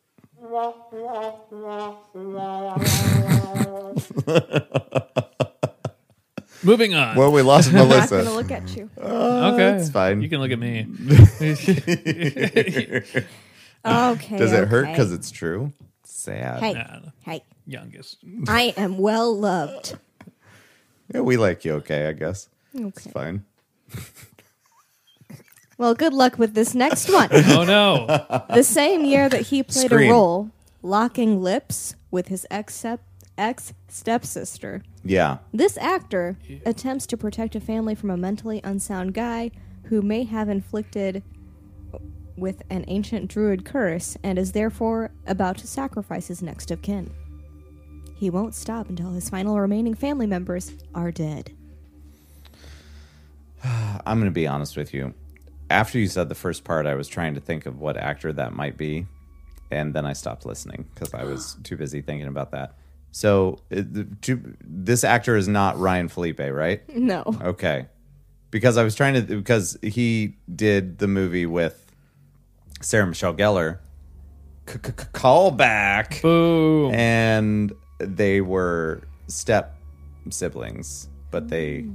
Speaker 2: moving on.
Speaker 1: Well, we lost
Speaker 3: I'm not gonna
Speaker 1: Melissa.
Speaker 3: look at you.
Speaker 2: okay,
Speaker 1: it's fine.
Speaker 2: You can look at me.
Speaker 3: Mm. Okay.
Speaker 1: Does it hurt
Speaker 3: okay.
Speaker 1: because it's true? Sad.
Speaker 3: hey,
Speaker 2: Nah, nah.
Speaker 3: hey,
Speaker 2: youngest.
Speaker 3: I am well loved.
Speaker 1: Yeah, we like you. Okay, I guess it's
Speaker 3: Okay.
Speaker 1: fine.
Speaker 3: Well, good luck with this next one.
Speaker 2: Oh no,
Speaker 3: the same year that he played
Speaker 1: Scream.
Speaker 3: a role locking lips with his ex step ex stepsister.
Speaker 1: Yeah.
Speaker 3: This actor attempts to protect a family from a mentally unsound guy who may have inflicted with an ancient druid curse and is therefore about to sacrifice his next of kin. He won't stop until his final remaining family members are dead.
Speaker 1: I'm going to be honest with you. After you said the first part, I was trying to think of what actor that might be, and then I stopped listening because I was too busy thinking about that. So, it- the- to- this actor is not Ryan Felipe, right?
Speaker 3: No.
Speaker 1: Okay. Because I was trying to because he did the movie with Sarah Michelle Gellar. C- c- c- Call back.
Speaker 2: boom.
Speaker 1: and they were step siblings, but they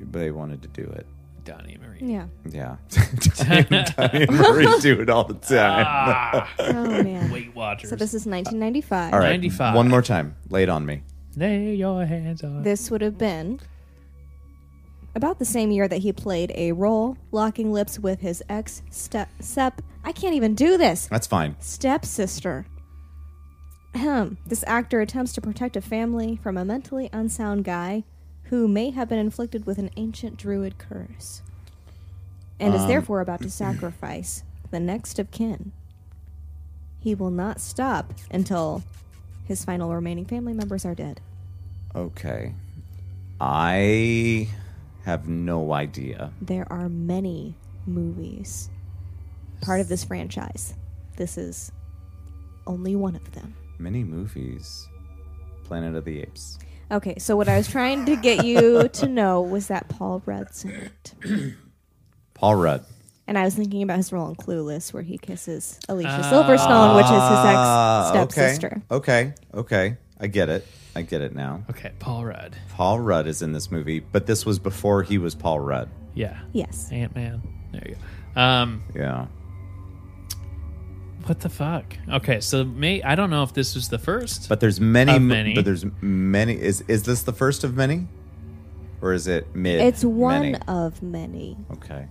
Speaker 1: but they wanted to do it.
Speaker 2: Donnie and Marie.
Speaker 3: Yeah.
Speaker 1: Yeah, Donnie Donnie and Marie do it all the time.
Speaker 2: Ah,
Speaker 3: Oh man.
Speaker 2: Weight Watchers.
Speaker 3: So this is 1995.
Speaker 1: All right,
Speaker 2: 95.
Speaker 1: one more time. Lay it on me.
Speaker 2: Lay your hands on.
Speaker 3: This would have been about the same year that he played a role locking lips with his ex step step. I can't even do this.
Speaker 1: That's fine.
Speaker 3: stepsister. Ahem. This actor attempts to protect a family from a mentally unsound guy who may have been inflicted with an ancient druid curse and is therefore about to sacrifice the next of kin. He will not stop until his final remaining family members are dead.
Speaker 1: Okay, I have no idea.
Speaker 3: There are many movies part of this franchise. This is only one of them.
Speaker 1: Many movies. Planet of the Apes.
Speaker 3: Okay, so what I was trying to get you to know was that Paul Rudd's in it.
Speaker 1: Paul Rudd.
Speaker 3: And I was thinking about his role in Clueless, where he kisses Alicia Silverstone, Oh, which is his ex stepsister.
Speaker 1: Ah, Okay. Okay. Okay. I get it. I get it now.
Speaker 2: Okay, Paul Rudd.
Speaker 1: Paul Rudd is in this movie, but this was before he was Paul Rudd.
Speaker 2: Yeah.
Speaker 3: Yes.
Speaker 2: Ant Man. There you go. Um,
Speaker 1: Yeah.
Speaker 2: what the fuck? Okay, so may I don't know if this was the first.
Speaker 1: But there's many,
Speaker 2: Of
Speaker 1: mo-
Speaker 2: many.
Speaker 1: But there's many. Is is this the first of many, or is it mid?
Speaker 3: It's one
Speaker 1: many?
Speaker 3: of many.
Speaker 1: Okay.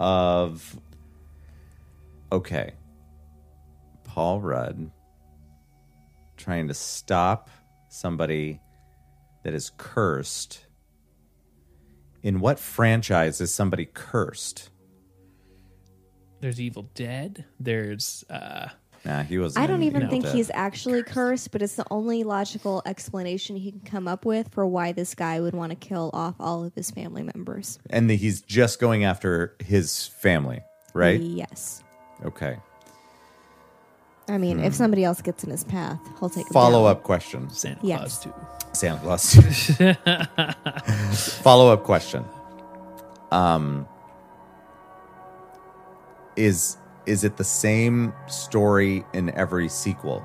Speaker 1: Of. Okay. Paul Rudd trying to stop somebody that is cursed. In what franchise is somebody cursed?
Speaker 2: there's Evil Dead. There's uh
Speaker 1: Nah, he was.
Speaker 3: I don't even
Speaker 2: No.
Speaker 3: think
Speaker 1: he's.
Speaker 3: he's actually cursed, but it's the only logical explanation he can come up with for why this guy would want to kill off all of his family members.
Speaker 1: and the, he's just going after his family, right?
Speaker 3: Yes.
Speaker 1: Okay.
Speaker 3: I mean, if somebody else gets in his path, he'll take him
Speaker 1: Hmm. Follow
Speaker 3: down.
Speaker 1: up question.
Speaker 2: Santa
Speaker 3: Yes.
Speaker 2: Claus too.
Speaker 1: Santa Claus. Follow up question. Um, is is it the same story in every sequel?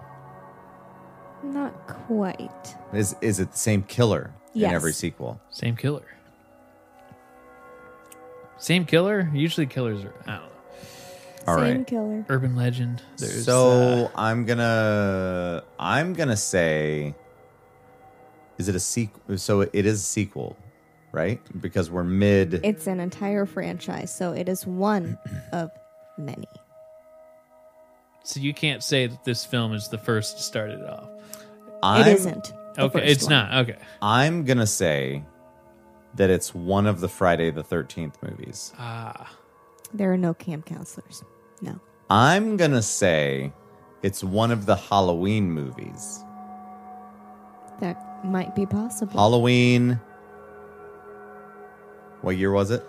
Speaker 3: Not quite.
Speaker 1: Is is it the same killer
Speaker 3: Yes.
Speaker 1: in every sequel?
Speaker 2: Same killer. Same killer. Usually killers are I don't know.
Speaker 1: All right.
Speaker 3: Same killer.
Speaker 2: Urban legend. There's
Speaker 1: so
Speaker 2: uh,
Speaker 1: I'm gonna I'm gonna say is it a sequel? So it is a sequel, right? Because we're mid.
Speaker 3: It's an entire franchise, so it is one of many.
Speaker 2: so you can't say that this film is the first to start it off.
Speaker 1: I'm,
Speaker 3: it isn't. the
Speaker 2: Okay,
Speaker 3: first
Speaker 2: it's
Speaker 3: one.
Speaker 2: not. Okay.
Speaker 1: I'm gonna say that it's one of the Friday the Thirteenth movies.
Speaker 2: Ah.
Speaker 3: There are no camp counselors. No.
Speaker 1: I'm gonna say it's one of the Halloween movies.
Speaker 3: That might be possible.
Speaker 1: Halloween What year was it?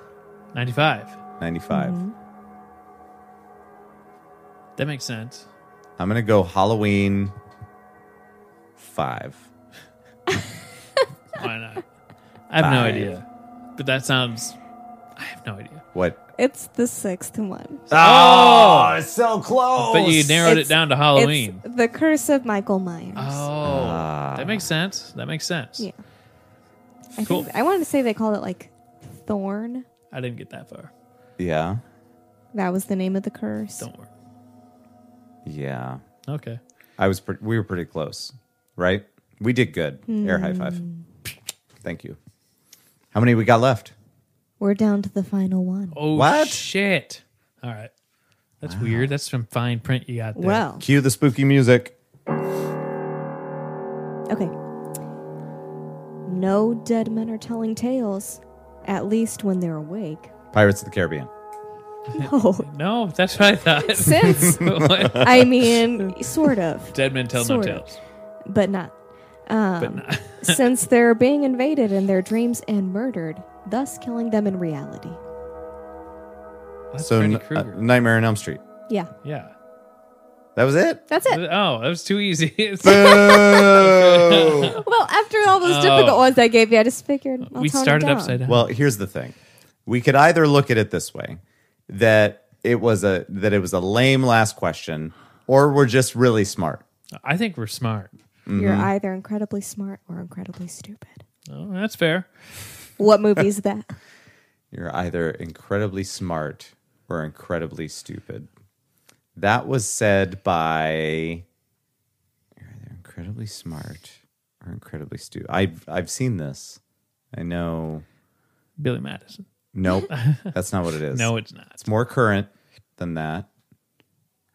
Speaker 2: 95.
Speaker 1: 95.
Speaker 2: Mm-hmm. That makes sense.
Speaker 1: I'm going to go Halloween 5.
Speaker 2: Why not? I have no
Speaker 1: Five.
Speaker 2: idea. But that sounds. I have no idea.
Speaker 1: What?
Speaker 3: It's the sixth one.
Speaker 1: Oh, it's so close.
Speaker 2: But you narrowed
Speaker 3: It's-
Speaker 2: it down to Halloween.
Speaker 3: It's the Curse of Michael Myers.
Speaker 2: Oh, that makes sense. That makes sense.
Speaker 3: Yeah. I,
Speaker 2: Cool.
Speaker 3: think, I wanted to say they called it like Thorn.
Speaker 2: I didn't get that far.
Speaker 1: Yeah.
Speaker 3: That was the name of the curse.
Speaker 2: Don't worry.
Speaker 1: Yeah.
Speaker 2: Okay.
Speaker 1: I was pre- we were pretty close, right? We did good. Air high five. Thank you. How many we got left?
Speaker 3: We're down to the final one.
Speaker 2: Oh
Speaker 1: What?
Speaker 2: shit! All right, that's weird. That's some fine print you got there.
Speaker 3: well,
Speaker 1: Cue the spooky music.
Speaker 3: okay. No dead men are telling tales, at least when they're awake.
Speaker 1: Pirates of the Caribbean.
Speaker 3: No,
Speaker 2: no, that's what I thought.
Speaker 3: since
Speaker 2: What?
Speaker 3: I mean, sort of,
Speaker 2: Dead men tell
Speaker 3: Sort
Speaker 2: no
Speaker 3: of. Um.
Speaker 2: tales.
Speaker 3: but not.
Speaker 2: but not.
Speaker 3: Since they're being invaded in their dreams and murdered, thus killing them in reality.
Speaker 2: That's
Speaker 1: so
Speaker 2: Freddy
Speaker 1: n- uh,
Speaker 2: Krueger.
Speaker 1: Nightmare on Elm Street.
Speaker 3: Yeah,
Speaker 2: yeah.
Speaker 1: That was it.
Speaker 3: that's it.
Speaker 2: Oh, that was too easy. It's-
Speaker 1: Boo!
Speaker 3: Well, after all those
Speaker 2: Oh.
Speaker 3: difficult ones I gave you, I just figured I'll
Speaker 2: we
Speaker 3: tone it
Speaker 2: started
Speaker 3: down.
Speaker 2: upside down.
Speaker 1: well, here's the thing. We could either look at it this way, that it was a that it was a lame last question, or we're just really smart.
Speaker 2: I think we're smart.
Speaker 3: You're either incredibly smart or incredibly stupid.
Speaker 2: Oh, that's fair.
Speaker 3: What movie is that?
Speaker 1: You're either incredibly smart or incredibly stupid. That was said by you're either incredibly smart or incredibly stupid. I've I've seen this. I know.
Speaker 2: Billy Madison.
Speaker 1: Nope, that's not what it is.
Speaker 2: No, it's not.
Speaker 1: it's more current than that.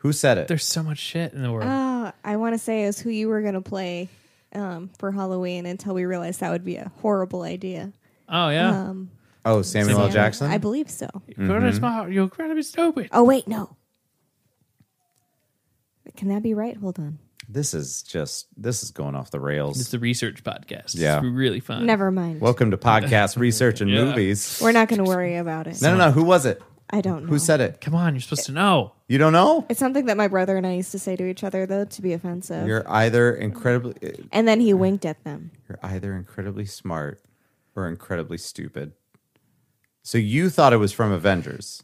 Speaker 1: Who said it?
Speaker 2: There's so much shit in the world.
Speaker 3: Oh, I want to say is who you were going to play um, for Halloween until we realized that would be a horrible idea.
Speaker 2: oh yeah.
Speaker 3: Um,
Speaker 1: oh, Samuel L.
Speaker 3: yeah,
Speaker 1: Jackson.
Speaker 3: I believe so.
Speaker 2: You're
Speaker 1: Mm-hmm.
Speaker 2: hmm smart. You're incredibly stupid.
Speaker 3: Oh, wait, no. Can that be right? Hold on.
Speaker 1: this is just this is going off the
Speaker 2: It's
Speaker 1: rails.
Speaker 2: the research podcast.
Speaker 1: Yeah.
Speaker 2: It's really fun.
Speaker 3: Never mind.
Speaker 1: Welcome to podcast research and
Speaker 2: Yeah.
Speaker 1: movies.
Speaker 3: We're not going to worry about it.
Speaker 1: No, no, no. Who was it?
Speaker 3: I don't know.
Speaker 1: Who said it?
Speaker 2: Come on, you're supposed to know.
Speaker 1: You don't know?
Speaker 3: It's something that my brother and I used to say to each other, though, to be offensive.
Speaker 1: You're either incredibly
Speaker 3: and then he winked at them.
Speaker 1: You're either incredibly smart or incredibly stupid. So you thought it was from Avengers.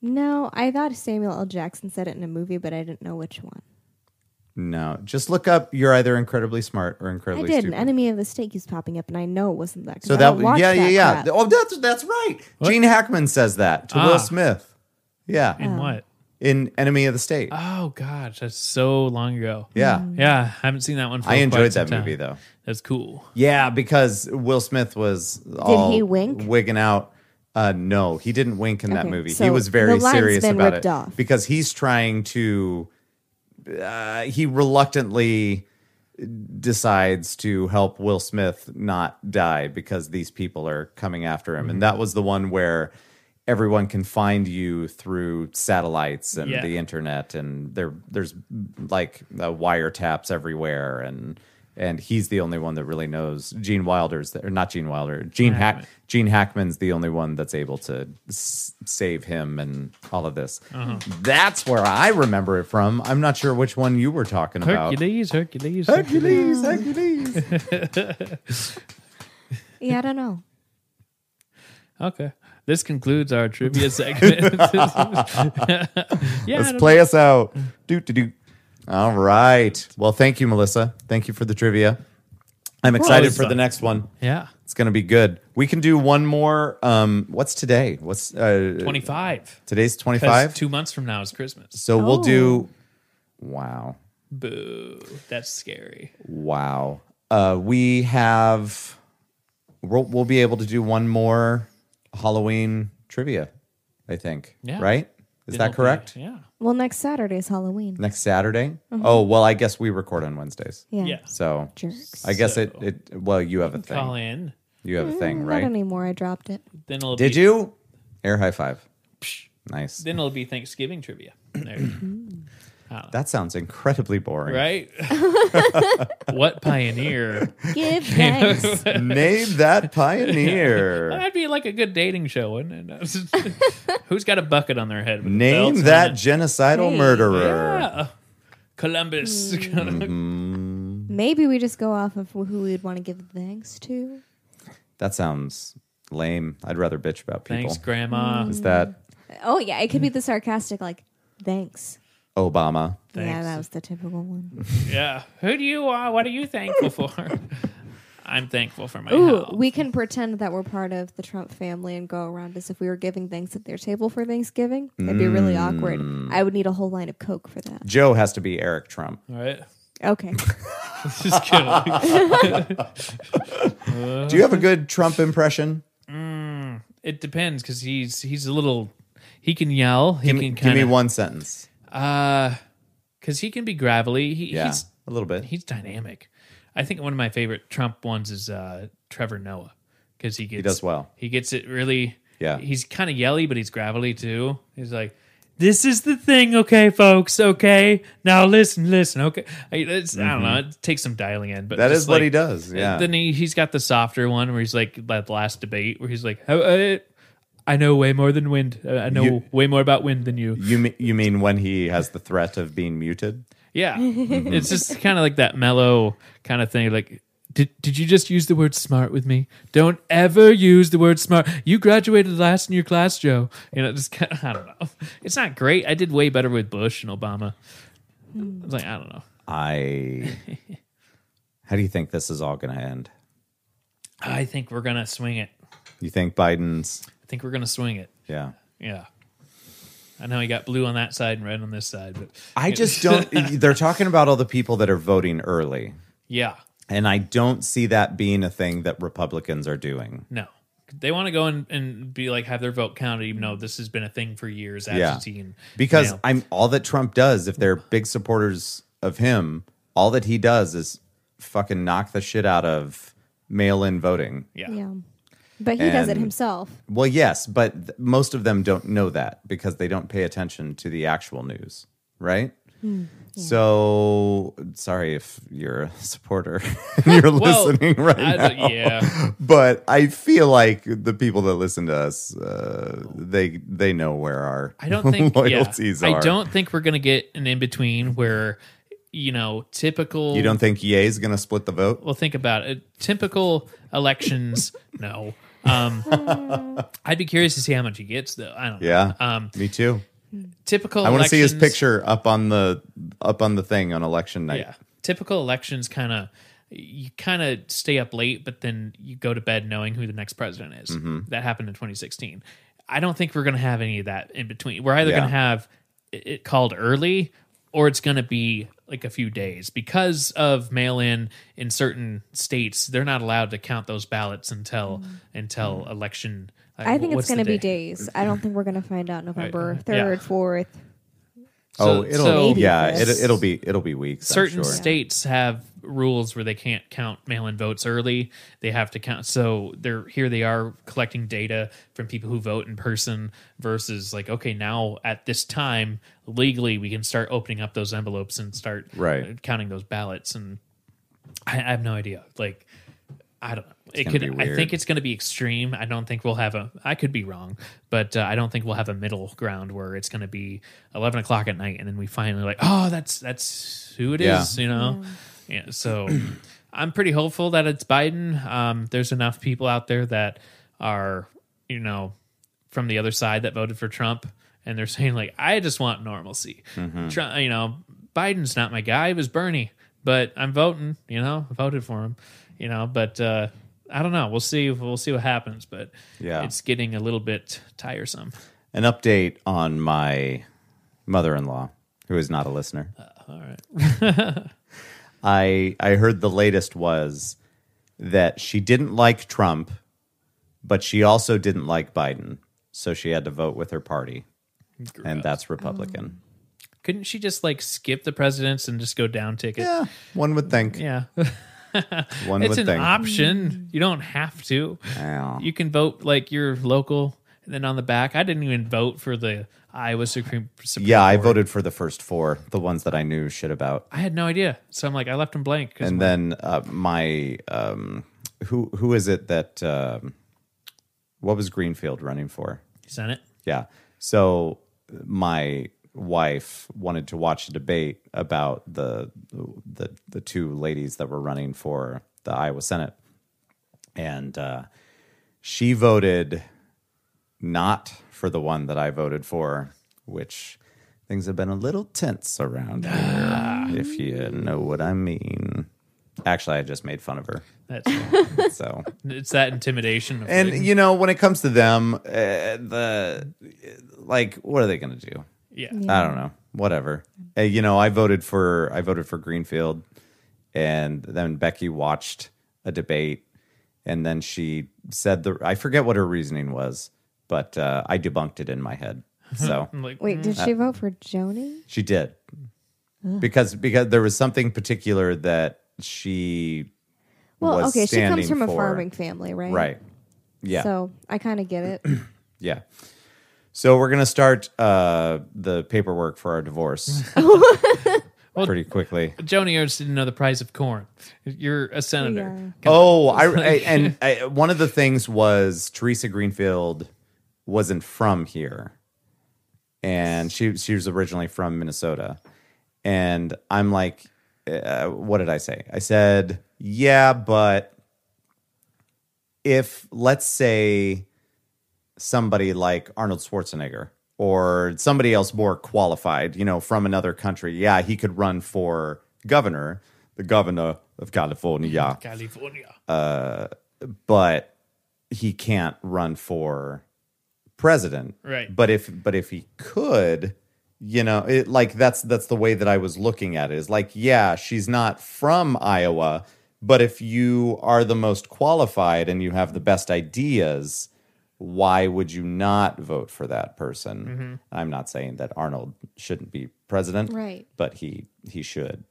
Speaker 3: No, I thought Samuel L. Jackson said it in a movie, but I didn't know which one.
Speaker 1: No, just look up. You're either incredibly smart or
Speaker 3: I
Speaker 1: incredibly
Speaker 3: did. An
Speaker 1: stupid.
Speaker 3: enemy of the state keeps popping up, and I know it wasn't that. 'cause
Speaker 1: so
Speaker 3: I
Speaker 1: that
Speaker 3: don't watch
Speaker 1: yeah yeah
Speaker 3: that
Speaker 1: yeah.
Speaker 3: crap.
Speaker 1: Oh, that's that's right. Gene Hackman says that to
Speaker 2: Ah.
Speaker 1: Will Smith. Yeah,
Speaker 3: Um,
Speaker 2: In what?
Speaker 1: in Enemy of the State.
Speaker 2: Oh gosh, that's so long ago.
Speaker 1: yeah,
Speaker 3: Mm.
Speaker 2: Yeah, I haven't seen that one. For
Speaker 1: I enjoyed
Speaker 2: quite some
Speaker 1: that
Speaker 2: time.
Speaker 1: movie though.
Speaker 2: That's cool.
Speaker 1: Yeah, because Will Smith was all
Speaker 3: he wink?
Speaker 1: wigging out. Uh, no, he didn't wink in that
Speaker 3: Okay,
Speaker 1: movie. he
Speaker 3: so
Speaker 1: was very
Speaker 3: the line's
Speaker 1: serious
Speaker 3: been
Speaker 1: about
Speaker 3: ripped
Speaker 1: it
Speaker 3: off.
Speaker 1: because he's trying to. Uh, he reluctantly decides to help Will Smith not die because these people are coming after him,
Speaker 2: Mm-hmm.
Speaker 1: and that was the one where everyone can find you through satellites and
Speaker 2: Yeah.
Speaker 1: the internet, and there there's like uh, wiretaps everywhere, and and he's the only one that really knows. Gene Wilder's the- or not Gene Wilder, Gene Hack.
Speaker 2: Hackman.
Speaker 1: Gene Hackman's the only one that's able to s- save him and all of this.
Speaker 2: Uh-huh.
Speaker 1: That's where I remember it from. I'm not sure which one you were talking about.
Speaker 2: Hercules, Hercules,
Speaker 1: Hercules, Hercules.
Speaker 3: yeah, I don't know.
Speaker 2: Okay. This concludes our trivia segment. yeah, I
Speaker 1: Let's
Speaker 2: don't-
Speaker 1: play us out. Do do do. All right. Well, thank you, Melissa. Thank you for the trivia. I'm excited
Speaker 2: was
Speaker 1: for the
Speaker 2: fun.
Speaker 1: next one.
Speaker 2: yeah.
Speaker 1: It's going to be good. We can do one more. Um, what's today? What's uh,
Speaker 2: 25.
Speaker 1: today's
Speaker 2: 'Cause
Speaker 1: 25?
Speaker 2: Two months from now is Christmas.
Speaker 1: So we'll
Speaker 3: Oh.
Speaker 1: do. Wow.
Speaker 2: Boo. That's scary.
Speaker 1: Wow. Uh, we have. We'll, we'll be able to do one more Halloween trivia, I think.
Speaker 2: Yeah.
Speaker 1: Right? Is
Speaker 2: It'll
Speaker 1: that
Speaker 2: be-
Speaker 1: correct?
Speaker 2: yeah.
Speaker 3: Well, next Saturday is Halloween.
Speaker 1: Next Saturday?
Speaker 3: Mm-hmm.
Speaker 1: Oh, well, I guess we record on Wednesdays.
Speaker 3: Yeah,
Speaker 2: Yeah.
Speaker 1: So
Speaker 3: jerks.
Speaker 1: I guess it,
Speaker 2: So-
Speaker 1: it, well, you have a
Speaker 2: Call
Speaker 1: thing.
Speaker 2: in.
Speaker 1: You have a thing,
Speaker 3: Not
Speaker 1: right?
Speaker 3: anymore. Mm, I dropped it.
Speaker 2: Then it'll
Speaker 1: Did
Speaker 2: be,
Speaker 1: you? Air high five. Nice.
Speaker 2: Then it'll be Thanksgiving trivia. There. don't know.
Speaker 1: That sounds incredibly boring.
Speaker 2: Right? what pioneer?
Speaker 3: Give thanks.
Speaker 1: Name that pioneer.
Speaker 2: That'd be like a good dating show, wouldn't it? Who's got a bucket on their head? with belts
Speaker 1: Name
Speaker 2: on
Speaker 1: that
Speaker 2: it?
Speaker 1: genocidal
Speaker 3: Hey,
Speaker 1: murderer.
Speaker 2: Yeah. Columbus.
Speaker 1: Mm,
Speaker 3: Maybe we just go off of who we'd want to give thanks to.
Speaker 1: that sounds lame. I'd rather bitch about people.
Speaker 2: Thanks, Grandma.
Speaker 3: Mm.
Speaker 1: Is that
Speaker 3: Oh yeah, it could
Speaker 2: Mm.
Speaker 3: be the sarcastic like thanks.
Speaker 1: Obama?
Speaker 3: Yeah,
Speaker 2: Thanks.
Speaker 3: that was the typical one.
Speaker 2: Yeah. Who do you are? What are you thankful for? I'm thankful for my
Speaker 3: Ooh,
Speaker 2: health.
Speaker 3: we can pretend that we're part of the Trump family and go around as if we were giving thanks at their table for Thanksgiving. That'd be really awkward. I would need a whole line of Coke for that.
Speaker 1: Joe has to be Eric Trump.
Speaker 2: All right.
Speaker 3: Okay.
Speaker 2: Just kidding.
Speaker 1: Do you
Speaker 2: Uh-huh.
Speaker 1: have a good Trump impression?
Speaker 2: it depends because he's he's a little. He can yell. He
Speaker 1: Give
Speaker 2: can
Speaker 1: me,
Speaker 2: kind
Speaker 1: give
Speaker 2: of
Speaker 1: me one sentence.
Speaker 2: because he can be gravelly. He,
Speaker 1: Yeah,
Speaker 2: He's
Speaker 1: a little bit.
Speaker 2: he's dynamic. I think one of my favorite Trump ones is uh, Trevor Noah because he gets he
Speaker 1: does well.
Speaker 2: He gets it really.
Speaker 1: Yeah.
Speaker 2: he's kind of yelly, but he's gravelly too. He's like, "This is the thing, okay, folks. Okay, now listen, listen. Okay, I, it's, I don't know. It takes some dialing in, but
Speaker 1: Mm-hmm. That
Speaker 2: just
Speaker 1: is what
Speaker 2: like-
Speaker 1: he does. Yeah.
Speaker 2: Then he he's got the softer one where he's like that last debate where he's like, "How- uh, "I know way more than wind. Uh, I know
Speaker 1: You-
Speaker 2: way more about wind than you."
Speaker 1: you mean, you mean when he has the threat of being muted?
Speaker 2: Yeah. it's just kind of like that mellow kind of thing. Like, did, did you just use the word smart with me? Don't ever use the word smart. You graduated last in your class, Joe. You know, just kind of, I don't know. It's not great. I did way better with Bush and Obama. It's like, I don't know.
Speaker 1: I. How do you think this is all going to end?
Speaker 2: I think we're going to swing it.
Speaker 1: You think Biden's?
Speaker 2: I think we're going to swing it.
Speaker 1: Yeah.
Speaker 2: Yeah. I know he got blue on that side and red on this side, but
Speaker 1: I just don't. they're talking about all the people that are voting early,
Speaker 2: yeah,
Speaker 1: and I don't see that being a thing that Republicans are doing.
Speaker 2: no. They want to go and, and be like, have their vote counted, even though this has been a thing for years. Absentee and
Speaker 1: Because
Speaker 2: mail.
Speaker 1: I'm all that Trump does. If they're big supporters of him, all that he does is fucking knock the shit out of mail-in voting.
Speaker 3: yeah. But he does it
Speaker 1: And-
Speaker 3: himself.
Speaker 1: Well, yes, but th- most of them don't know that because they don't pay attention to the actual news, right?
Speaker 2: Hmm,
Speaker 1: So, sorry if you're a supporter and you're
Speaker 2: Well,
Speaker 1: listening right
Speaker 2: I
Speaker 1: now.
Speaker 2: don't- yeah.
Speaker 1: But I feel like the people that listen to us, uh, they they know where our
Speaker 2: I don't think yeah.
Speaker 1: loyalties are.
Speaker 2: I don't think we're gonna get an in between where you know typical.
Speaker 1: You don't think Ye is going to split the vote?
Speaker 2: Well, think about it. Typical elections. no. Um, I'd be curious to see how much he gets though. I don't. know.
Speaker 1: Yeah,
Speaker 2: Um,
Speaker 1: me too.
Speaker 2: typical.
Speaker 1: I want to see his
Speaker 2: elections-
Speaker 1: picture up on the up on the thing on election night.
Speaker 2: Yeah. Typical elections kind of you kind of stay up late, but then you go to bed knowing who the next president is.
Speaker 1: Mm-hmm.
Speaker 2: That happened in 2016. I don't think we're going to have any of that in between. We're either
Speaker 1: Yeah.
Speaker 2: going to have it it called early or it's going to be like a few days because of mail in in certain states. They're not allowed to count those ballots until until
Speaker 1: Mm.
Speaker 2: election. like,
Speaker 3: Mm. I think
Speaker 2: what's
Speaker 3: it's
Speaker 2: the
Speaker 3: going to be
Speaker 2: day?
Speaker 3: days. I don't think we're going to find out November
Speaker 2: Yeah.
Speaker 3: 3rd, 4th.
Speaker 1: Oh,
Speaker 2: So-
Speaker 1: it'll
Speaker 2: so-
Speaker 1: yeah, it,
Speaker 3: Maybe.
Speaker 1: it'll be it'll be weeks. I'm
Speaker 2: certain
Speaker 1: sure.
Speaker 2: states have rules where they can't count mail-in votes early they have to count so they're here they are collecting data from people who vote in person versus like okay now at this time legally we can start opening up those envelopes and start
Speaker 1: Right.
Speaker 2: uh, counting those ballots and i, I have no idea like i don't know it
Speaker 1: gonna
Speaker 2: could
Speaker 1: be
Speaker 2: i
Speaker 1: weird.
Speaker 2: think it's going to be extreme i don't think we'll have a i could be wrong but uh, i don't think we'll have a middle ground where it's going to be 11 o'clock at night and then we finally like oh that's that's who it is
Speaker 1: Yeah.
Speaker 2: you know yeah, so i'm pretty hopeful that it's biden um, there's enough people out there that are you know from the other side that voted for trump and they're saying like i just want normalcy
Speaker 1: Mm-hmm.
Speaker 2: Tru- you know biden's not my guy it was bernie but i'm voting you know I voted for him you know but uh I don't know. We'll see. We'll see what happens, but
Speaker 1: Yeah.
Speaker 2: it's getting a little bit tiresome.
Speaker 1: An update on my mother-in-law, who is not a listener.
Speaker 2: Uh, All right.
Speaker 1: I I heard the latest was that she didn't like Trump, but she also didn't like Biden, so she had to vote with her party, and that's
Speaker 2: Um,
Speaker 1: Republican.
Speaker 2: Couldn't she just like skip the presidents and just go down ticket?
Speaker 1: Yeah, one would think.
Speaker 2: yeah.
Speaker 1: One
Speaker 2: it's
Speaker 1: would
Speaker 2: an
Speaker 1: think.
Speaker 2: option. You don't have to.
Speaker 1: Wow.
Speaker 2: You can vote like your local And then on the back, I didn't even vote for the Iowa Supreme. Supreme
Speaker 1: Yeah, I
Speaker 2: Court.
Speaker 1: voted for the first four, the ones that I knew shit about.
Speaker 2: I had no idea, so I'm like, I left them blank. 'cause
Speaker 1: And then uh, my um, who who is it that um, what was Greenfield running for?
Speaker 2: my Senate.
Speaker 1: Yeah. So my wife wanted to watch a debate about the the the two ladies that were running for the Iowa Senate, and uh, she voted not for the one that I voted for, which things have been a little tense around here, if you know what I mean. Actually, I just made fun of her,
Speaker 2: That's
Speaker 1: so.
Speaker 2: it's that intimidation. Of
Speaker 1: And
Speaker 2: like-
Speaker 1: you know, when it comes to them, uh, the like, what are they going to do?
Speaker 2: yeah,
Speaker 1: I don't know. Whatever. Uh, you know, I voted for I voted for Greenfield, and then Becky watched a debate, and then she said the I forget what her reasoning was, but uh, I debunked it in my head. So
Speaker 2: I'm like,
Speaker 3: Wait, did she vote for Joni?
Speaker 1: she did because because there was something particular that she
Speaker 3: Well,
Speaker 1: was
Speaker 3: okay, she
Speaker 1: standing
Speaker 3: comes from a
Speaker 1: for.
Speaker 3: farming family, right?
Speaker 1: right. Yeah.
Speaker 3: So I kind of get it.
Speaker 1: Yeah. So we're gonna start uh, the paperwork for our divorce pretty quickly.
Speaker 2: Joni Ernst didn't know the price of corn. You're a senator.
Speaker 1: Oh, I, I and I, one of the things was Teresa Greenfield wasn't from here, and she she was originally from Minnesota, and I'm like, uh, what did I say? I said, yeah, but if let's say somebody like Arnold Schwarzenegger or somebody else more qualified, you know, from another country, yeah, he could run for governor, the governor of California, yeah
Speaker 2: California.
Speaker 1: but he can't run for president.
Speaker 2: Right.
Speaker 1: But if but if he could, you know, it like that's that's the way that I was looking at it. Is like, yeah, she's not from Iowa, but if you are the most qualified and you have the best ideas, why would you not vote for that
Speaker 2: Mm-hmm.
Speaker 1: person? I'm not saying that Arnold shouldn't be president,
Speaker 3: Right.
Speaker 1: But he he should.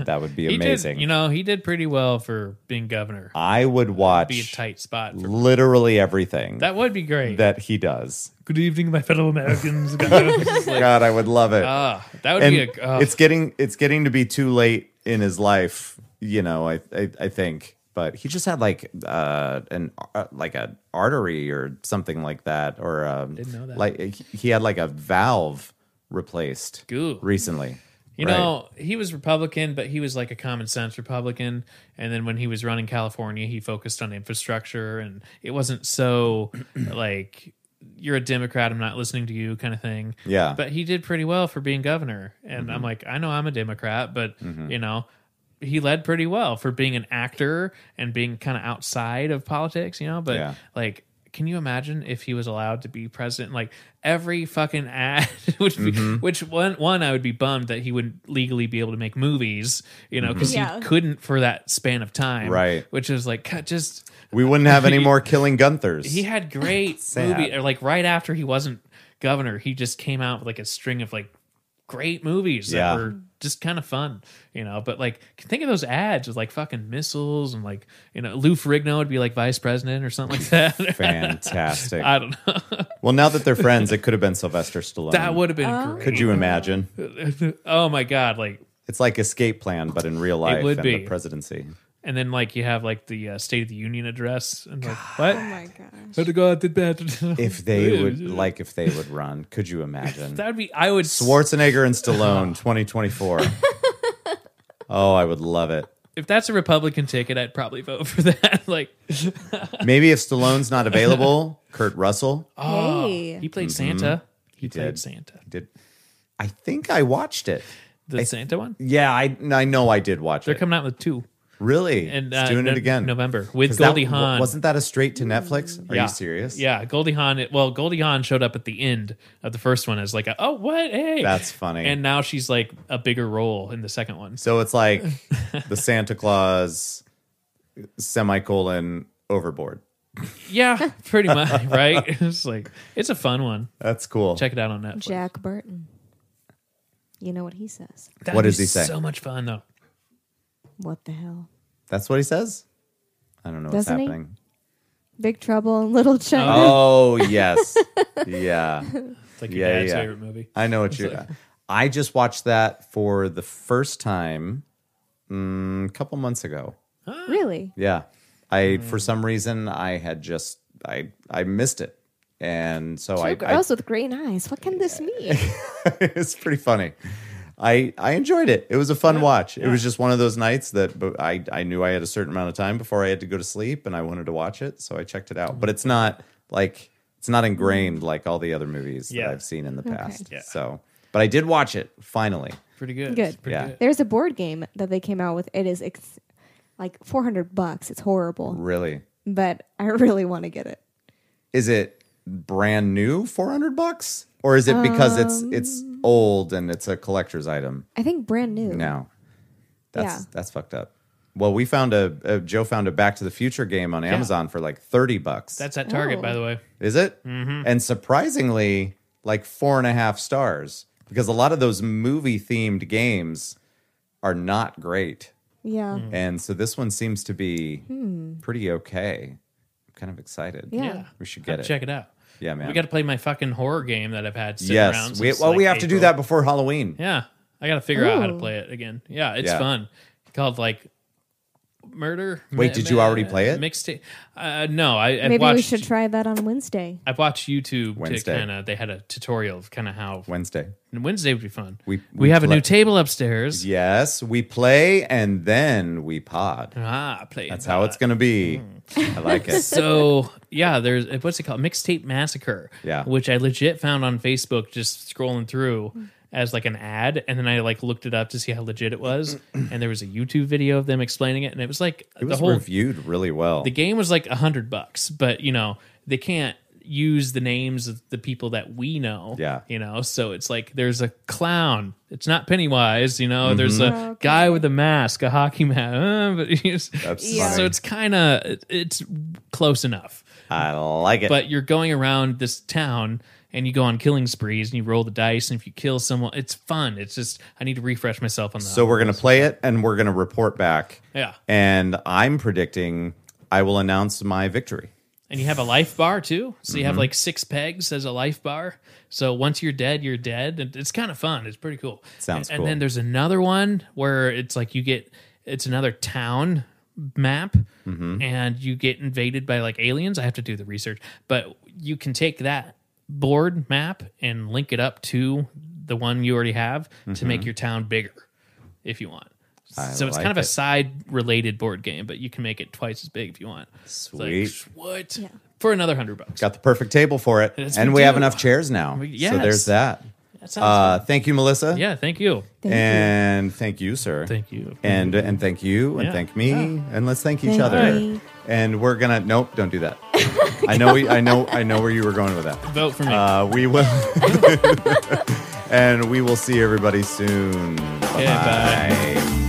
Speaker 1: that would be
Speaker 2: He did-
Speaker 1: amazing.
Speaker 2: you know, he did pretty well for being governor.
Speaker 1: I would
Speaker 2: be a
Speaker 1: watch
Speaker 2: tight spot. For,
Speaker 1: literally everything
Speaker 2: that would be great.
Speaker 1: that he does.
Speaker 2: Good evening, my fellow Americans. like,
Speaker 1: God, I would love it.
Speaker 2: ah, that would
Speaker 1: and
Speaker 2: be a. ah.
Speaker 1: it's getting it's getting to be too late in his life, you know. I I, I think, but he just had like uh an uh, like a artery or something like that, or um,
Speaker 2: Didn't know that.
Speaker 1: like he he had like a valve replaced
Speaker 2: Goo.
Speaker 1: recently.
Speaker 2: You
Speaker 1: Right.
Speaker 2: know, he was Republican, but he was like a common sense Republican. And then when he was running California, he focused on infrastructure and it wasn't so like, you're a Democrat, I'm not listening to you kind of thing.
Speaker 1: Yeah.
Speaker 2: But he did pretty well for being governor. And
Speaker 1: Mm-hmm.
Speaker 2: I'm like, I know I'm a Democrat, but, you know, he led pretty well for being an actor and being kind of outside of politics, you know? But
Speaker 1: Yeah.
Speaker 2: like, can you imagine if he was allowed to be president? Like every fucking ad would be,
Speaker 1: Mm-hmm.
Speaker 2: which one one I would be bummed that he wouldn't legally be able to make movies, you know, because
Speaker 3: Yeah.
Speaker 2: he couldn't for that span of time,
Speaker 1: Mm-hmm. Right.
Speaker 2: Which is like God, just
Speaker 1: we wouldn't have any more killing Gunthers.
Speaker 2: he had great
Speaker 1: Sad.
Speaker 2: movie or like right after he wasn't governor, he just came out with like a string of like great movies
Speaker 1: Yeah.
Speaker 2: that were just kind of fun, you know. But like think of those ads with like fucking missiles and like you know Lou Ferrigno would be like vice president or something like that.
Speaker 1: Fantastic.
Speaker 2: I don't know.
Speaker 1: well, now that they're friends, it could have been Sylvester Stallone.
Speaker 2: That would have been great.
Speaker 1: Could you imagine?
Speaker 2: oh my god! Like,
Speaker 1: It's like escape plan, but in real life
Speaker 2: would
Speaker 1: and
Speaker 2: be.
Speaker 1: the presidency.
Speaker 2: and then like you have like the uh, State of the Union address, and like what?
Speaker 3: Oh my gosh.
Speaker 2: How the God did that?
Speaker 1: If they would like, if they would run, could you imagine?
Speaker 2: that would be. I would.
Speaker 1: Schwarzenegger and Stallone, 2024. Oh, I would love it.
Speaker 2: if that's a Republican ticket, I'd probably vote for that. like,
Speaker 1: Maybe if Stallone's not available, Kurt Russell
Speaker 2: oh,
Speaker 3: Hey.
Speaker 2: he played Santa. He, played
Speaker 1: Mm-hmm. did.
Speaker 2: Santa.
Speaker 1: did. I think I watched it.
Speaker 2: The Santa one.
Speaker 1: Yeah, I I know I did watch
Speaker 2: They're
Speaker 1: it.
Speaker 2: coming out with two,
Speaker 1: Really,
Speaker 2: and
Speaker 1: It's
Speaker 2: uh,
Speaker 1: doing
Speaker 2: no-
Speaker 1: it again.
Speaker 2: November with
Speaker 1: 'Cause that-
Speaker 2: Goldie
Speaker 1: wa-
Speaker 2: Hawn.
Speaker 1: wasn't that a straight to Netflix? Are
Speaker 2: Yeah.
Speaker 1: you serious?
Speaker 2: Yeah, Goldie Hawn. Well, Goldie Hawn showed up at the end of the first one as like, a, oh, what? Hey,
Speaker 1: That's funny.
Speaker 2: And now she's like a bigger role in the second one.
Speaker 1: So it's like the Santa Claus semicolon overboard.
Speaker 2: Yeah, pretty much, right? It's like it's a fun one.
Speaker 1: That's cool.
Speaker 2: Check it out on Netflix.
Speaker 3: Jack Burton. You know what he says.
Speaker 2: That'd
Speaker 1: What
Speaker 2: be
Speaker 1: does he say?
Speaker 2: So much fun though.
Speaker 3: What the hell?
Speaker 1: That's what he says. I don't know what's
Speaker 3: Doesn't he?
Speaker 1: happening.
Speaker 3: Big Trouble in Little China.
Speaker 1: Oh yes, yeah.
Speaker 2: It's like your
Speaker 1: Yeah,
Speaker 2: dad's
Speaker 1: yeah.
Speaker 2: favorite movie.
Speaker 1: I know what you. I just watched that for the first time mm, a couple months ago.
Speaker 2: Ah,
Speaker 3: Really?
Speaker 1: Yeah, I for some reason I had just I I missed it, and so
Speaker 3: Two
Speaker 1: Oh, I, I
Speaker 3: girls with green eyes. What can this mean?
Speaker 1: it's pretty funny. I I enjoyed it. It was a fun watch. It was just one of those nights that b- I I knew I had a certain amount of time before I had to go to sleep, and I wanted to watch it, so I checked it
Speaker 2: Mm-hmm.
Speaker 1: out. But it's not like it's not ingrained like all the other movies
Speaker 2: Yeah.
Speaker 1: that I've seen in the past.
Speaker 2: Yeah.
Speaker 1: So, but I did watch it finally.
Speaker 2: Pretty good.
Speaker 3: Good.
Speaker 2: It's Pretty
Speaker 1: Yeah.
Speaker 2: good.
Speaker 3: There's a board game that they came out with. It is ex- like 400 bucks. It's horrible,
Speaker 1: Really,
Speaker 3: but I really want to get it.
Speaker 1: is it brand new four hundred bucks, or is it because it's it's old and it's a collector's item?
Speaker 3: I think brand new.
Speaker 1: No, that's
Speaker 3: Yeah.
Speaker 1: that's fucked up. Well, we found a, a Joe found a Back to the Future game on Amazon for like thirty bucks.
Speaker 2: That's at Target,
Speaker 3: Oh.
Speaker 2: by the way.
Speaker 1: is it? Mm-hmm. And surprisingly, like four and a half stars because a lot of those movie themed games are not great,
Speaker 3: Yeah.
Speaker 2: Mm-hmm.
Speaker 1: and so this one seems to be pretty okay. I'm kind of excited.
Speaker 3: Hmm. Yeah.
Speaker 1: we should get it.
Speaker 2: Check it out.
Speaker 1: Yeah, man.
Speaker 2: We got to play my fucking horror game that I've had sitting
Speaker 1: yes,
Speaker 2: around.
Speaker 1: we,
Speaker 2: since,
Speaker 1: well,
Speaker 2: like,
Speaker 1: we have to do
Speaker 2: April.
Speaker 1: that before Halloween.
Speaker 2: Yeah, I got to figure out how to
Speaker 3: Ooh.
Speaker 2: play it again. Yeah, it's
Speaker 1: Yeah.
Speaker 2: fun. Called like murder.
Speaker 1: Wait, did you already play it?
Speaker 2: Mixtape? Uh, no, I I've
Speaker 3: Maybe
Speaker 2: watched,
Speaker 3: we should try that on Wednesday.
Speaker 2: I've watched YouTube
Speaker 1: Wednesday.
Speaker 2: to kind of. They had a tutorial of kind of how
Speaker 1: Wednesday.
Speaker 2: and Wednesday would be fun.
Speaker 1: We-
Speaker 2: We
Speaker 1: we
Speaker 2: have a new
Speaker 1: collect-
Speaker 2: table upstairs.
Speaker 1: Yes, we play and then we pod.
Speaker 2: Ah, play.
Speaker 1: That's how it's going to be.
Speaker 2: Mm.
Speaker 1: I like it.
Speaker 2: so yeah, there's uh, what's it called? Mixtape Massacre.
Speaker 1: Yeah.
Speaker 2: Which I legit found on Facebook just scrolling
Speaker 3: Hmm.
Speaker 2: through as like an ad, and then I like looked it up to see how legit it was, and there was a YouTube video of them explaining it, and it was like
Speaker 1: It
Speaker 2: the
Speaker 1: was
Speaker 2: whole
Speaker 1: reviewed really well.
Speaker 2: the game was like a hundred bucks, but you know they can't use the names of the people that we know.
Speaker 1: Yeah.
Speaker 2: you know, so it's like there's a clown. It's not Pennywise, you know. There's a
Speaker 3: Oh, okay.
Speaker 2: guy with a mask, a hockey mask, uh, but he's,
Speaker 1: That's
Speaker 3: Yeah.
Speaker 2: so
Speaker 1: funny.
Speaker 2: it's kind of it's close enough.
Speaker 1: I like it.
Speaker 2: But you're going around this town and you go on killing sprees and you roll the dice and if you kill someone, it's fun. It's just I need to refresh myself on that.
Speaker 1: so we're going to play it and we're going to report back.
Speaker 2: yeah,
Speaker 1: And I'm predicting I will announce my victory.
Speaker 2: and you have a life bar too. So you have
Speaker 1: Mm-hmm.
Speaker 2: like six pegs as a life bar. So once you're dead, you're dead. And it's kind of fun. It's pretty cool.
Speaker 1: Sounds
Speaker 2: and,
Speaker 1: cool.
Speaker 2: And then there's another one where it's like you get it's another town map
Speaker 1: Mm-hmm.
Speaker 2: and you get invaded by like aliens. I have to do the research, but you can take that board map and link it up to the one you already have to make your town bigger if you want.
Speaker 1: Mm-hmm. I
Speaker 2: so it's
Speaker 1: like
Speaker 2: kind of
Speaker 1: it.
Speaker 2: a side related board game, but you can make it twice as big if you want. It's like,
Speaker 1: Sweet.
Speaker 2: what? For another hundred bucks.
Speaker 1: Got the perfect table for it.
Speaker 2: Yes,
Speaker 1: and we,
Speaker 2: we
Speaker 1: have
Speaker 2: do.
Speaker 1: enough chairs now.
Speaker 2: yes.
Speaker 1: So there's that.
Speaker 2: That sounds
Speaker 1: Uh, thank you, Melissa.
Speaker 2: good. Yeah, thank you.
Speaker 3: Thank
Speaker 1: and thank you, sir.
Speaker 2: Thank you.
Speaker 1: And and thank you and
Speaker 2: Yeah.
Speaker 1: thank me and let's thank each
Speaker 3: Thank
Speaker 1: other.
Speaker 3: you.
Speaker 1: And we're gonna nope, don't do that. I know we, I know I know where you were going with that.
Speaker 2: Vote for me.
Speaker 1: Uh, we will, and we will see everybody soon.
Speaker 2: Okay, bye.
Speaker 1: Bye.